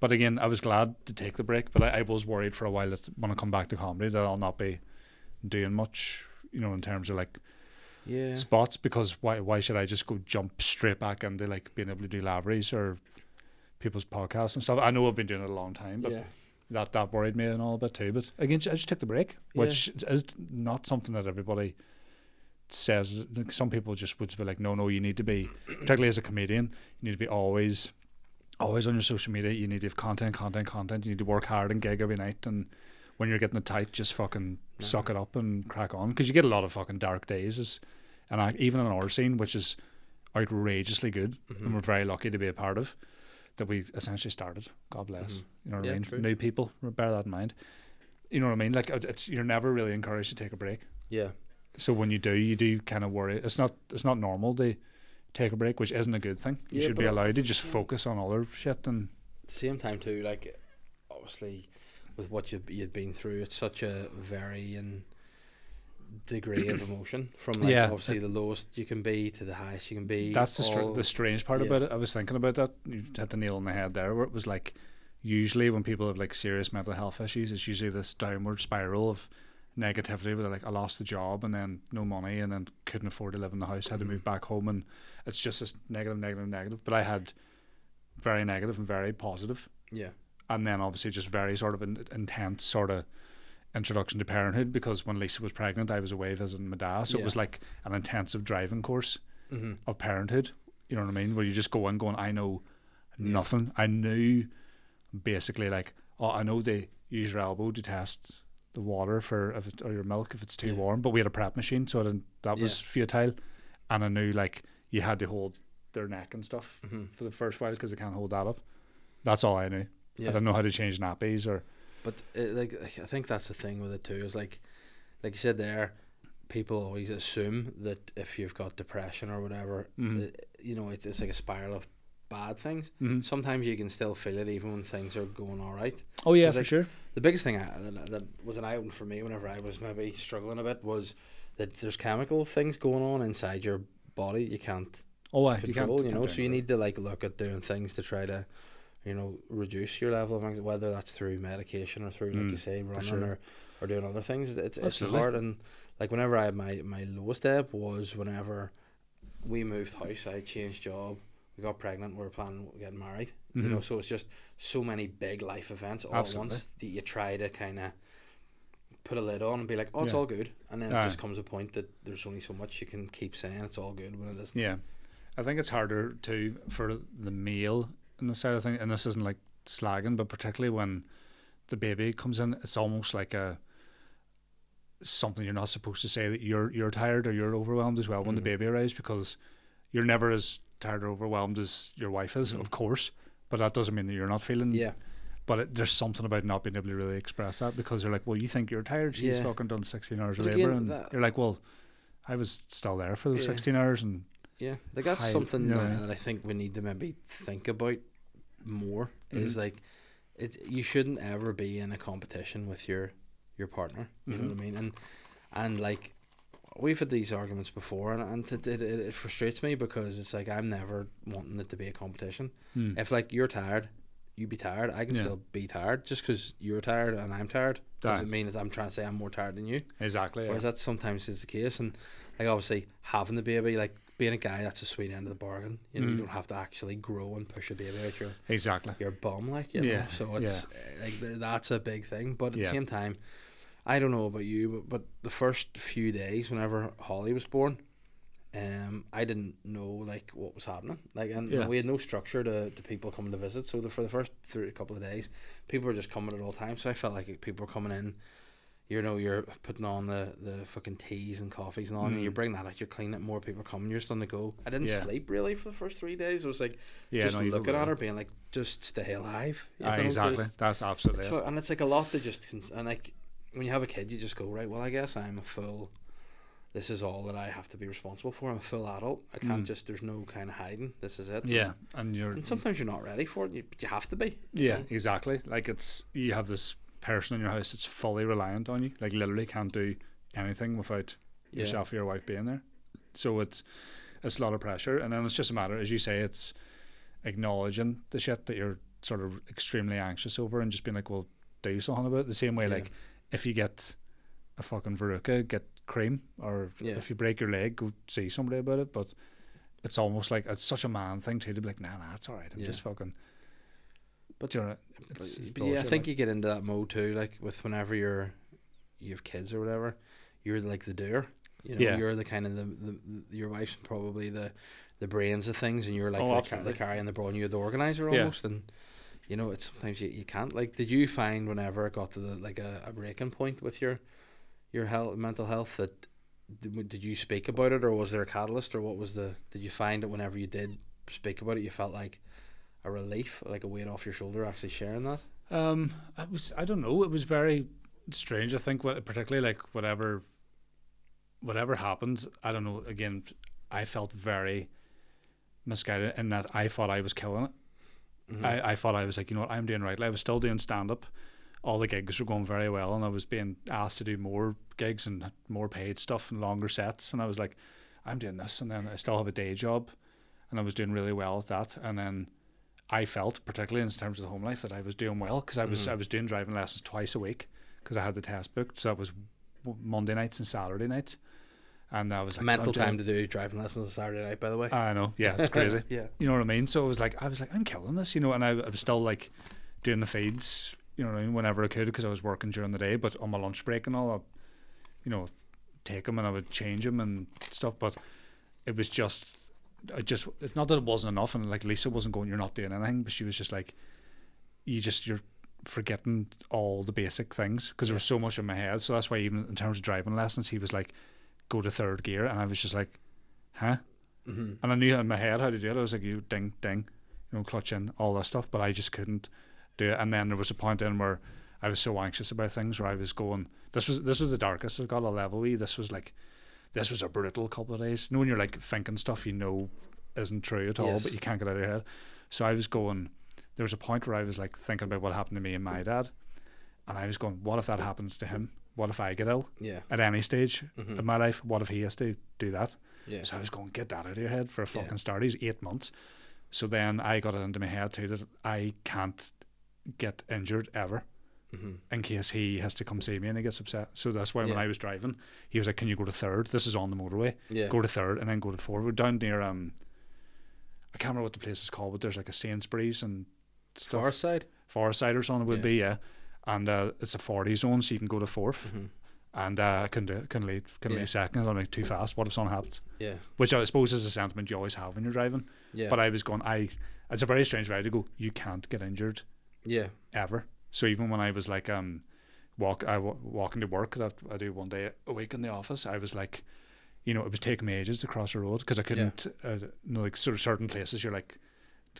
Speaker 3: but again i was glad to take the break but i, I was worried for a while that when i come back to comedy that i'll not be doing much you know in terms of like
Speaker 1: yeah,
Speaker 3: spots because why why should I just go jump straight back into like being able to do libraries or people's podcasts and stuff? I know I've been doing it a long time,
Speaker 1: yeah,
Speaker 3: but
Speaker 1: yeah.
Speaker 3: that that worried me and all a bit too. But again, I just took the break, which is not something that everybody says. Like, Some people just would be like, no, no, you need to be, particularly as a comedian, you need to be always, always on your social media. You need to have content, content, content. You need to work hard and gig every night. And when you're getting it tight, just fucking suck it up and crack on because you get a lot of fucking dark days. Is, and I, even in our scene, which is outrageously good, and we're very lucky to be a part of. That we essentially started. God bless. You know what
Speaker 1: Yeah,
Speaker 3: I mean?
Speaker 1: true.
Speaker 3: New people. Bear that in mind. You know what I mean? Like it- it's you're never really encouraged to take a break.
Speaker 1: yeah.
Speaker 3: So when you do, you do kind of worry. It's not it's not normal to take a break, which isn't a good thing. You
Speaker 1: Yeah,
Speaker 3: should be
Speaker 1: but-
Speaker 3: allowed to just focus on other shit and
Speaker 1: same time too, like obviously with what you you'd been through, it's such a varying degree of emotion from like
Speaker 3: Yeah,
Speaker 1: obviously the lowest you can be to the highest you can be.
Speaker 3: That's the, str-
Speaker 1: all-
Speaker 3: the strange part
Speaker 1: yeah.
Speaker 3: about it. I was thinking about that. You hit the nail on the head there, where it was like usually when people have like serious mental health issues, it's usually this downward spiral of negativity where they're like, I lost the job and then no money and then couldn't afford to live in the house, had
Speaker 1: Mm-hmm.
Speaker 3: to move back home and it's just this negative, negative, negative. But I had very negative and very positive
Speaker 1: Yeah.
Speaker 3: and then obviously just very sort of an intense sort of introduction to parenthood because when Lisa was pregnant, I was away visiting my dad, so
Speaker 1: Yeah.
Speaker 3: it was like an intensive driving course
Speaker 1: Mhm.
Speaker 3: of parenthood. You know what I mean? Where you just go in going, I know nothing. I knew basically like, oh, I know they use your elbow to test the water for if it, or your milk if it's too
Speaker 1: Yeah.
Speaker 3: warm, but we had a prep machine, so I didn't, that was futile. And I knew like you had to hold their neck and stuff
Speaker 1: Mhm.
Speaker 3: for the first while because they can't hold that up. That's all I knew.
Speaker 1: Yeah.
Speaker 3: I don't know how to change nappies or
Speaker 1: But uh, like, I think that's the thing with it too. Is like, like you said there, people always assume that if you've got depression or whatever,
Speaker 3: Mhm.
Speaker 1: uh, you know, it's, it's like a spiral of bad things.
Speaker 3: Mhm.
Speaker 1: Sometimes you can still feel it even when things are going all right.
Speaker 3: Oh yeah,
Speaker 1: It's
Speaker 3: for
Speaker 1: like-
Speaker 3: sure.
Speaker 1: The biggest thing I, that, that was an eye opener for me whenever I was maybe struggling a bit was that there's chemical things going on inside your body you can't
Speaker 3: Oh, I
Speaker 1: control, you, know. So you need to like look at doing things to try to, you know, reduce your level of anxiety, whether that's through medication or through, like you
Speaker 3: Mm,
Speaker 1: say, running
Speaker 3: sure.
Speaker 1: or, or doing other things. It's, it's
Speaker 3: Absolutely.
Speaker 1: hard. And like whenever I had my, my lowest ebb was whenever we moved house, I changed job, we got pregnant, we were planning on getting married. You know, so it's just so many big life events all
Speaker 3: Mm-hmm. Absolutely.
Speaker 1: at once that you try to kind of put a lid on and be like, oh, it's
Speaker 3: Yeah.
Speaker 1: all good. And then it
Speaker 3: Aye.
Speaker 1: just comes a point that there's only so much you can keep saying it's all good when it isn't.
Speaker 3: Yeah, I think it's harder too for the male in the side of thing, and this isn't like slagging, but particularly when the baby comes in, it's almost like a something you're not supposed to say that you're you're tired or you're overwhelmed as well when the
Speaker 1: Mhm.
Speaker 3: baby arrives because you're never as tired or overwhelmed as your wife is, of course. But that doesn't mean that you're not feeling.
Speaker 1: Mm-hmm. Yeah.
Speaker 3: But it, there's something about not being able to really express that because you're like, well, you think you're tired. She's
Speaker 1: Yeah.
Speaker 3: fucking done 16 hours of
Speaker 1: But
Speaker 3: labor,
Speaker 1: again,
Speaker 3: and
Speaker 1: that-
Speaker 3: you're like, well, I was still there for those
Speaker 1: Yeah.
Speaker 3: 16 hours, and
Speaker 1: Yeah, like that's
Speaker 3: High-
Speaker 1: something
Speaker 3: yeah.
Speaker 1: uh, that I think we need to maybe think about more. Is
Speaker 3: Mhm.
Speaker 1: like, it you shouldn't ever be in a competition with your your partner. You know what I
Speaker 3: Mm-hmm.
Speaker 1: mean? And and like we've had these arguments before, and and it, it, it it frustrates me because it's like I'm never wanting it to be a competition.
Speaker 3: Mm.
Speaker 1: If like you're tired, you be tired. I can
Speaker 3: Yeah.
Speaker 1: still be tired. Just because you're tired and I'm tired doesn't
Speaker 3: Aye.
Speaker 1: mean that I'm trying to say I'm more tired than you.
Speaker 3: Exactly.
Speaker 1: Whereas that sometimes is the case, and like obviously having the baby, like being a guy, that's a sweet end of the bargain. You know, you
Speaker 3: Mm.
Speaker 1: don't have to actually grow and push a baby out your
Speaker 3: Exactly.
Speaker 1: your bum, like you know.
Speaker 3: Yeah,
Speaker 1: So it's uh, like th- that's a big thing. But at the
Speaker 3: Yeah.
Speaker 1: same time, I don't know about you, but, but the first few days whenever Holly was born, um, I didn't know like what was happening. Like, and
Speaker 3: Yeah.
Speaker 1: we had no structure to, to people coming to visit. So the, for the first three couple of days, people were just coming at all times. So I felt like people were coming in. You know, you're putting on the, the fucking teas and coffees and all, and
Speaker 3: Mm.
Speaker 1: you bring that out, you're cleaning it, more people are coming, you're just on the go. I didn't
Speaker 3: Yeah.
Speaker 1: sleep really for the first three days. It was like,
Speaker 3: Yeah,
Speaker 1: just
Speaker 3: no, you don't
Speaker 1: looking at
Speaker 3: really.
Speaker 1: her, being like, just stay alive. you
Speaker 3: Aye,
Speaker 1: know,
Speaker 3: Ah, exactly.
Speaker 1: just-
Speaker 3: That's absolutely
Speaker 1: so,
Speaker 3: it.
Speaker 1: and it's like a lot to just cons- and like when you have a kid, you just go right. Well, I guess I'm a full. This is all that I have to be responsible for. I'm a full adult. I can't
Speaker 3: Mm.
Speaker 1: just. There's no kind of hiding. This is it.
Speaker 3: Yeah, and you're.
Speaker 1: And sometimes you're not ready for it, you, but you have to be.
Speaker 3: Yeah, exactly. Like it's you have this person in your house that's fully reliant on you. Like literally can't do anything without
Speaker 1: Yeah.
Speaker 3: yourself or your wife being there. So it's it's a lot of pressure, and then it's just a matter, as you say, it's acknowledging the shit that you're sort of extremely anxious over, and just being like, well, do something about it. The same way,
Speaker 1: Yeah.
Speaker 3: like if you get a fucking veruca, get cream, or
Speaker 1: Yeah.
Speaker 3: if you break your leg, go see somebody about it. But it's almost like it's such a man thing too to be like, nah, nah, it's all right. I'm
Speaker 1: Yeah.
Speaker 3: just fucking.
Speaker 1: But,
Speaker 3: Do you know,
Speaker 1: but,
Speaker 3: it's
Speaker 1: but yeah, I
Speaker 3: bullshit,
Speaker 1: think
Speaker 3: like.
Speaker 1: you get into that mode too. Like with whenever you're, you have kids or whatever, you're like the doer. You know,
Speaker 3: Yeah.
Speaker 1: you're the kind of the, the, the- your wife's probably the the brains of things, and you're like
Speaker 3: Oh,
Speaker 1: the, car- the
Speaker 3: absolutely.
Speaker 1: carrying the brawn, you're the organizer
Speaker 3: Yeah.
Speaker 1: almost, and you know it's sometimes you, you can't. Like, did you find whenever it got to the like a, a breaking point with your your health, mental health that did did you speak about it, or was there a catalyst, or what was the? Did you find that whenever you did speak about it, you felt like a relief, like a weight off your shoulder, actually sharing that?
Speaker 3: Um, I was I don't know. It was very strange. I think what particularly like whatever, whatever happened. I don't know. Again, I felt very misguided in that I thought I was killing it.
Speaker 1: Mm-hmm. Mm.
Speaker 3: I, I thought I was like, you know what, I'm doing right. Like, I was still doing stand up. All the gigs were going very well, and I was being asked to do more gigs and more paid stuff and longer sets. And I was like, I'm doing this, and then I still have a day job, and I was doing really well at that. And then I felt, particularly in terms of the home life, that I was doing well because I
Speaker 1: Mm.
Speaker 3: was I was doing driving lessons twice a week because I had the test booked. So that was w- Monday nights and Saturday nights, and I was like,
Speaker 1: Mental
Speaker 3: I'm doing-
Speaker 1: time to do driving lessons on Saturday night, by the way.
Speaker 3: I know, yeah, it's Ah, crazy.
Speaker 1: Yeah.
Speaker 3: you know what I mean. So it was like I was like I'm killing this, you know, and I, I was still like doing the feeds, you know what I mean, whenever I could because I was working during the day, but on my lunch break and all, I, you know, take them and I would change them and stuff, but it was just. I just it's not that it wasn't enough and like Lisa wasn't going you're not doing anything but she was just like you just you're forgetting all the basic things because there was so much in my head so that's why even in terms of driving lessons he was like go to third gear and I was just like huh
Speaker 1: Mm-hmm.
Speaker 3: and I knew in my head how to do it. I was like, you ding, ding, you know, clutch in, all that stuff. But I just couldn't do it. And then there was a point in where I was so anxious about things where I was going, this was this was the darkest I got a level E. This was like, this was a brutal couple of days. You know, when you're like thinking stuff you know isn't true at all,
Speaker 1: Yes.
Speaker 3: but you can't get out of your head. So I was going, there was a point where I was like thinking about what happened to me and my dad. And I was going, what if that happens to him? What if I get ill?
Speaker 1: Yeah.
Speaker 3: At any stage in my life, what if he has to do that?
Speaker 1: Yeah.
Speaker 3: So I was going, get that out of your head for a fucking start. He's eight months. So then I got it into my head too that I can't get injured ever in case he has to come see me and he gets upset. So that's why when
Speaker 1: Mm-hmm. Yeah.
Speaker 3: I was driving, he was like, Can you go to third? This is on the motorway.
Speaker 1: Yeah.
Speaker 3: Go to third and then go to fourth. We're down near, um, I can't remember what the place is called, but there's like a Sainsbury's and stuff.
Speaker 1: Far side.
Speaker 3: Forestside or something it
Speaker 1: Yeah.
Speaker 3: would
Speaker 1: Mm-hmm.
Speaker 3: be, yeah. And uh, it's a 40 zone, so you can go to 4th And uh, I couldn't do it, couldn't lead, couldn't
Speaker 1: Yeah.
Speaker 3: leave second. I'm like, too fast. What if something happens?
Speaker 1: Yeah.
Speaker 3: Which I suppose is a sentiment you always have when you're driving.
Speaker 1: Yeah.
Speaker 3: But I was going, I, it's a very strange way to go, you can't get injured
Speaker 1: Yeah.
Speaker 3: ever. So even when I was like, um, walk, I wa- walking to work that I do one day a week in the office, I was like, you know, it was taking me ages to cross a road because I couldn't, uh, you know, like sort of certain places you're like,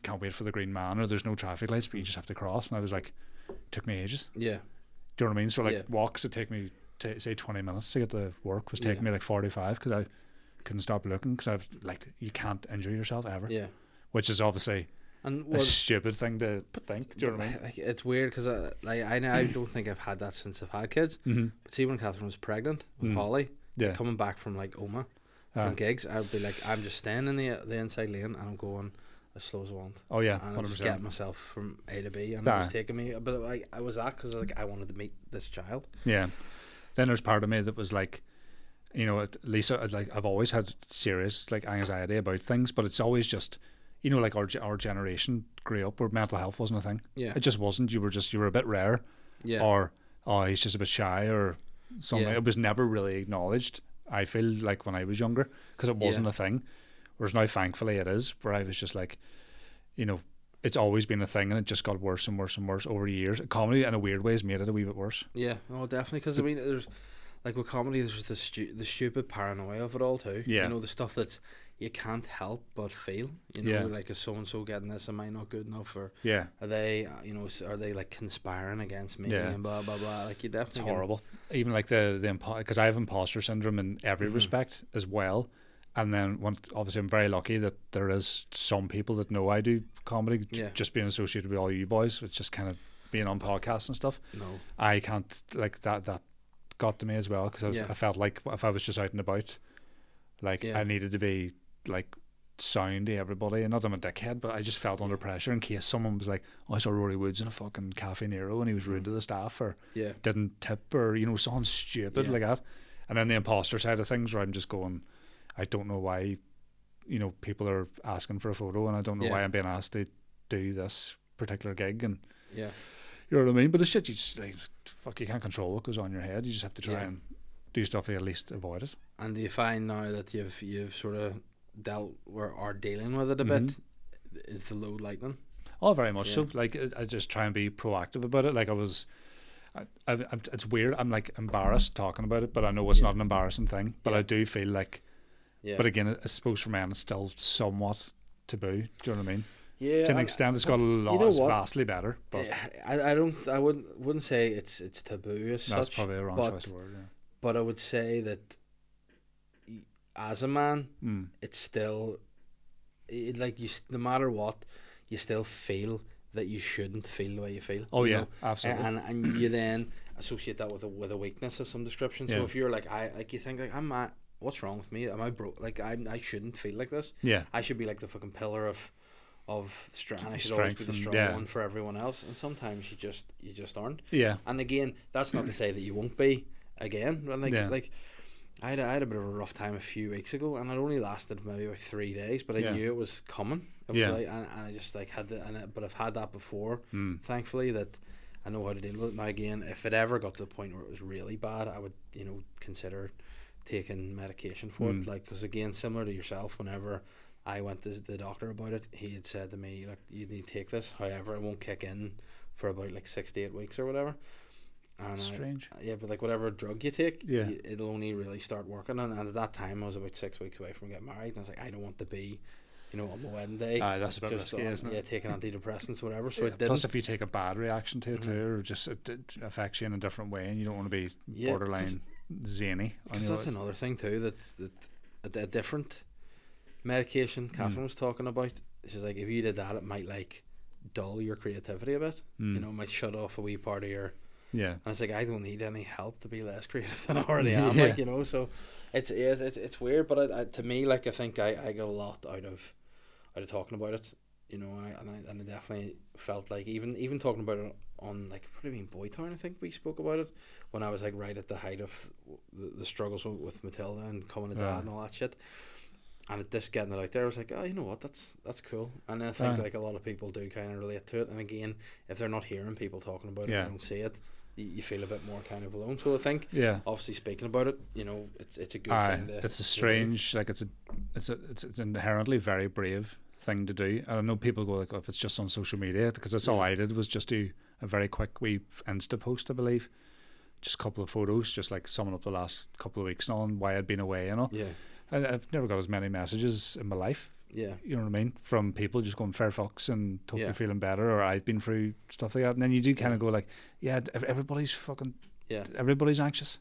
Speaker 3: can't wait for the green man or there's no traffic lights, but you just have to cross. And I was like, took me ages.
Speaker 1: Yeah.
Speaker 3: Do you know what I mean? So like
Speaker 1: Yeah.
Speaker 3: walks would take me t- say twenty minutes to get to work was taking
Speaker 1: Yeah.
Speaker 3: me like forty five because I couldn't stop looking because I've like you can't injure yourself ever,
Speaker 1: Yeah.
Speaker 3: which is obviously
Speaker 1: And
Speaker 3: a
Speaker 1: well,
Speaker 3: stupid thing to think. Do you know what I mean?
Speaker 1: like, it's weird because I, like, I I don't think I've had that since I've had kids. Mm-hmm. But see, when Catherine was pregnant with Holly,
Speaker 3: Mm. Yeah. Ah. Uh,
Speaker 1: coming back from like Oma, from gigs, I'd be like, I'm just staying in the the inside lane and I'm going as slow as I want.
Speaker 3: Oh yeah,
Speaker 1: And I'm
Speaker 3: hundred
Speaker 1: just getting
Speaker 3: percent.
Speaker 1: myself from A to B, and it was
Speaker 3: Aye.
Speaker 1: taking me. But like, I was that because like I wanted to meet this child.
Speaker 3: Yeah. Then there's part of me that was like, you know, at- Lisa, I'd like I've always had serious like anxiety about things, but it's always just, you know, like our ge- our generation grew up where mental health wasn't a thing.
Speaker 1: Yeah.
Speaker 3: it just wasn't. You were just you were a bit rare.
Speaker 1: Yeah.
Speaker 3: or oh he's just a bit shy or something
Speaker 1: Yeah.
Speaker 3: it was never really acknowledged i feel like when i was younger because it wasn't
Speaker 1: Yeah.
Speaker 3: a thing whereas now thankfully it is where i was just like you know it's always been a thing and it just got worse and worse and worse over the years comedy in a weird way has made it a wee bit worse
Speaker 1: Yeah, no, definitely. Because I mean, there's like with comedy, there's the stu- the stupid paranoia of it all too.
Speaker 3: Yeah.
Speaker 1: you know the stuff that you can't help but feel. You know,
Speaker 3: Yeah.
Speaker 1: like is so and so getting this? Am I not good enough? Or
Speaker 3: yeah
Speaker 1: are they? uh, You know, s- are they like conspiring against me?
Speaker 3: Yeah.
Speaker 1: and blah blah blah. Like you
Speaker 3: it's
Speaker 1: definitely. can-
Speaker 3: horrible even like the the because i have imposter syndrome in every
Speaker 1: Mm-hmm.
Speaker 3: respect as well and then when, obviously i'm very lucky that there is some people that know i do comedy j-
Speaker 1: Yeah.
Speaker 3: just being associated with all you boys it's just kind of being on podcasts and stuff
Speaker 1: No.
Speaker 3: I can't like that. That got to me as well because I, was
Speaker 1: Yeah.
Speaker 3: I felt like if I was just out and about, like
Speaker 1: Yeah.
Speaker 3: I needed to be like sound to everybody. And not that I'm a dickhead, but I just felt under pressure in case someone was like, "Oh, I saw Rory Woods in a fucking Cafe Nero and he was
Speaker 1: Mm.
Speaker 3: rude to the staff or
Speaker 1: Yeah.
Speaker 3: didn't tip or you know something stupid
Speaker 1: Yeah.
Speaker 3: like that." And then the imposter side of things, where I'm just going, I don't know why, you know, people are asking for a photo, and I don't know
Speaker 1: Yeah.
Speaker 3: why I'm being asked to do this particular gig and.
Speaker 1: Yeah.
Speaker 3: You know what I mean? But it's shit you just like fuck you can't control what goes on in your head. You just have to try
Speaker 1: Yeah.
Speaker 3: and do stuff to at least avoid it.
Speaker 1: And do you find now that you've you've sort of dealt or are dealing with it a
Speaker 3: Mm-hmm.
Speaker 1: bit? Is the load lightning?
Speaker 3: Oh, very much so. Like I- I just try and be proactive about it. Like I was, I, I, I'm, it's weird. I'm like embarrassed talking about it, but I know it's not an embarrassing thing. But I do feel like.
Speaker 1: Yeah.
Speaker 3: But again, I suppose for men, it's still somewhat taboo. Do you know what I mean?
Speaker 1: yeah.
Speaker 3: to an
Speaker 1: I-
Speaker 3: extent, it's got a lot.
Speaker 1: know
Speaker 3: it's
Speaker 1: what?
Speaker 3: vastly better, but
Speaker 1: I, I don't. I wouldn't. Wouldn't say it's it's taboo as
Speaker 3: that's
Speaker 1: such.
Speaker 3: probably the wrong
Speaker 1: but
Speaker 3: choice of word. Yeah.
Speaker 1: but I would say that y- as a man,
Speaker 3: Mm.
Speaker 1: it's still it, like you. s- No matter what, you still feel that you shouldn't feel the way you feel.
Speaker 3: Oh,
Speaker 1: you
Speaker 3: yeah,
Speaker 1: know?
Speaker 3: absolutely.
Speaker 1: And, and and you then associate that with a with a weakness of some description. So
Speaker 3: Yeah.
Speaker 1: if you're like I like you think like I'm uh, what's wrong with me? Am I broke? Like I I shouldn't feel like this.
Speaker 3: Yeah.
Speaker 1: I should be like the fucking pillar of of strength. And I should always
Speaker 3: Strength
Speaker 1: be the
Speaker 3: and-
Speaker 1: strong
Speaker 3: yeah.
Speaker 1: one for everyone else. And sometimes you just you just aren't.
Speaker 3: Yeah.
Speaker 1: And again, that's not to say that you won't be again. But like
Speaker 3: Yeah.
Speaker 1: like I had, a, I had a bit of a rough time a few weeks ago, and it only lasted maybe about three days. But I
Speaker 3: Yeah.
Speaker 1: knew it was coming. It was
Speaker 3: Yeah.
Speaker 1: like, and, and I just like had the, and I, but I've had that before.
Speaker 3: Mm.
Speaker 1: Thankfully, that I know how to deal with it now. Again, if it ever got to the point where it was really bad, I would you know consider taking medication for it.
Speaker 3: Mm.
Speaker 1: Like because again, similar to yourself, whenever. I went to the doctor about it. He had said to me, "Look, you need to take this. However, it won't kick in for about like six to eight weeks or whatever." And I-
Speaker 3: Strange.
Speaker 1: yeah, but like whatever drug you take,
Speaker 3: Yeah.
Speaker 1: y- it'll only really start working. And, and at that time, I was about six weeks away from getting married, and I was like, I don't want to be, you know, on the wedding day,
Speaker 3: Aye, that's Ah, a bit
Speaker 1: just
Speaker 3: risky,
Speaker 1: on-
Speaker 3: isn't
Speaker 1: yeah,
Speaker 3: it?
Speaker 1: taking antidepressants, whatever. So
Speaker 3: Yeah,
Speaker 1: it didn't.
Speaker 3: Plus, if you take a bad reaction to it
Speaker 1: Mhm.
Speaker 3: too, or just it, it affects you in a different way, and you don't want to be
Speaker 1: Yeah, 'cause-
Speaker 3: borderline zany. on
Speaker 1: Because
Speaker 3: your
Speaker 1: that's
Speaker 3: life.
Speaker 1: another thing too that that a, a different medication
Speaker 3: Hmm.
Speaker 1: Catherine was talking about. She's like, if you did that, it might like dull your creativity a bit. You
Speaker 3: Mm.
Speaker 1: know, it might shut off a wee part of your. And
Speaker 3: yeah,
Speaker 1: it's like, I don't need any help to be less creative than I already am.
Speaker 3: Yeah.
Speaker 1: Like you know, so it's it, it, it's weird, but I, I, to me, like I think I, I got a lot out of out of talking about it. You know, and I, and I, and I definitely felt like even even talking about it on like probably in Boytown, I think we spoke about it when I was like right at the height of the, the struggles with, with Matilda and coming to dad
Speaker 3: Aye.
Speaker 1: and all that shit. And it, just getting it out there, I was like, oh, you know what, that's that's cool. And I think
Speaker 3: Aye.
Speaker 1: like a lot of people do kind of relate to it. And again, if they're not hearing people talking about it,
Speaker 3: Yeah.
Speaker 1: and don't see it, you, you feel a bit more kind of alone. So I think
Speaker 3: yeah.
Speaker 1: obviously speaking about it, you know, it's it's a good
Speaker 3: Aye,
Speaker 1: thing. To,
Speaker 3: it's a
Speaker 1: to do.
Speaker 3: strange, like it's a, it's a, it's it's an inherently very brave thing to do. And I know people go like, oh, if it's just on social media, because that's all
Speaker 1: Mm.
Speaker 3: I did was just do a very quick wee Insta post, I believe, just a couple of photos, just like summing up the last couple of weeks and all, and why I'd been away and all.
Speaker 1: Yeah,
Speaker 3: I, I've never got as many messages in my life
Speaker 1: yeah,
Speaker 3: you know what I mean, from people just going fair fox and hope
Speaker 1: Yeah.
Speaker 3: you're feeling better, or I've been through stuff like that, and then you do kind
Speaker 1: Yeah.
Speaker 3: of go like, yeah, d- ev- everybody's fucking,
Speaker 1: Yeah.
Speaker 3: everybody's anxious.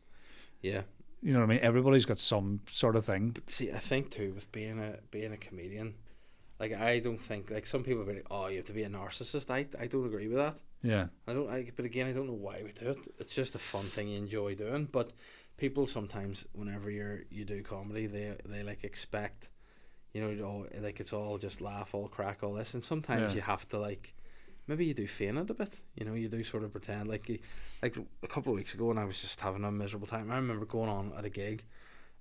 Speaker 1: yeah.
Speaker 3: You know what I mean? Everybody's got some sort of thing.
Speaker 1: But see, I think too with being a being a comedian, like I don't think like some people be like, oh, you have to be a narcissist. I I don't agree with that.
Speaker 3: Yeah,
Speaker 1: I don't like, but again, I don't know why we do it. It's just a fun thing you enjoy doing. But people sometimes, whenever you're you do comedy, they they like expect, you know, all, like it's all just laugh, all crack, all this, and sometimes
Speaker 3: Yeah.
Speaker 1: you have to like, maybe you do feign it a bit. You know, you do sort of pretend like you, like a couple of weeks ago, and I was just having a miserable time. I remember going on at a gig,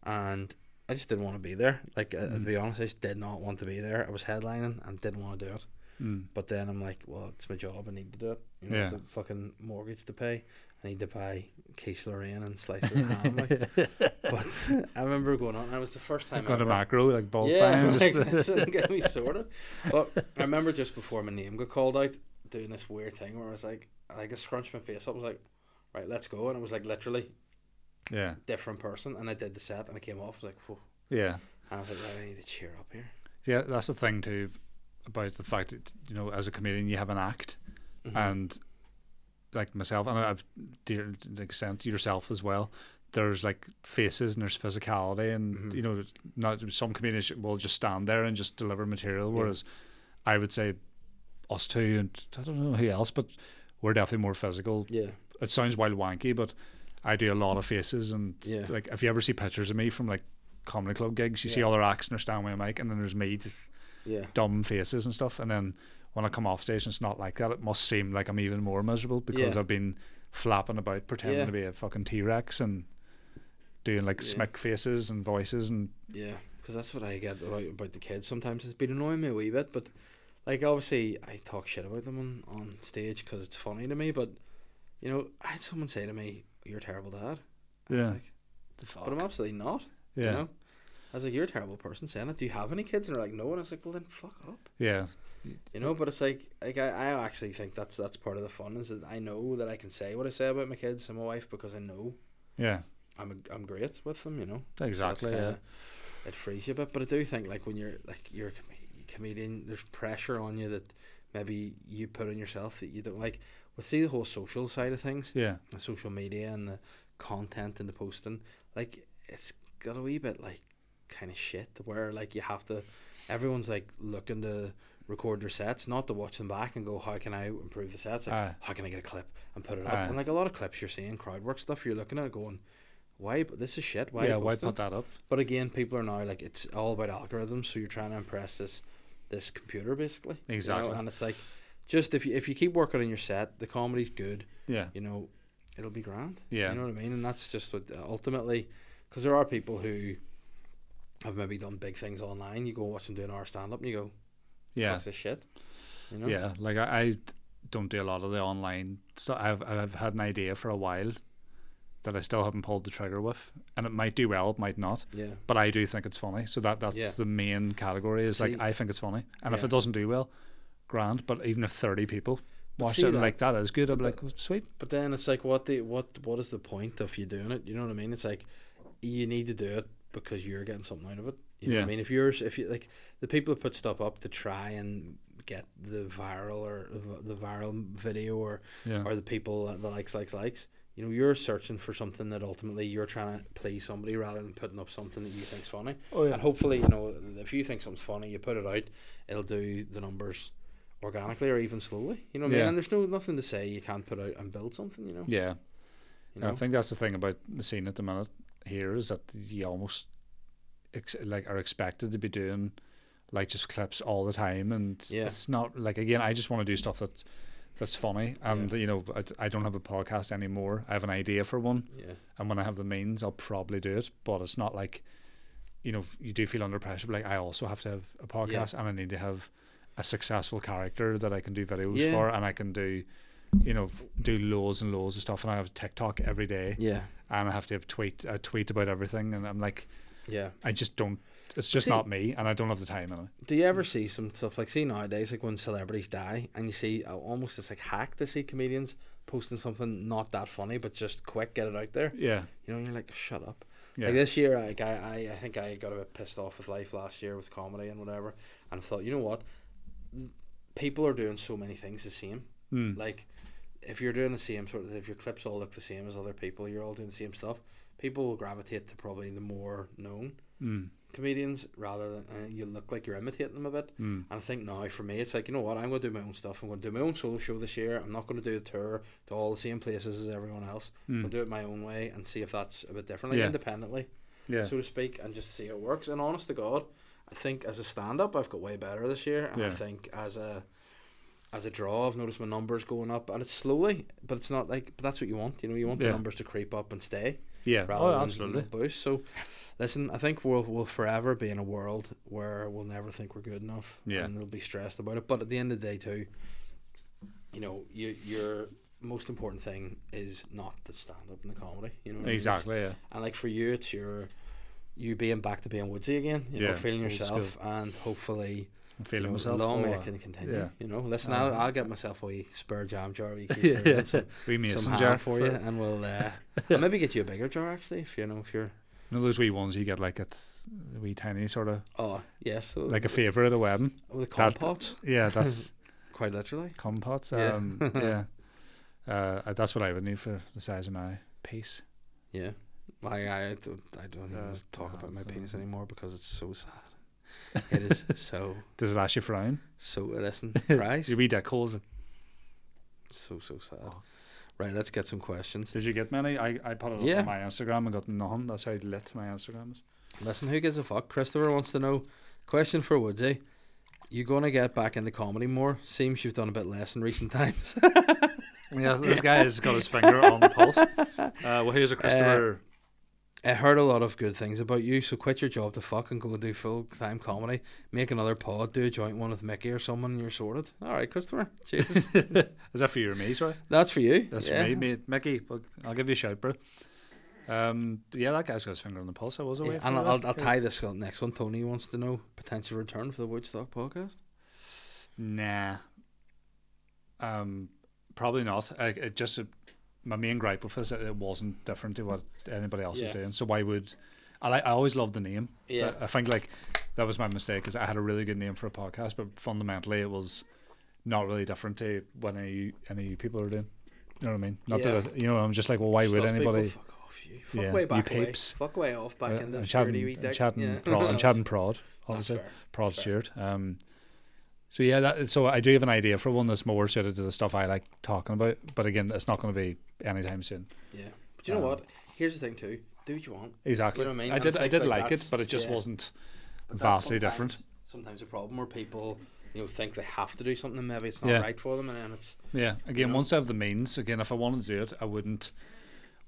Speaker 1: and. I just didn't want to be there. Like, uh, to
Speaker 3: Mm.
Speaker 1: be honest, I just did not want to be there. I was headlining and didn't want to do it.
Speaker 3: mm.
Speaker 1: But then I'm like, well, it's my job. I need to do it. You know,
Speaker 3: Yeah.
Speaker 1: I've got fucking mortgage to pay. I need to buy Keith Lorraine and slices of ham. Like, but I remember going on. And it was the first time.
Speaker 3: got a
Speaker 1: ever.
Speaker 3: macro like ball
Speaker 1: Yeah,
Speaker 3: bang,
Speaker 1: like,
Speaker 3: just-
Speaker 1: this didn't get me sorted. But I remember just before my name got called out, doing this weird thing where I was like, I just scrunched my face up. I was like, right, let's go. And it was like literally
Speaker 3: yeah,
Speaker 1: different person. And I did the set, and I came off. I was like, whoa.
Speaker 3: yeah,
Speaker 1: And I was like, right, I need to cheer up here.
Speaker 3: yeah. That's the thing too about the fact that you know, as a comedian, you have an act,
Speaker 1: Mhm.
Speaker 3: and like myself and I've dear to an extent yourself as well there's like faces and there's physicality and
Speaker 1: Mhm.
Speaker 3: you know not some comedians will just stand there and just deliver material
Speaker 1: Yeah.
Speaker 3: whereas I would say us two and I don't know who else but we're definitely more physical
Speaker 1: yeah,
Speaker 3: it sounds wild wanky but I do a lot of faces and
Speaker 1: Yeah.
Speaker 3: like if you ever see pictures of me from like comedy club gigs you see
Speaker 1: Yeah.
Speaker 3: all their acts and their stand with a mic and then there's me just
Speaker 1: yeah,
Speaker 3: dumb faces and stuff. And then when I come off stage, and it's not like that. It must seem like I'm even more miserable because
Speaker 1: Yeah.
Speaker 3: I've been flapping about pretending
Speaker 1: Yeah.
Speaker 3: to be a fucking T Rex and doing like
Speaker 1: Yeah.
Speaker 3: smick faces and voices and
Speaker 1: Yeah, because that's what I get about, about the kids. Sometimes it's been annoying me a wee bit, but like obviously I talk shit about them on on stage because it's funny to me. But you know, I had someone say to me, "You're a terrible dad." I was
Speaker 3: yeah,
Speaker 1: like, but I'm absolutely not.
Speaker 3: yeah,
Speaker 1: You know, I was like, "You're a terrible person." Saying it. Do you have any kids? And they're like, "No." And I was like, "Well, then fuck up."
Speaker 3: yeah,
Speaker 1: You know, but it's like, like I, I actually think that's that's part of the fun is that I know that I can say what I say about my kids and my wife because I know
Speaker 3: yeah,
Speaker 1: I'm a, I'm great with them. You know. That's
Speaker 3: exactly. Yeah,
Speaker 1: kinda- It frees you a bit, but I do think like when you're like you're a com- comedian, there's pressure on you that maybe you put on yourself that you don't like. With see the whole social side of things,
Speaker 3: yeah,
Speaker 1: the social media and the content and the posting, like it's got a wee bit like kind of shit where like you have to, everyone's like looking to record their sets, not to watch them back and go, how can I improve the sets? Like,
Speaker 3: Aye.
Speaker 1: how can I get a clip and put it
Speaker 3: Aye.
Speaker 1: up? And like a lot of clips you're seeing, crowd work stuff, you're looking at it going, why? But this is shit. Why?
Speaker 3: yeah. Why
Speaker 1: post it?"
Speaker 3: put that up?
Speaker 1: But again, people are now like it's all about algorithms, so you're trying to impress this this computer basically. you know,
Speaker 3: Exactly.
Speaker 1: And it's like just if you if you keep working on your set, the comedy's good.
Speaker 3: Yeah.
Speaker 1: You know, it'll be grand.
Speaker 3: Yeah.
Speaker 1: You know what I mean? And that's just what ultimately, because there are people who have maybe done big things online. You go watch them do an hour stand up, and you go,
Speaker 3: Yeah.
Speaker 1: "Fuck this shit." You know?
Speaker 3: Yeah, like I, I don't do a lot of the online stuff. I've I've had an idea for a while that I still haven't pulled the trigger with, and it might do well, it might not,
Speaker 1: Yeah.
Speaker 3: but I do think it's funny. So that that's
Speaker 1: Yeah.
Speaker 3: the main category is
Speaker 1: See-
Speaker 3: like I think it's funny, and if
Speaker 1: Yeah.
Speaker 3: it doesn't do well, grand. But even if thirty people watch
Speaker 1: see
Speaker 3: it and
Speaker 1: that-
Speaker 3: like that is good, I'm like "Oh, sweet.
Speaker 1: But then it's like, what the what what is the point of you doing it? You know what I mean? It's like you need to do it because you're getting something out of it. You know what
Speaker 3: Yeah.
Speaker 1: I mean? If yours, if you like, the people who put stuff up to try and get the viral or the viral video or
Speaker 3: Yeah,
Speaker 1: or the people that likes likes likes. You know, you're searching for something that ultimately you're trying to please somebody rather than putting up something that you think's funny.
Speaker 3: Oh, yeah.
Speaker 1: And hopefully, you know, if you think something's funny, you put it out, it'll do the numbers organically or even slowly. You know what I mean?
Speaker 3: Yeah.
Speaker 1: And there's no nothing to say you can't put out and build something, you know?
Speaker 3: yeah.
Speaker 1: You
Speaker 3: And
Speaker 1: know?
Speaker 3: I think that's the thing about the scene at the minute here is that you almost ex- like are expected to be doing like just clips all the time, and
Speaker 1: Yeah.
Speaker 3: it's not like again. I just want to do stuff that that's funny, and you know I, I don't have a podcast anymore. I have an idea for one,
Speaker 1: yeah.
Speaker 3: and when I have the means, I'll probably do it. But it's not like you know you do feel under pressure. but, Like I also have to have a podcast, and I need to have a successful character that I can do videos
Speaker 1: Yeah.
Speaker 3: for, and I can do you know do loads and loads of stuff. And I have TikTok every day
Speaker 1: Yeah.
Speaker 3: and I have to have tweet a tweet about everything, and I'm like,
Speaker 1: Yeah.
Speaker 3: I just don't. It's just
Speaker 1: see-
Speaker 3: not me, and I don't have the time. In
Speaker 1: Do you ever see some stuff like, see nowadays, like when celebrities die and you see uh, almost it's like hack to see comedians posting something not that funny, but just quick, get it out there.
Speaker 3: it. Yeah,
Speaker 1: You know, and you're like, shut up.
Speaker 3: yeah,
Speaker 1: Like this year, like I, I, I think I got a bit pissed off with life last year with comedy and whatever, and I thought, you know what, people are doing so many things the same.
Speaker 3: Mm.
Speaker 1: Like, if you're doing the same sort of, if your clips all look the same as other people, you're all doing the same stuff. People will gravitate to probably the more known
Speaker 3: mm,
Speaker 1: comedians rather than uh, you look like you're imitating them a bit.
Speaker 3: mm,
Speaker 1: And I think now for me, it's like you know what, I'm going to do my own stuff. I'm going to do my own solo show this year. I'm not going to do a tour to all the same places as everyone else.
Speaker 3: Mm.
Speaker 1: I'll do it my own way and see if that's a bit different, like
Speaker 3: Yeah.
Speaker 1: independently
Speaker 3: yeah,
Speaker 1: so to speak, and just see how it works. And honest to God, I think as a stand up, I've got way better this year. And I
Speaker 3: Yeah.
Speaker 1: think as a as a draw, I've noticed my numbers going up, and it's slowly, but it's not like. But that's what you want, you know. You want the
Speaker 3: Yeah.
Speaker 1: numbers to creep up and stay
Speaker 3: yeah.
Speaker 1: rather
Speaker 3: Oh,
Speaker 1: than
Speaker 3: absolutely.
Speaker 1: boost. So, listen, I think we'll we'll forever be in a world where we'll never think we're good enough,
Speaker 3: Yeah.
Speaker 1: and we'll be stressed about it. But at the end of the day, too, you know, you, your most important thing is not the stand up and the comedy. You know, what I mean? It's-
Speaker 3: Exactly. Yeah.
Speaker 1: and like for you, it's your you being back to being woodsy again. You know,
Speaker 3: Yeah,
Speaker 1: feeling
Speaker 3: old
Speaker 1: yourself, and hopefully, you
Speaker 3: I'm feeling
Speaker 1: know,
Speaker 3: myself.
Speaker 1: long
Speaker 3: Oh,
Speaker 1: may
Speaker 3: uh,
Speaker 1: it can continue.
Speaker 3: yeah.
Speaker 1: You know, listen, I'll, I'll get myself a wee spare jam jar, a wee
Speaker 3: yeah,
Speaker 1: case
Speaker 3: yeah.
Speaker 1: of some,
Speaker 3: We made
Speaker 1: some
Speaker 3: some
Speaker 1: ham
Speaker 3: jar
Speaker 1: for you, and we'll uh, I'll maybe get you a bigger jar actually, if you know if you're.
Speaker 3: You know those wee ones you get like it's a wee tiny sort of
Speaker 1: Oh yes,
Speaker 3: like a favourite at a wedding.
Speaker 1: with
Speaker 3: that-
Speaker 1: compots,
Speaker 3: Yeah, that's
Speaker 1: quite literally.
Speaker 3: compots.
Speaker 1: Yeah.
Speaker 3: Um, yeah, uh, that's what I would need for the size of my piece.
Speaker 1: Yeah. I, I, don't- I don't even
Speaker 3: Uh,
Speaker 1: talk about my
Speaker 3: so-
Speaker 1: penis anymore because it's so sad. It is so
Speaker 3: Does it ask you frown?
Speaker 1: so. Listen, Christ,
Speaker 3: Your wee dick holes.
Speaker 1: so so sad.
Speaker 3: Oh.
Speaker 1: Right, let's get some questions.
Speaker 3: Did you get many? I, I put it up
Speaker 1: Yeah.
Speaker 3: on my Instagram and got none. That's how lit my Instagram is.
Speaker 1: Listen, who gives a fuck? Christopher wants to know. Question for Woodsy: You gonna get back into comedy more? Seems you've done a bit less in recent times.
Speaker 3: Yeah, this guy has got his finger on the pulse. Uh, well, here's a Christopher.
Speaker 1: I heard a lot of good things about you, so quit your job to fuck and go do full time comedy. Make another pod, do a joint one with Mickey or someone, and you're sorted. All right, Christopher. Cheers.
Speaker 3: is that for you or me? Sorry,
Speaker 1: That's for you.
Speaker 3: that's
Speaker 1: Uh, Yeah.
Speaker 3: for me, mate. Mickey, well, I'll give you a shout, bro. Um, yeah, that guy's got his finger on the pulse. I was away.
Speaker 1: Yeah,
Speaker 3: from
Speaker 1: and
Speaker 3: that.
Speaker 1: I'll, I'll, I'll tie this with the next one. Tony wants to know potential return for the Woodstock podcast.
Speaker 3: Nah. Um, probably not. I, it just uh, my main gripe with this, it, it wasn't different to what anybody else
Speaker 1: Yeah.
Speaker 3: was doing. So why would I? Like, I always loved the name.
Speaker 1: Yeah.
Speaker 3: I, I think like that was my mistake because I had a really good name for a podcast, but fundamentally it was not really different to what any any people are doing. You know what I mean? Not
Speaker 1: Yeah.
Speaker 3: that I- you know, I'm just like, well, why
Speaker 1: Just
Speaker 3: would
Speaker 1: us people,
Speaker 3: anybody?
Speaker 1: fuck off you? Fuck
Speaker 3: Yeah,
Speaker 1: way
Speaker 3: you
Speaker 1: back away.
Speaker 3: papes.
Speaker 1: Fuck way off back
Speaker 3: Uh,
Speaker 1: in the
Speaker 3: I'm
Speaker 1: security wee
Speaker 3: chatting, I'm
Speaker 1: dick.
Speaker 3: chatting,
Speaker 1: Yeah.
Speaker 3: prod, I'm chatting prod, obviously,
Speaker 1: fair.
Speaker 3: prod
Speaker 1: That's
Speaker 3: shirt. Um, so yeah, that, so I do have an idea for one that's more suited to the stuff I like talking about, but again, it's not going to be anytime soon.
Speaker 1: Yeah. But you know
Speaker 3: Um,
Speaker 1: what? Here's the thing too. Do what you want.
Speaker 3: Exactly.
Speaker 1: You know what I mean?
Speaker 3: I
Speaker 1: And
Speaker 3: did,
Speaker 1: I
Speaker 3: I
Speaker 1: think
Speaker 3: did
Speaker 1: that
Speaker 3: like it,
Speaker 1: that's-
Speaker 3: but it just
Speaker 1: yeah.
Speaker 3: wasn't vastly different.
Speaker 1: sometimes a problem where people you know think they have to do something and maybe it's not
Speaker 3: Yeah.
Speaker 1: right for them and then it's
Speaker 3: Yeah. Again, once I have the means, again, if I wanted to do it, I wouldn't.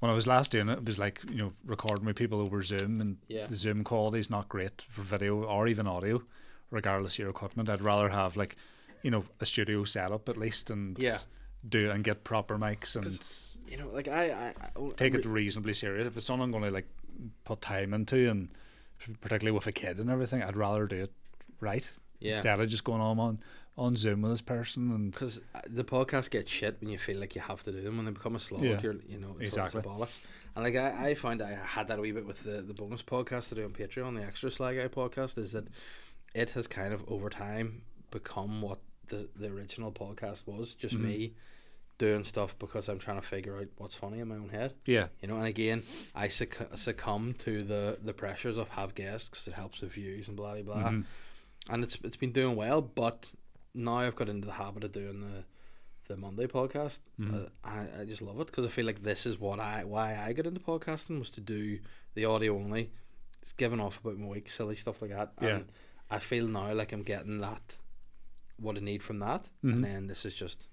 Speaker 3: When I was last doing it, it was like you know recording with people over Zoom, and
Speaker 1: Yeah.
Speaker 3: the Zoom quality is not great for video or even audio, regardless of your equipment. I'd rather have like, you know, a studio setup at least, and
Speaker 1: Yeah.
Speaker 3: do and get proper mics and
Speaker 1: you know like I I, I
Speaker 3: take it reasonably serious. If it's something I'm going to like put time into, and particularly with a kid and everything, I'd rather do it right
Speaker 1: Yeah.
Speaker 3: instead of just going on on on Zoom with this person and
Speaker 1: because uh, the podcast gets shit when you feel like you have to do them when they become a slog.
Speaker 3: Yeah.
Speaker 1: You're, you know, it's all
Speaker 3: Exactly.
Speaker 1: bollocks. And like I, I found I had that a wee bit with the, the bonus podcast I do on Patreon, the extra Sly Guy podcast, is that it has kind of over time become what the the original podcast was, just
Speaker 3: Mm-hmm.
Speaker 1: me doing stuff because I'm trying to figure out what's funny in my own head.
Speaker 3: yeah,
Speaker 1: You know, and again, I succ- succumb to the the pressures of have guests 'cause it helps with views and blah blah blah,
Speaker 3: Mm-hmm.
Speaker 1: and it's it's been doing well. But now I've got into the habit of doing the the Monday podcast.
Speaker 3: Mm-hmm.
Speaker 1: Uh, I, I just love it because I feel like this is what I why I got into podcasting was to do the audio only, just giving off about my week, silly stuff like that.
Speaker 3: Yeah.
Speaker 1: And I feel now like I'm getting that what I need from that, and then this is just. A,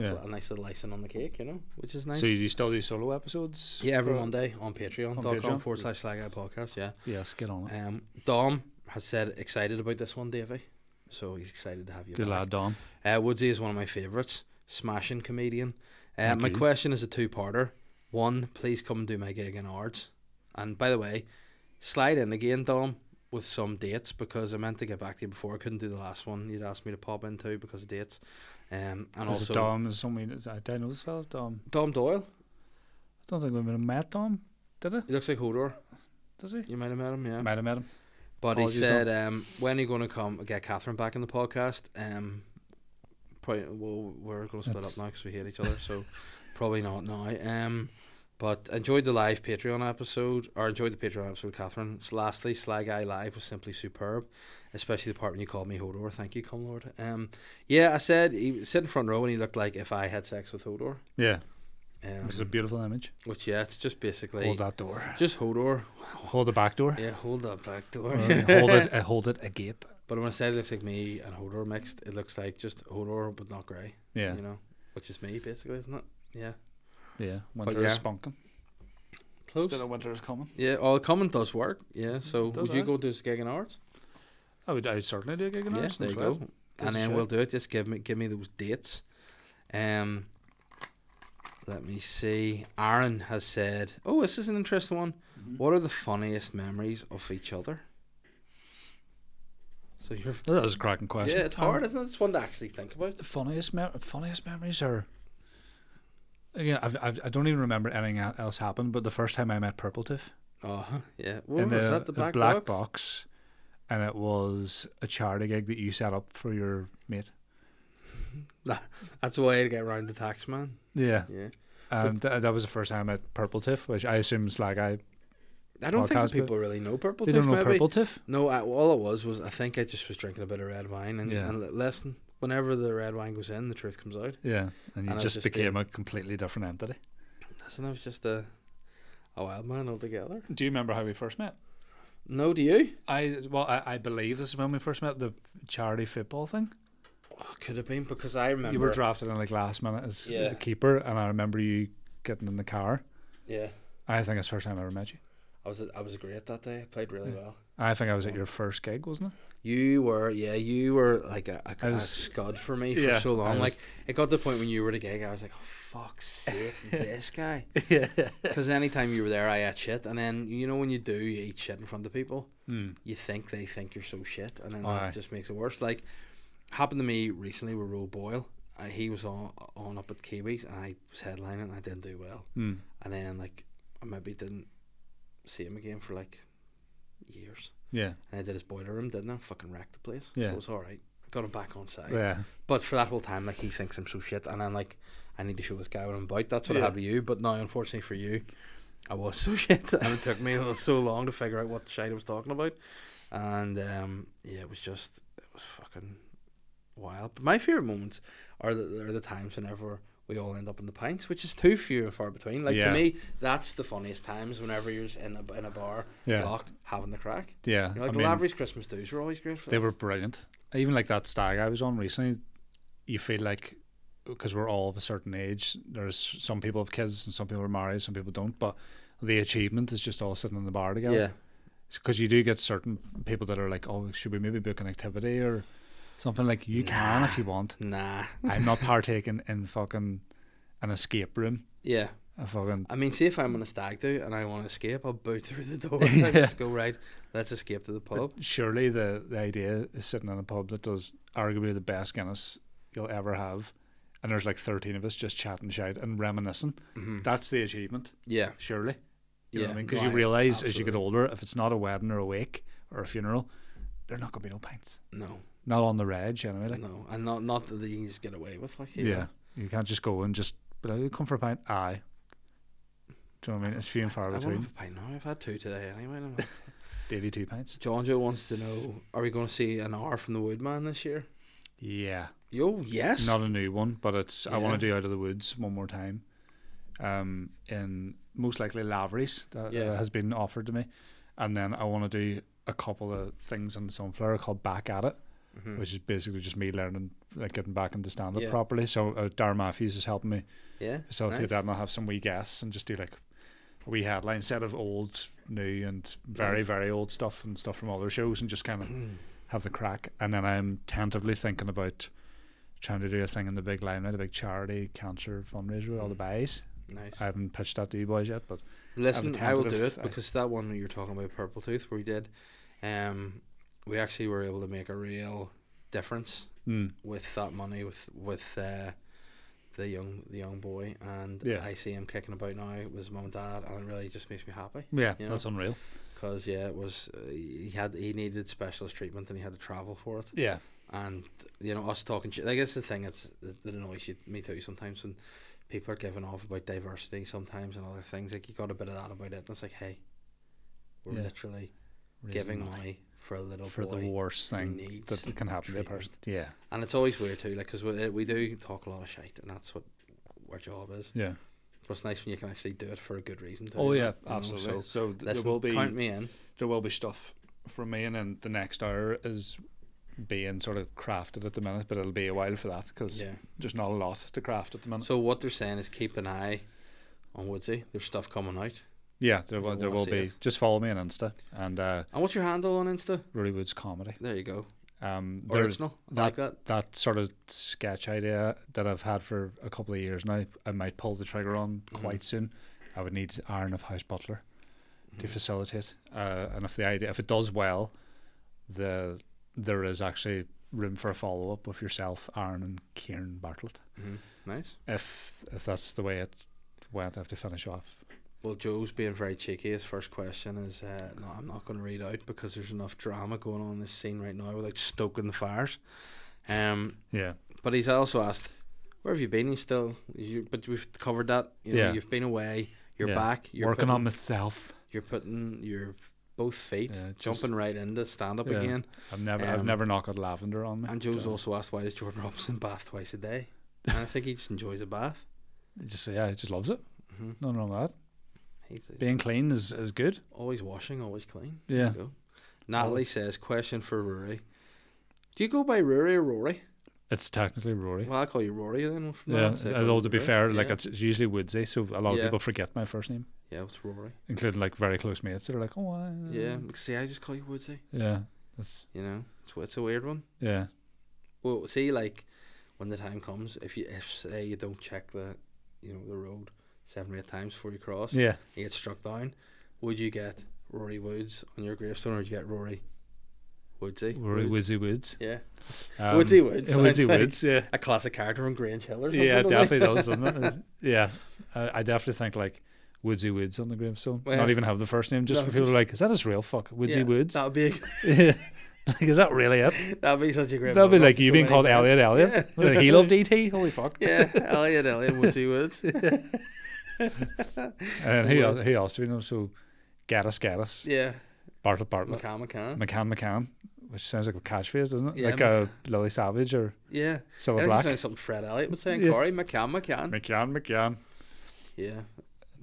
Speaker 3: Mm-hmm. Yeah.
Speaker 1: pl- a nice little icing on the cake, you know, which is nice.
Speaker 3: So you do still do solo episodes?
Speaker 1: Yeah, every
Speaker 3: for-
Speaker 1: Monday on
Speaker 3: On
Speaker 1: patreon.com
Speaker 3: Patreon?
Speaker 1: forward slash Slag Eye Podcast, yeah.
Speaker 3: Yes, get on it.
Speaker 1: Um, Dom has said excited about this one, Davey. So he's excited to have you
Speaker 3: Good
Speaker 1: back.
Speaker 3: lad, Don.
Speaker 1: Uh, Woodsy is one of my favourites. Smashing comedian. Uh, my
Speaker 3: you.
Speaker 1: question is a two-parter. One, please come do my gig in Ards. And by the way, slide in again, Dom, with some dates because I meant to get back to you before. I couldn't do the last one. You'd asked me to pop into because of dates. Um, and
Speaker 3: Is
Speaker 1: also
Speaker 3: it Dom? Is somebody? Is, I don't know this fella. Dom.
Speaker 1: Dom Doyle.
Speaker 3: I don't think we've met Dom. Did I?
Speaker 1: He looks like Hodor.
Speaker 3: Does he?
Speaker 1: You might have met him, yeah.
Speaker 3: Might have met him.
Speaker 1: But he
Speaker 3: Apologies,
Speaker 1: said, um, "When are you going to come get Catherine back in the podcast?" Um, probably. Well, we're going to split
Speaker 3: That's-
Speaker 1: up now because we hate each other, so probably not now. Um, but enjoyed the live Patreon episode, or enjoyed the Patreon episode, Catherine. S- Lastly, Sly Guy Live was simply superb, especially the part when you called me Hodor. Thank you, come Lord. Um, yeah, I said he sat in front row and he looked like if I had sex with Hodor.
Speaker 3: Yeah,
Speaker 1: Um,
Speaker 3: which is a beautiful image.
Speaker 1: which yeah, it's just basically
Speaker 3: Hold that door.
Speaker 1: just Hodor.
Speaker 3: Hold the back door.
Speaker 1: Yeah, hold that back door.
Speaker 3: Uh, hold it. Uh, hold it agape.
Speaker 1: But when I said it looks like me and Hodor mixed, it looks like just Hodor but not grey.
Speaker 3: Yeah,
Speaker 1: You know, which is me basically, isn't it? Yeah.
Speaker 3: yeah.
Speaker 1: But
Speaker 3: Winter
Speaker 1: yeah.
Speaker 3: is spunking.
Speaker 1: Close.
Speaker 3: Still, winter is coming.
Speaker 1: Yeah. All comment does work. Yeah. So
Speaker 3: Does
Speaker 1: would you
Speaker 3: it?
Speaker 1: go do this gig in art?
Speaker 3: I would. I would certainly do a gig in
Speaker 1: Yeah.
Speaker 3: Ireland
Speaker 1: There
Speaker 3: as
Speaker 1: you
Speaker 3: well.
Speaker 1: go. And
Speaker 3: Give us a
Speaker 1: then
Speaker 3: shout.
Speaker 1: we'll do it. Just give me give me those dates. Um. Let me see. Aaron has said, "Oh, this is an interesting one. What are the funniest memories of each other?" So you're.
Speaker 3: That is a cracking question. Um,
Speaker 1: Yeah, it's hard, isn't it? It's one to actually think about.
Speaker 3: The funniest, me- funniest memories are. Again, I've, I've, I don't even remember anything el- else happened. But the first time I met Purple Tooth.
Speaker 1: Oh, yeah. What
Speaker 3: in
Speaker 1: was
Speaker 3: the,
Speaker 1: that? The
Speaker 3: the
Speaker 1: black, box.
Speaker 3: and it was a charity gig that you set up for your mate.
Speaker 1: That's a way to get around the tax man.
Speaker 3: Yeah,
Speaker 1: Yeah.
Speaker 3: and th- that was the first time I met Purple Tiff, which I assume is like I
Speaker 1: I don't think
Speaker 3: Podcast,
Speaker 1: that people really know Purple
Speaker 3: they
Speaker 1: Tiff,
Speaker 3: don't know
Speaker 1: maybe.
Speaker 3: Purple Tiff.
Speaker 1: No, I, all it was was I think I just was drinking a bit of red wine and,
Speaker 3: Yeah.
Speaker 1: and li- listen, whenever the red wine goes in, the truth comes out.
Speaker 3: Yeah, and
Speaker 1: And
Speaker 3: you
Speaker 1: I've
Speaker 3: just,
Speaker 1: just
Speaker 3: became a completely different entity.
Speaker 1: Listen, I was just a, a wild man altogether.
Speaker 3: Do you remember how we first met?
Speaker 1: No, do you?
Speaker 3: I well, I, I believe this is when we first met the charity football thing.
Speaker 1: Oh, could have been because I remember.
Speaker 3: You were drafted in like last minute as
Speaker 1: Yeah.
Speaker 3: the keeper, and I remember you getting in the car.
Speaker 1: yeah,
Speaker 3: I think it's the first time I ever met you.
Speaker 1: I was I was great that day. I played really well.
Speaker 3: I think I was at your first gig, wasn't
Speaker 1: You were, yeah, you were like a, a,
Speaker 3: I
Speaker 1: a
Speaker 3: was-
Speaker 1: scud for me for
Speaker 3: Yeah,
Speaker 1: so long.
Speaker 3: I was-
Speaker 1: like it got to the point when you were at a gig, I was like, oh, fuck's sake, this guy.
Speaker 3: it? Yeah.
Speaker 1: Because anytime you were there, I ate shit, and then you know when you do, you eat shit in front of people.
Speaker 3: Mm.
Speaker 1: You think they think you're so shit, and then
Speaker 3: Aye.
Speaker 1: that just makes it worse. Like happened to me recently with Roe Boyle. Uh, he was on on up at Kiwis, and I was headlining, and I didn't do well.
Speaker 3: Mm.
Speaker 1: And then like I maybe didn't see him again for like years.
Speaker 3: Yeah.
Speaker 1: And I did his boiler room, didn't I? Fucking wrecked the place. So
Speaker 3: Yeah.
Speaker 1: it was all right. Got him back on side.
Speaker 3: Yeah.
Speaker 1: But for that whole time, like he thinks I'm so shit, and I'm like, I need to show this guy what I'm about. That's what I
Speaker 3: Yeah.
Speaker 1: had with you. But now, unfortunately for you, I was so shit, and it took me so long to figure out what shit I was talking about. And um, yeah, it was just, it was fucking wild. But my favorite moments are the, are the times whenever we all end up in the pints, which is too few and far between. Like
Speaker 3: Yeah.
Speaker 1: to me, that's the funniest times whenever you're in a, in a bar,
Speaker 3: Yeah.
Speaker 1: locked, having the crack.
Speaker 3: Yeah,
Speaker 1: You know, like
Speaker 3: I
Speaker 1: the
Speaker 3: mean,
Speaker 1: Lavery's Christmas dues were always great for
Speaker 3: they
Speaker 1: that.
Speaker 3: were brilliant. Even like that stag I was on recently, you feel like because we're all of a certain age, there's some people have kids and some people are married, some people don't, but the achievement is just all sitting in the bar together.
Speaker 1: yeah,
Speaker 3: because you do get certain people that are like, oh, should we maybe book an activity or something like you can if you want.
Speaker 1: nah,
Speaker 3: I'm not partaking in fucking an escape room.
Speaker 1: yeah.
Speaker 3: A fucking
Speaker 1: I mean, see if I'm on a stag do and I want to escape, I'll boot through the door. and I just go right. Let's escape to the pub.
Speaker 3: surely the the idea is sitting in a pub that does arguably the best Guinness you'll ever have, and there's like 13 of us just chatting shite and reminiscing. That's the achievement,
Speaker 1: Yeah,
Speaker 3: surely. mm-hmm. You know
Speaker 1: Yeah,
Speaker 3: what I mean? Because
Speaker 1: right,
Speaker 3: you realize as you get older, if it's not a wedding or a wake or a funeral, there are not gonna be no pints.
Speaker 1: no,
Speaker 3: Not on the reg anyway. Like,
Speaker 1: no, and not not that you can just get away with. Like, you
Speaker 3: Yeah.
Speaker 1: know.
Speaker 3: You can't just go and just but I come for a pint. Aye. Do you know what I mean? It's few and
Speaker 1: I
Speaker 3: far
Speaker 1: want to have
Speaker 3: between.
Speaker 1: a pint now. I've had two today anyway. and I'm like-
Speaker 3: Davy two pints.
Speaker 1: John Joe wants to know: Are we going to see an R from the Woodman this year?
Speaker 3: Yeah.
Speaker 1: Yo, yes.
Speaker 3: Not a new one, but it's I want to
Speaker 1: Yeah.
Speaker 3: do Out of the Woods one more time. Um in most likely Lavery's that
Speaker 1: Yeah.
Speaker 3: uh, has been offered to me. And then I want to do a couple of things in Sunflower called Back at It,
Speaker 1: Mhm.
Speaker 3: which is basically just me learning like getting back into stand up
Speaker 1: Yeah.
Speaker 3: properly. So uh, Darren Matthews is helping me
Speaker 1: Yeah.
Speaker 3: facilitate
Speaker 1: nice.
Speaker 3: that and I'll have some wee guests and just do like a wee headline set of old, new and very,
Speaker 1: Nice.
Speaker 3: very old stuff and stuff from other shows and just kind of have the crack. And then I'm tentatively thinking about trying to do a thing in the big limelight, a big charity cancer fundraiser with all the
Speaker 1: Mm.
Speaker 3: buys.
Speaker 1: Nice.
Speaker 3: I haven't pitched that to you boys yet, but
Speaker 1: Listen, I will do
Speaker 3: tentative- uh,
Speaker 1: it because that one that you're talking about, Purple Tooth, we did. Um, we actually were able to make a real difference
Speaker 3: mm,
Speaker 1: with that money with with uh, the young the young boy, and
Speaker 3: Yeah.
Speaker 1: I see him kicking about now with his mum and dad, and it really just makes me happy
Speaker 3: yeah,
Speaker 1: You know?
Speaker 3: that's unreal.
Speaker 1: because yeah, it was uh, he had he needed specialist treatment and he had to travel for it,
Speaker 3: Yeah,
Speaker 1: and you know us talking shit. I guess the thing that's that that annoys you, me too sometimes when people are giving off about diversity sometimes and other things like you got a bit of that about it, and it's like hey, we're
Speaker 3: Yeah.
Speaker 1: literally
Speaker 3: raising
Speaker 1: giving
Speaker 3: money
Speaker 1: money, for a little
Speaker 3: for
Speaker 1: boy
Speaker 3: the worst
Speaker 1: who
Speaker 3: thing
Speaker 1: needs
Speaker 3: that can happen to a person.
Speaker 1: treatment.
Speaker 3: Yeah,
Speaker 1: And it's always weird too, like because we, we do talk a lot of shite, and that's what our job is.
Speaker 3: yeah.
Speaker 1: But it's nice when you can actually do it for a good reason. Too,
Speaker 3: Oh yeah,
Speaker 1: you know,
Speaker 3: absolutely.
Speaker 1: So
Speaker 3: so th- there
Speaker 1: listen,
Speaker 3: will be
Speaker 1: count me in.
Speaker 3: there will be stuff from me, and then the next hour is being sort of crafted at the minute, but it'll be a while for that because
Speaker 1: Yeah.
Speaker 3: there's not a lot to craft at the minute.
Speaker 1: So what they're saying is keep an eye on Woodsy. There's stuff coming out.
Speaker 3: yeah, there will
Speaker 1: You'll
Speaker 3: there
Speaker 1: wanna
Speaker 3: will
Speaker 1: see
Speaker 3: be.
Speaker 1: it.
Speaker 3: Just follow me on Insta and uh,
Speaker 1: And what's your handle on Insta?
Speaker 3: Rory Woods comedy.
Speaker 1: There you go.
Speaker 3: Um, there's
Speaker 1: Original. I like that.
Speaker 3: that sort of sketch idea that I've had for a couple of years now. I might pull the trigger on
Speaker 1: Mm-hmm.
Speaker 3: quite soon. I would need Aaron of House Butler to facilitate, uh, and if the idea if it does well, the there is actually room for a follow up with yourself, Aaron, and Kieran Bartlett.
Speaker 1: Mhm.
Speaker 3: Mm-hmm.
Speaker 1: Nice.
Speaker 3: If if that's the way it went, I have to finish off.
Speaker 1: Well, Joe's being very cheeky. His first question is, uh, no, I'm not going to read out because there's enough drama going on in this scene right now without stoking the fires. Um,
Speaker 3: Yeah,
Speaker 1: But he's also asked, "Where have you been? You still? You, but we've covered that. You know,
Speaker 3: Yeah.
Speaker 1: you've been away. You're
Speaker 3: Yeah.
Speaker 1: back. You're
Speaker 3: working
Speaker 1: putting,
Speaker 3: on myself.
Speaker 1: You're putting your both feet,
Speaker 3: Yeah, just-
Speaker 1: jumping right into stand up
Speaker 3: Yeah.
Speaker 1: again."
Speaker 3: I've never I've
Speaker 1: Um,
Speaker 3: never knocked lavender on me.
Speaker 1: And Joe's
Speaker 3: So,
Speaker 1: also asked, "Why does Jordan Robinson bath twice a day?" And I think he just enjoys a bath.
Speaker 3: just yeah, he just loves it.
Speaker 1: Mhm.
Speaker 3: Nothing wrong with that.
Speaker 1: He's, he's
Speaker 3: Being clean is is good.
Speaker 1: always washing, always clean. There
Speaker 3: Yeah.
Speaker 1: you go. Natalie says, "Question for Rory: Do you go by Rory or Rory?
Speaker 3: It's technically Rory.
Speaker 1: Well, I call you Rory then. From now
Speaker 3: Yeah,
Speaker 1: on, so I call
Speaker 3: although
Speaker 1: you
Speaker 3: to be
Speaker 1: Rory.
Speaker 3: fair, like
Speaker 1: Yeah.
Speaker 3: it's, it's usually Woodsy, so a lot of
Speaker 1: Yeah.
Speaker 3: people forget my first name,
Speaker 1: yeah, it's Rory.
Speaker 3: including like very close mates that are like, oh, I,
Speaker 1: Yeah, see, I just call you Woodsy.
Speaker 3: yeah, that's
Speaker 1: You know, it's it's a weird one."
Speaker 3: yeah,
Speaker 1: Well, see, like when the time comes, if you if say you don't check the, you know, the road seven or eight times before you cross,
Speaker 3: yeah.
Speaker 1: you get struck down. Would you get Rory Woods on your gravestone, or would you get Rory Woodsy?
Speaker 3: Rory Woodsy Woods.
Speaker 1: Yeah,
Speaker 3: Um,
Speaker 1: Woodsy Woods,
Speaker 3: yeah,
Speaker 1: I'd
Speaker 3: Woodsy
Speaker 1: say.
Speaker 3: Woods. Yeah,
Speaker 1: a classic character from Grange Hill or something.
Speaker 3: yeah, it
Speaker 1: like
Speaker 3: definitely does, doesn't it? Yeah, I, I definitely think like Woodsy Woods on the gravestone.
Speaker 1: Well,
Speaker 3: Not even have the first name, just
Speaker 1: no,
Speaker 3: for people
Speaker 1: just-
Speaker 3: are like, is that his real fuck? Woodsy
Speaker 1: Yeah,
Speaker 3: Woods.
Speaker 1: That'd be
Speaker 3: Yeah. like, is that really it?
Speaker 1: that'd be such a great.
Speaker 3: That'd be
Speaker 1: moment
Speaker 3: like
Speaker 1: for
Speaker 3: you
Speaker 1: so
Speaker 3: being
Speaker 1: many
Speaker 3: called
Speaker 1: fans.
Speaker 3: Elliot Elliot. He loved ET. Holy fuck.
Speaker 1: Yeah, Elliot, Elliot, Woodsy Woods.
Speaker 3: And who else? Who else do we know? So, Gaddis Gaddis,
Speaker 1: Yeah,
Speaker 3: Bartlett Bartlett.
Speaker 1: McCann, McCann.
Speaker 3: McCann McCann which sounds like a catchphrase, doesn't it?
Speaker 1: Yeah,
Speaker 3: like a Lily Savage or
Speaker 1: Yeah.
Speaker 3: Silver
Speaker 1: That
Speaker 3: Black.
Speaker 1: sounds something Fred Elliott would say in
Speaker 3: Yeah.
Speaker 1: Corey. McCann, McCann.
Speaker 3: McCann, McCann.
Speaker 1: Yeah.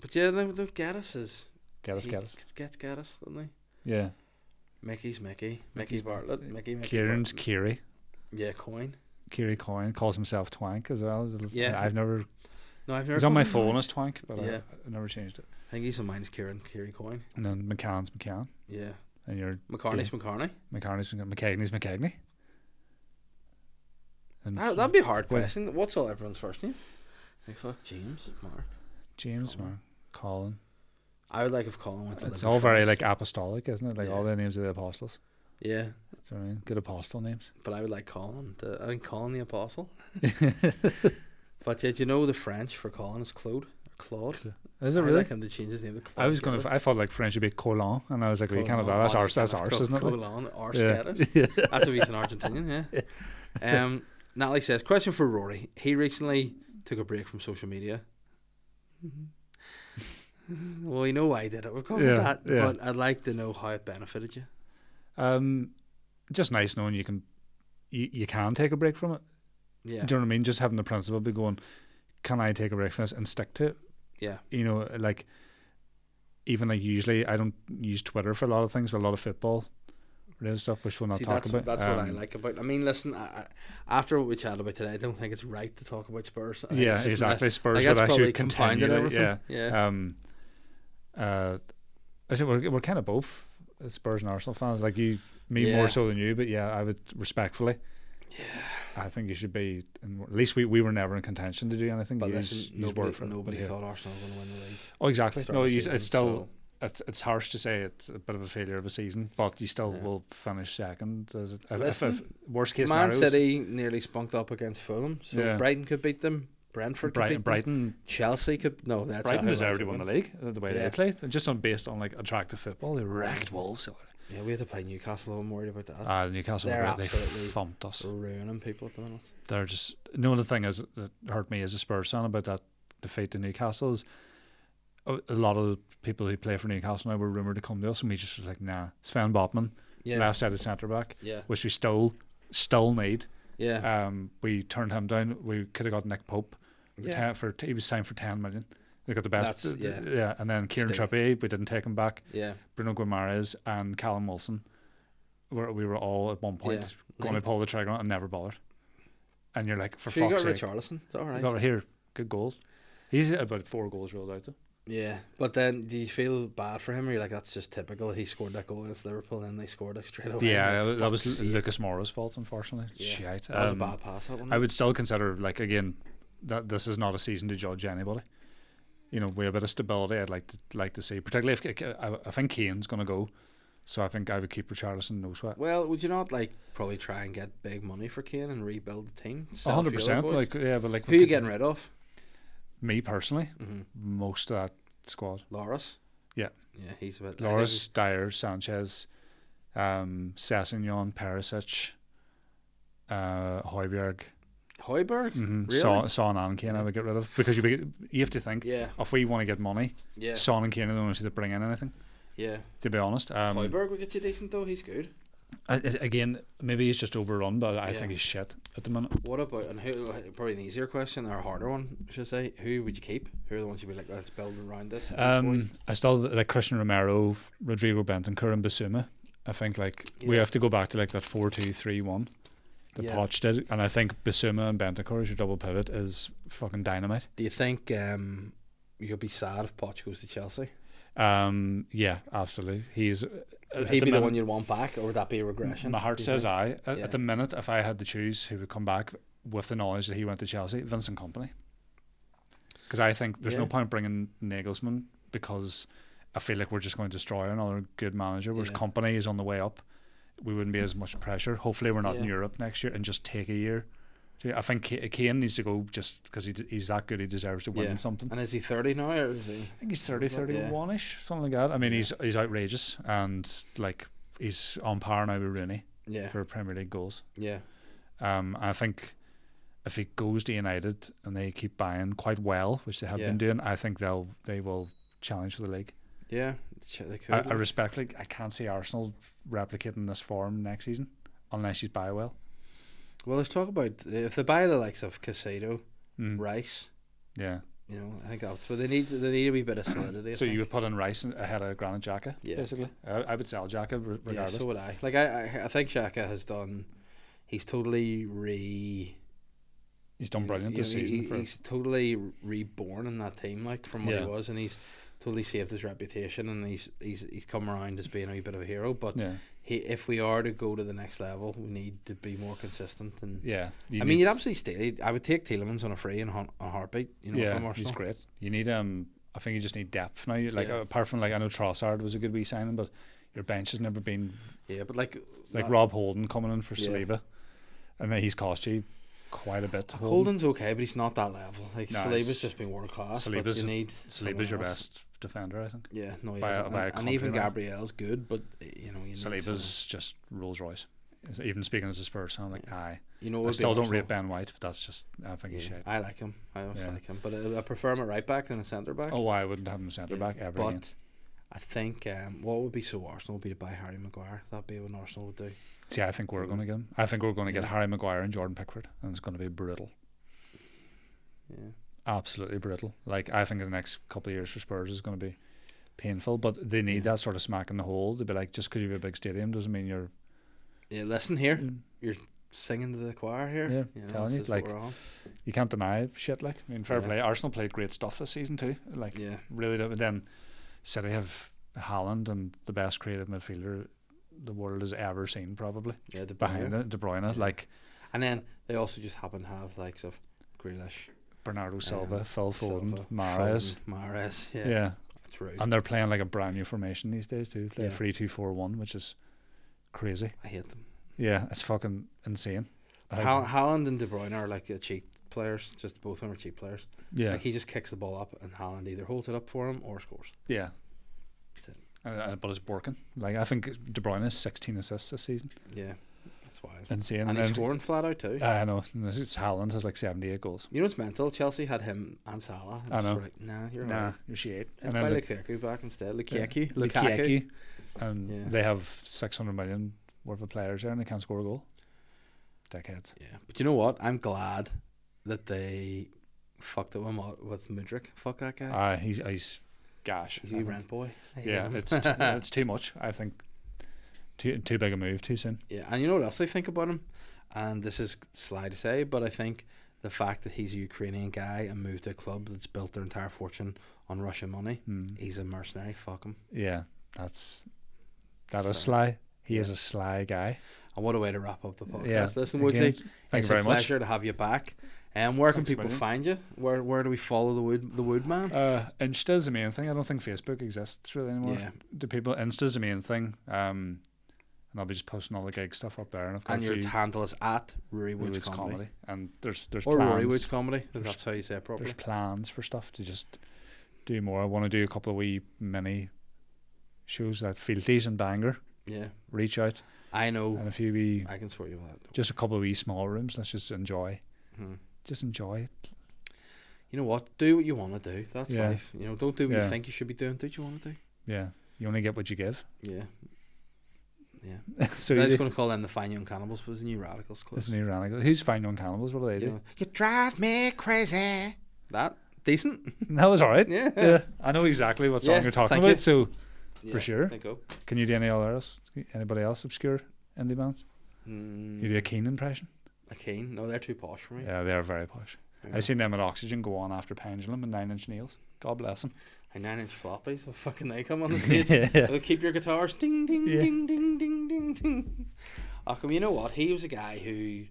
Speaker 1: But yeah, the, the Gaddis is.
Speaker 3: Get us,
Speaker 1: he
Speaker 3: get us.
Speaker 1: Gets Gaddis, doesn't he?
Speaker 3: Yeah.
Speaker 1: Mickey's Mickey. Mickey's
Speaker 3: Mickey's-
Speaker 1: Bartlett. Mickey, Mickey.
Speaker 3: Uh, Kieran's
Speaker 1: Bartlett.
Speaker 3: Kiri.
Speaker 1: Yeah, Coin.
Speaker 3: Kiri Coyne calls himself Twank as well. Is it-
Speaker 1: Yeah.
Speaker 3: I've never.
Speaker 1: No, I've never.
Speaker 3: He's on
Speaker 1: called
Speaker 3: my
Speaker 1: him
Speaker 3: phone
Speaker 1: Coin.
Speaker 3: as Twank, but
Speaker 1: Yeah.
Speaker 3: I, I never changed it.
Speaker 1: I think he's on mine is Kieran. Kieran Coin.
Speaker 3: And then McCann's McCann,
Speaker 1: Yeah.
Speaker 3: and you're
Speaker 1: McCartney's McCartney.
Speaker 3: McCartney's McCann- McKagney's McKagney. And
Speaker 1: That, that'd be a hard
Speaker 3: Well-
Speaker 1: question. What's all everyone's first name? Like, fuck, James, Mark.
Speaker 3: James,
Speaker 1: Colin.
Speaker 3: Mark, Colin.
Speaker 1: I would like if Colin went to live
Speaker 3: It's
Speaker 1: in
Speaker 3: all very
Speaker 1: France.
Speaker 3: like apostolic, isn't it? Like all
Speaker 1: Yeah.
Speaker 3: the names of the apostles.
Speaker 1: Yeah,
Speaker 3: That's all right. Good apostle names.
Speaker 1: but I would like Colin. The, I think Colin the Apostle. but yeah, do you know the French for Colin is Claude? Claude.
Speaker 3: Is it
Speaker 1: I
Speaker 3: really?
Speaker 1: like him to change his name to Claude.
Speaker 3: I was gonna. I thought like French would be Colon, and I was like, well, you can't have that. That's ours. That's ours, isn't it? like?
Speaker 1: Colin, arse
Speaker 3: Yeah.
Speaker 1: Gaddis. That's if he's an Argentinian, yeah. Um, Natalie says, question for Rory. He recently took a break from social media. well, you know why I did it. We've covered
Speaker 3: Mm-hmm. Yeah,
Speaker 1: that.
Speaker 3: yeah.
Speaker 1: But I'd like to know how it benefited you.
Speaker 3: Um, just nice knowing you can, you, you can take a break from it.
Speaker 1: Yeah.
Speaker 3: Do you know what I mean? Just having the principle be going, can I take a break from this and stick to it?
Speaker 1: Yeah.
Speaker 3: You know, like even like usually I don't use Twitter for a lot of things, but a lot of football related stuff, which we'll not
Speaker 1: See,
Speaker 3: talk
Speaker 1: that's,
Speaker 3: about.
Speaker 1: that's what I
Speaker 3: Um,
Speaker 1: like about I mean, listen, I, I, after what we chatted about today, I don't think it's right to talk about Spurs. I think
Speaker 3: Yeah,
Speaker 1: it's just
Speaker 3: exactly.
Speaker 1: Not,
Speaker 3: Spurs
Speaker 1: I
Speaker 3: would
Speaker 1: guess probably
Speaker 3: actually
Speaker 1: compounded
Speaker 3: continue. to-
Speaker 1: everything.
Speaker 3: Yeah.
Speaker 1: Yeah.
Speaker 3: Um. Uh, I said we're we're kind of both Spurs and Arsenal fans. Like you, me
Speaker 1: Yeah.
Speaker 3: more so than you, but yeah, I would respectfully. Yeah. I think you should be. In, at least we, we were never in contention to do anything.
Speaker 1: but
Speaker 3: Yous-
Speaker 1: listen,
Speaker 3: yous were
Speaker 1: nobody,
Speaker 3: for it, but
Speaker 1: nobody
Speaker 3: yeah.
Speaker 1: thought Arsenal were going to win the league.
Speaker 3: Oh, exactly.
Speaker 1: start
Speaker 3: No,
Speaker 1: of the
Speaker 3: you,
Speaker 1: season,
Speaker 3: it's still
Speaker 1: so-
Speaker 3: it's, it's harsh to say it's a bit of a failure of a season, but you still
Speaker 1: Yeah.
Speaker 3: will finish second. As if, if,
Speaker 1: Listen,
Speaker 3: if worst case
Speaker 1: Man
Speaker 3: scenario,
Speaker 1: City nearly spunked up against Fulham, so
Speaker 3: Yeah.
Speaker 1: Brighton could beat them. Brentford could
Speaker 3: Brighton,
Speaker 1: beat them.
Speaker 3: Brighton,
Speaker 1: Chelsea could no. That's
Speaker 3: Brighton
Speaker 1: how
Speaker 3: deserved to
Speaker 1: Liverpool
Speaker 3: win the league uh, the way
Speaker 1: Yeah.
Speaker 3: they played, and just on based on like attractive football. They wrecked Wolves.
Speaker 1: Yeah, we have to play Newcastle. I'm worried about that.
Speaker 3: Ah, Newcastle,
Speaker 1: They're
Speaker 3: were great. they
Speaker 1: absolutely-
Speaker 3: thumped us.
Speaker 1: We're ruining people at the minute.
Speaker 3: They're just. No, the thing is that hurt me as a Spurs fan about that defeat to Newcastle is a, a lot of people who play for Newcastle now were rumored to come to us, and we just was like, nah. Sven Botman,
Speaker 1: Yeah,
Speaker 3: left sided centre back,
Speaker 1: yeah,
Speaker 3: which we still still need.
Speaker 1: yeah,
Speaker 3: Um, we turned him down. We could have got Nick Pope.
Speaker 1: yeah.
Speaker 3: Ten, for he was signed for ten million. They got the best.
Speaker 1: That's- yeah.
Speaker 3: yeah. and then Kieran
Speaker 1: Still.
Speaker 3: Trippier, we didn't take him back.
Speaker 1: yeah.
Speaker 3: Bruno Guimaraes and Callum Wilson, where we were all at one point
Speaker 1: Yeah.
Speaker 3: going to pull the trigger on it and never bothered. And you're like, for
Speaker 1: Sure, you
Speaker 3: fuck's
Speaker 1: got
Speaker 3: sake,
Speaker 1: Richarlison. It's all
Speaker 3: you
Speaker 1: right.
Speaker 3: got here, good goals. He's about four goals rolled out. Though.
Speaker 1: Yeah, but then do you feel bad for him? Or you're like, that's just typical. He scored that goal against Liverpool, and they scored it straight away.
Speaker 3: Yeah,
Speaker 1: Like,
Speaker 3: that
Speaker 1: fuck's
Speaker 3: was
Speaker 1: sake.
Speaker 3: Lucas Moura's fault, unfortunately.
Speaker 1: Yeah.
Speaker 3: Shite.
Speaker 1: That was
Speaker 3: Um,
Speaker 1: a bad pass. That one.
Speaker 3: I would still consider like again that this is not a season to judge anybody. You know, with a bit of stability, I'd like to like to see, particularly if I, I think Kane's going to go, so I think I would keep Richarlison no sweat.
Speaker 1: Well, would you not like probably try and get big money for Kane and rebuild the team? Sell
Speaker 3: One
Speaker 1: a
Speaker 3: hundred
Speaker 1: few other
Speaker 3: percent.
Speaker 1: boys?
Speaker 3: Like yeah, but like
Speaker 1: who are you
Speaker 3: could-
Speaker 1: getting rid of?
Speaker 3: Me personally,
Speaker 1: Mm-hmm.
Speaker 3: most of that squad:
Speaker 1: Loris.
Speaker 3: Yeah.
Speaker 1: Yeah, he's a bit. I think
Speaker 3: Loris, Dyer, Sanchez, um, Sessignon, Perisic, uh, Hoiberg,
Speaker 1: Hoiberg?
Speaker 3: mm-hmm.
Speaker 1: Really?
Speaker 3: Son, Son, and Kane. I would get rid of because you be- you have to think
Speaker 1: Yeah,
Speaker 3: if we want to get money,
Speaker 1: yeah,
Speaker 3: Son and Kane are the ones who bring in anything.
Speaker 1: yeah.
Speaker 3: To be honest, um,
Speaker 1: Hoiberg will get you decent though. He's good.
Speaker 3: I, I- again, maybe he's just overrun, but I
Speaker 1: Yeah.
Speaker 3: think he's shit at the minute.
Speaker 1: What about and who? Probably an easier question or a harder one, should I say? Who would you keep? Who are the ones you'd be like, let's build around this? these boys?
Speaker 3: Um, I still like Christian Romero, Rodrigo Bentancur, and Basuma. I think like we
Speaker 1: Yeah.
Speaker 3: have to go back to like that four two three one that
Speaker 1: Yeah.
Speaker 3: Poch did, and I think Basuma and Bentancur as your double pivot is fucking dynamite.
Speaker 1: Do you think um, you'll be sad if Poch goes to Chelsea?
Speaker 3: Um, yeah, absolutely. He's uh,
Speaker 1: Would
Speaker 3: at
Speaker 1: he be the
Speaker 3: minute-
Speaker 1: one you'd want back, or would that be a regression?
Speaker 3: My heart
Speaker 1: do you
Speaker 3: says
Speaker 1: think?
Speaker 3: I. At,
Speaker 1: Yeah.
Speaker 3: at the minute, if I had to choose who would come back with the knowledge that he went to Chelsea, Vincent Company. Because I think there's
Speaker 1: Yeah.
Speaker 3: no point bringing Nagelsmann because I feel like we're just going to destroy another good manager. Whereas
Speaker 1: Yeah.
Speaker 3: Company is on the way up, we wouldn't be as much pressure. Hopefully, we're not in
Speaker 1: Yeah.
Speaker 3: Europe next year and just take a year. So, I think Ka- Kane needs to go just because he, d- he's that good. He deserves to win
Speaker 1: Yeah.
Speaker 3: something.
Speaker 1: And is he thirty now, or is he?
Speaker 3: I think he's 30,
Speaker 1: Something like that, yeah.
Speaker 3: 31 ish, something like that. I mean,
Speaker 1: Yeah.
Speaker 3: he's he's outrageous and like he's on par now with Rooney
Speaker 1: Yeah,
Speaker 3: for Premier League goals.
Speaker 1: yeah,
Speaker 3: Um, I think if he goes to United and they keep buying quite well, which they have
Speaker 1: Yeah.
Speaker 3: been doing, I think they'll they will challenge for the league.
Speaker 1: Yeah, ch- they could.
Speaker 3: I, I respect. Like, I can't see Arsenal replicating this form next season unless she's buy well.
Speaker 1: well, let's talk about if they buy the likes of Casado,
Speaker 3: Mm.
Speaker 1: Rice.
Speaker 3: Yeah.
Speaker 1: You know, I think that's what they need. They need a wee bit of solidity. I
Speaker 3: So you
Speaker 1: think.
Speaker 3: would put in Rice and- ahead of Granit Xhaka,
Speaker 1: Yeah.
Speaker 3: basically. I, I would sell Xhaka re-
Speaker 1: Yeah,
Speaker 3: regardless.
Speaker 1: so would I. Like I, I, I think Shaka has done. He's totally re.
Speaker 3: he's
Speaker 1: you
Speaker 3: done
Speaker 1: know,
Speaker 3: brilliant
Speaker 1: you
Speaker 3: this
Speaker 1: know, he-
Speaker 3: season.
Speaker 1: he-
Speaker 3: for,
Speaker 1: he's totally reborn in that team, like from what
Speaker 3: Yeah.
Speaker 1: he was, and he's totally saved his reputation, and he's he's he's come around as being a wee bit of a hero. But
Speaker 3: yeah,
Speaker 1: he, if we are to go to the next level, we need to be more consistent. And
Speaker 3: yeah. You
Speaker 1: I mean,
Speaker 3: need-
Speaker 1: you'd absolutely stay. I would take Tielemans on a free and on a heartbeat. You know, from
Speaker 3: yeah,
Speaker 1: Arsenal.
Speaker 3: he's great. You need um, I think you just need depth now. You- Like
Speaker 1: Yeah.
Speaker 3: apart from like I know Trossard was a good wee signing, but your bench has never been
Speaker 1: Yeah, but like
Speaker 3: like
Speaker 1: that-
Speaker 3: Rob Holden coming in for
Speaker 1: Yeah.
Speaker 3: Saliba, and then he's cost you quite a bit. Holden,
Speaker 1: Holden's okay, but he's not that level. Like
Speaker 3: No, it's-
Speaker 1: Saliba's just been world class. but
Speaker 3: Saliba's-
Speaker 1: you need someone
Speaker 3: Saliba's your
Speaker 1: else.
Speaker 3: best defender, I think.
Speaker 1: Yeah, no, he
Speaker 3: by a-
Speaker 1: isn't.
Speaker 3: by a
Speaker 1: and, and even
Speaker 3: country, right?
Speaker 1: Gabrielle's good, but uh, you know, you need someone.
Speaker 3: Saliba's just Rolls Royce. Even speaking as a Spurs fan, I'm like aye,
Speaker 1: You know, it
Speaker 3: I
Speaker 1: would be
Speaker 3: still don't
Speaker 1: Arsenal.
Speaker 3: rate Ben White, but that's just I think he's
Speaker 1: Yeah,
Speaker 3: shit.
Speaker 1: I like him. I always
Speaker 3: Yeah.
Speaker 1: like him, but I, I prefer him at right back than a centre back.
Speaker 3: Oh, I wouldn't have him centre
Speaker 1: Yeah,
Speaker 3: back ever
Speaker 1: but
Speaker 3: again.
Speaker 1: I think um, what would be so Arsenal would be to buy Harry Maguire. That'd be what Arsenal would do.
Speaker 3: See, I think we're going to get him. I think we're going to get
Speaker 1: Yeah.
Speaker 3: Harry Maguire and Jordan Pickford, and it's going to be brutal,
Speaker 1: Yeah,
Speaker 3: absolutely brutal. Like I think the next couple of years for Spurs is going to be painful, but they need
Speaker 1: Yeah.
Speaker 3: that sort of smack in the hole to be like, just because you have a big stadium doesn't mean you're.
Speaker 1: yeah. Listen here,
Speaker 3: Mm.
Speaker 1: you're singing to the choir here.
Speaker 3: Yeah,
Speaker 1: you know,
Speaker 3: telling
Speaker 1: this
Speaker 3: you,
Speaker 1: is what
Speaker 3: like-
Speaker 1: we're on.
Speaker 3: You can't deny shit. Like I mean, fair
Speaker 1: Yeah.
Speaker 3: play. Arsenal played great stuff this season too. Like
Speaker 1: Yeah,
Speaker 3: really, don't- then City have Haaland and the best creative midfielder the world has ever seen, probably
Speaker 1: yeah. De Bruyne.
Speaker 3: behind it, De Bruyne. Like
Speaker 1: And then they also just happen to have likes of Grealish,
Speaker 3: Bernardo Silva,
Speaker 1: Um,
Speaker 3: Phil Foden,
Speaker 1: Silva,
Speaker 3: Mares.
Speaker 1: Foden, Mahrez. Yeah,
Speaker 3: yeah.
Speaker 1: true.
Speaker 3: And they're playing like a brand new formation these days too. Play
Speaker 1: Yeah.
Speaker 3: three two four one, which is crazy.
Speaker 1: I hate them.
Speaker 3: Yeah, it's fucking insane. Like,
Speaker 1: Hall- Holland and De Bruyne are like uh, cheap players. Just both of them are cheap players.
Speaker 3: yeah,
Speaker 1: Like he just kicks the ball up, and Holland either holds it up for him or scores.
Speaker 3: yeah.
Speaker 1: That's it.
Speaker 3: Uh, uh, but it's working. Like I think De Bruyne has 16 assists this season.
Speaker 1: Yeah, that's wild.
Speaker 3: Insane.
Speaker 1: And he's
Speaker 3: then-
Speaker 1: scoring flat out too.
Speaker 3: I know. It's Haaland has like 78 goals.
Speaker 1: you know what's mental? Chelsea had him and Salah. And
Speaker 3: I
Speaker 1: it's
Speaker 3: know.
Speaker 1: Like, nah, you're
Speaker 3: nah,
Speaker 1: right.
Speaker 3: you're shit.
Speaker 1: Let's buy Lukaku back instead. Lukaku.
Speaker 3: Lu-
Speaker 1: Lukaku.
Speaker 3: Lukaku. And
Speaker 1: Yeah.
Speaker 3: they have 600 million worth of players there, and they can't score a goal. Dickheads.
Speaker 1: Yeah, but you know what? I'm glad that they fucked up with Mo- with Mudrik. Fuck that guy.
Speaker 3: Ah, he's he's gosh.
Speaker 1: he's
Speaker 3: I
Speaker 1: a wee
Speaker 3: think-
Speaker 1: rent boy. I hate
Speaker 3: Yeah,
Speaker 1: him.
Speaker 3: it's t- it's too much. I think too too big a move too soon.
Speaker 1: Yeah, and you know what else I think about him? And this is sly to say, but I think the fact that he's a Ukrainian guy and moved to a club that's built their entire fortune on Russian money,
Speaker 3: Mm.
Speaker 1: he's a mercenary. Fuck him.
Speaker 3: Yeah, that's that is
Speaker 1: So,
Speaker 3: sly. He is
Speaker 1: yeah.
Speaker 3: a sly guy.
Speaker 1: And what a way to wrap up the podcast.
Speaker 3: Yeah,
Speaker 1: Listen,
Speaker 3: Again,
Speaker 1: Woodsy,
Speaker 3: thank
Speaker 1: it's
Speaker 3: you very
Speaker 1: a
Speaker 3: much.
Speaker 1: pleasure to have you back. And um, where can
Speaker 3: Thanks,
Speaker 1: people
Speaker 3: Brendan.
Speaker 1: find you? Where Where do we follow the wood the wood man?
Speaker 3: Uh, Insta's the main thing. I don't think Facebook exists really anymore.
Speaker 1: yeah,
Speaker 3: Do people? Insta's the main thing. Um, and I'll be just posting all the gig stuff up there. And I've got
Speaker 1: and
Speaker 3: a
Speaker 1: your
Speaker 3: few
Speaker 1: handle is at Rory
Speaker 3: Rory
Speaker 1: Woods,
Speaker 3: Woods
Speaker 1: Comedy.
Speaker 3: And there's there's
Speaker 1: or
Speaker 3: plans.
Speaker 1: Rory Woods Comedy. If
Speaker 3: There's-
Speaker 1: that's how you say it properly.
Speaker 3: there's plans for stuff to just do more. I want to do a couple of wee mini shows that feel decent banger.
Speaker 1: Yeah,
Speaker 3: Reach out
Speaker 1: I know.
Speaker 3: and a few wee
Speaker 1: I can sort you out.
Speaker 3: just a couple of wee small rooms. Let's just enjoy.
Speaker 1: Hmm.
Speaker 3: Just enjoy it.
Speaker 1: you know what? Do what you want to do. That's
Speaker 3: Yeah.
Speaker 1: life. You know, don't do what
Speaker 3: Yeah.
Speaker 1: you think you should be doing. Do what you want to do.
Speaker 3: Yeah. You only get what you give.
Speaker 1: Yeah. Yeah.
Speaker 3: so
Speaker 1: I was
Speaker 3: you
Speaker 1: going to call them the Fine Young Cannibals, but it's the New Radicals club.
Speaker 3: it's an ironical. Who's Fine Young Cannibals? What do they
Speaker 1: You,
Speaker 3: do?
Speaker 1: know, you drive me crazy. That decent.
Speaker 3: That was all right.
Speaker 1: Yeah.
Speaker 3: yeah. I know exactly what song
Speaker 1: Yeah,
Speaker 3: you're talking
Speaker 1: thank
Speaker 3: about.
Speaker 1: you.
Speaker 3: So
Speaker 1: Yeah,
Speaker 3: For sure.
Speaker 1: There you go.
Speaker 3: can you do any other else? Anybody else obscure indie bands?
Speaker 1: Mm,
Speaker 3: Can you do a Keen impression?
Speaker 1: a Keen. No, they're too posh for me.
Speaker 3: Yeah, they are very posh.
Speaker 1: Yeah.
Speaker 3: I seen them at Oxygen go on after Pendulum and Nine Inch Nails. God bless them.
Speaker 1: And nine inch floppies. So fucking they come on the stage.
Speaker 3: yeah.
Speaker 1: They'll keep your guitars. Ding ding
Speaker 3: Yeah.
Speaker 1: ding ding ding ding ding. Occam, you know what? He was a guy who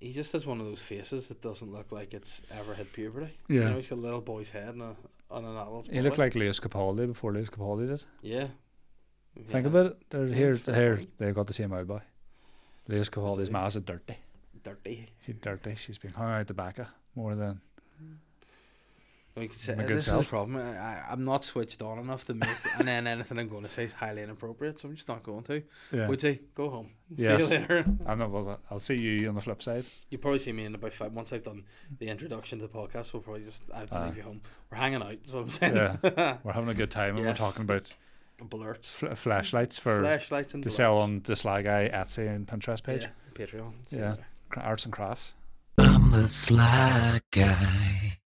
Speaker 1: he just has one of those faces that doesn't look like it's ever hit puberty. You know,
Speaker 3: yeah.
Speaker 1: he's got a little boy's head and, a, and an adult's
Speaker 3: He looked like Lewis Capaldi before Lewis Capaldi did.
Speaker 1: Yeah.
Speaker 3: Think
Speaker 1: Yeah.
Speaker 3: about it. They're
Speaker 1: Yeah,
Speaker 3: here.
Speaker 1: it's fair
Speaker 3: Here
Speaker 1: point.
Speaker 3: they've got the same outboy. Lewis Capaldi's
Speaker 1: do.
Speaker 3: ma's a dirty.
Speaker 1: Dirty.
Speaker 3: She's dirty. She's been hung out the back of more than
Speaker 1: Like I said,
Speaker 3: My good
Speaker 1: this is
Speaker 3: self.
Speaker 1: the problem. I, I- I'm not switched on enough to make, and then anything I'm going to say is highly inappropriate, so I'm just not going to.
Speaker 3: Yeah.
Speaker 1: Would say go home.
Speaker 3: Yes.
Speaker 1: See you later.
Speaker 3: I'm not. Well, I'll see you on the flip side.
Speaker 1: You probably see me in about five. Once I've done the introduction to the podcast, we'll probably just I have to
Speaker 3: Ah.
Speaker 1: leave you home. We're hanging out. That's what I'm saying.
Speaker 3: We're having a good time, and
Speaker 1: Yes.
Speaker 3: we're talking about
Speaker 1: Blurts,
Speaker 3: fl- flashlights for
Speaker 1: flashlights, and
Speaker 3: to
Speaker 1: blurts.
Speaker 3: sell on the Sly Guy Etsy and Pinterest page.
Speaker 1: Yeah, Patreon. See you
Speaker 3: Yeah.
Speaker 1: later.
Speaker 3: Cra- Arts and crafts.
Speaker 2: I'm the sly guy.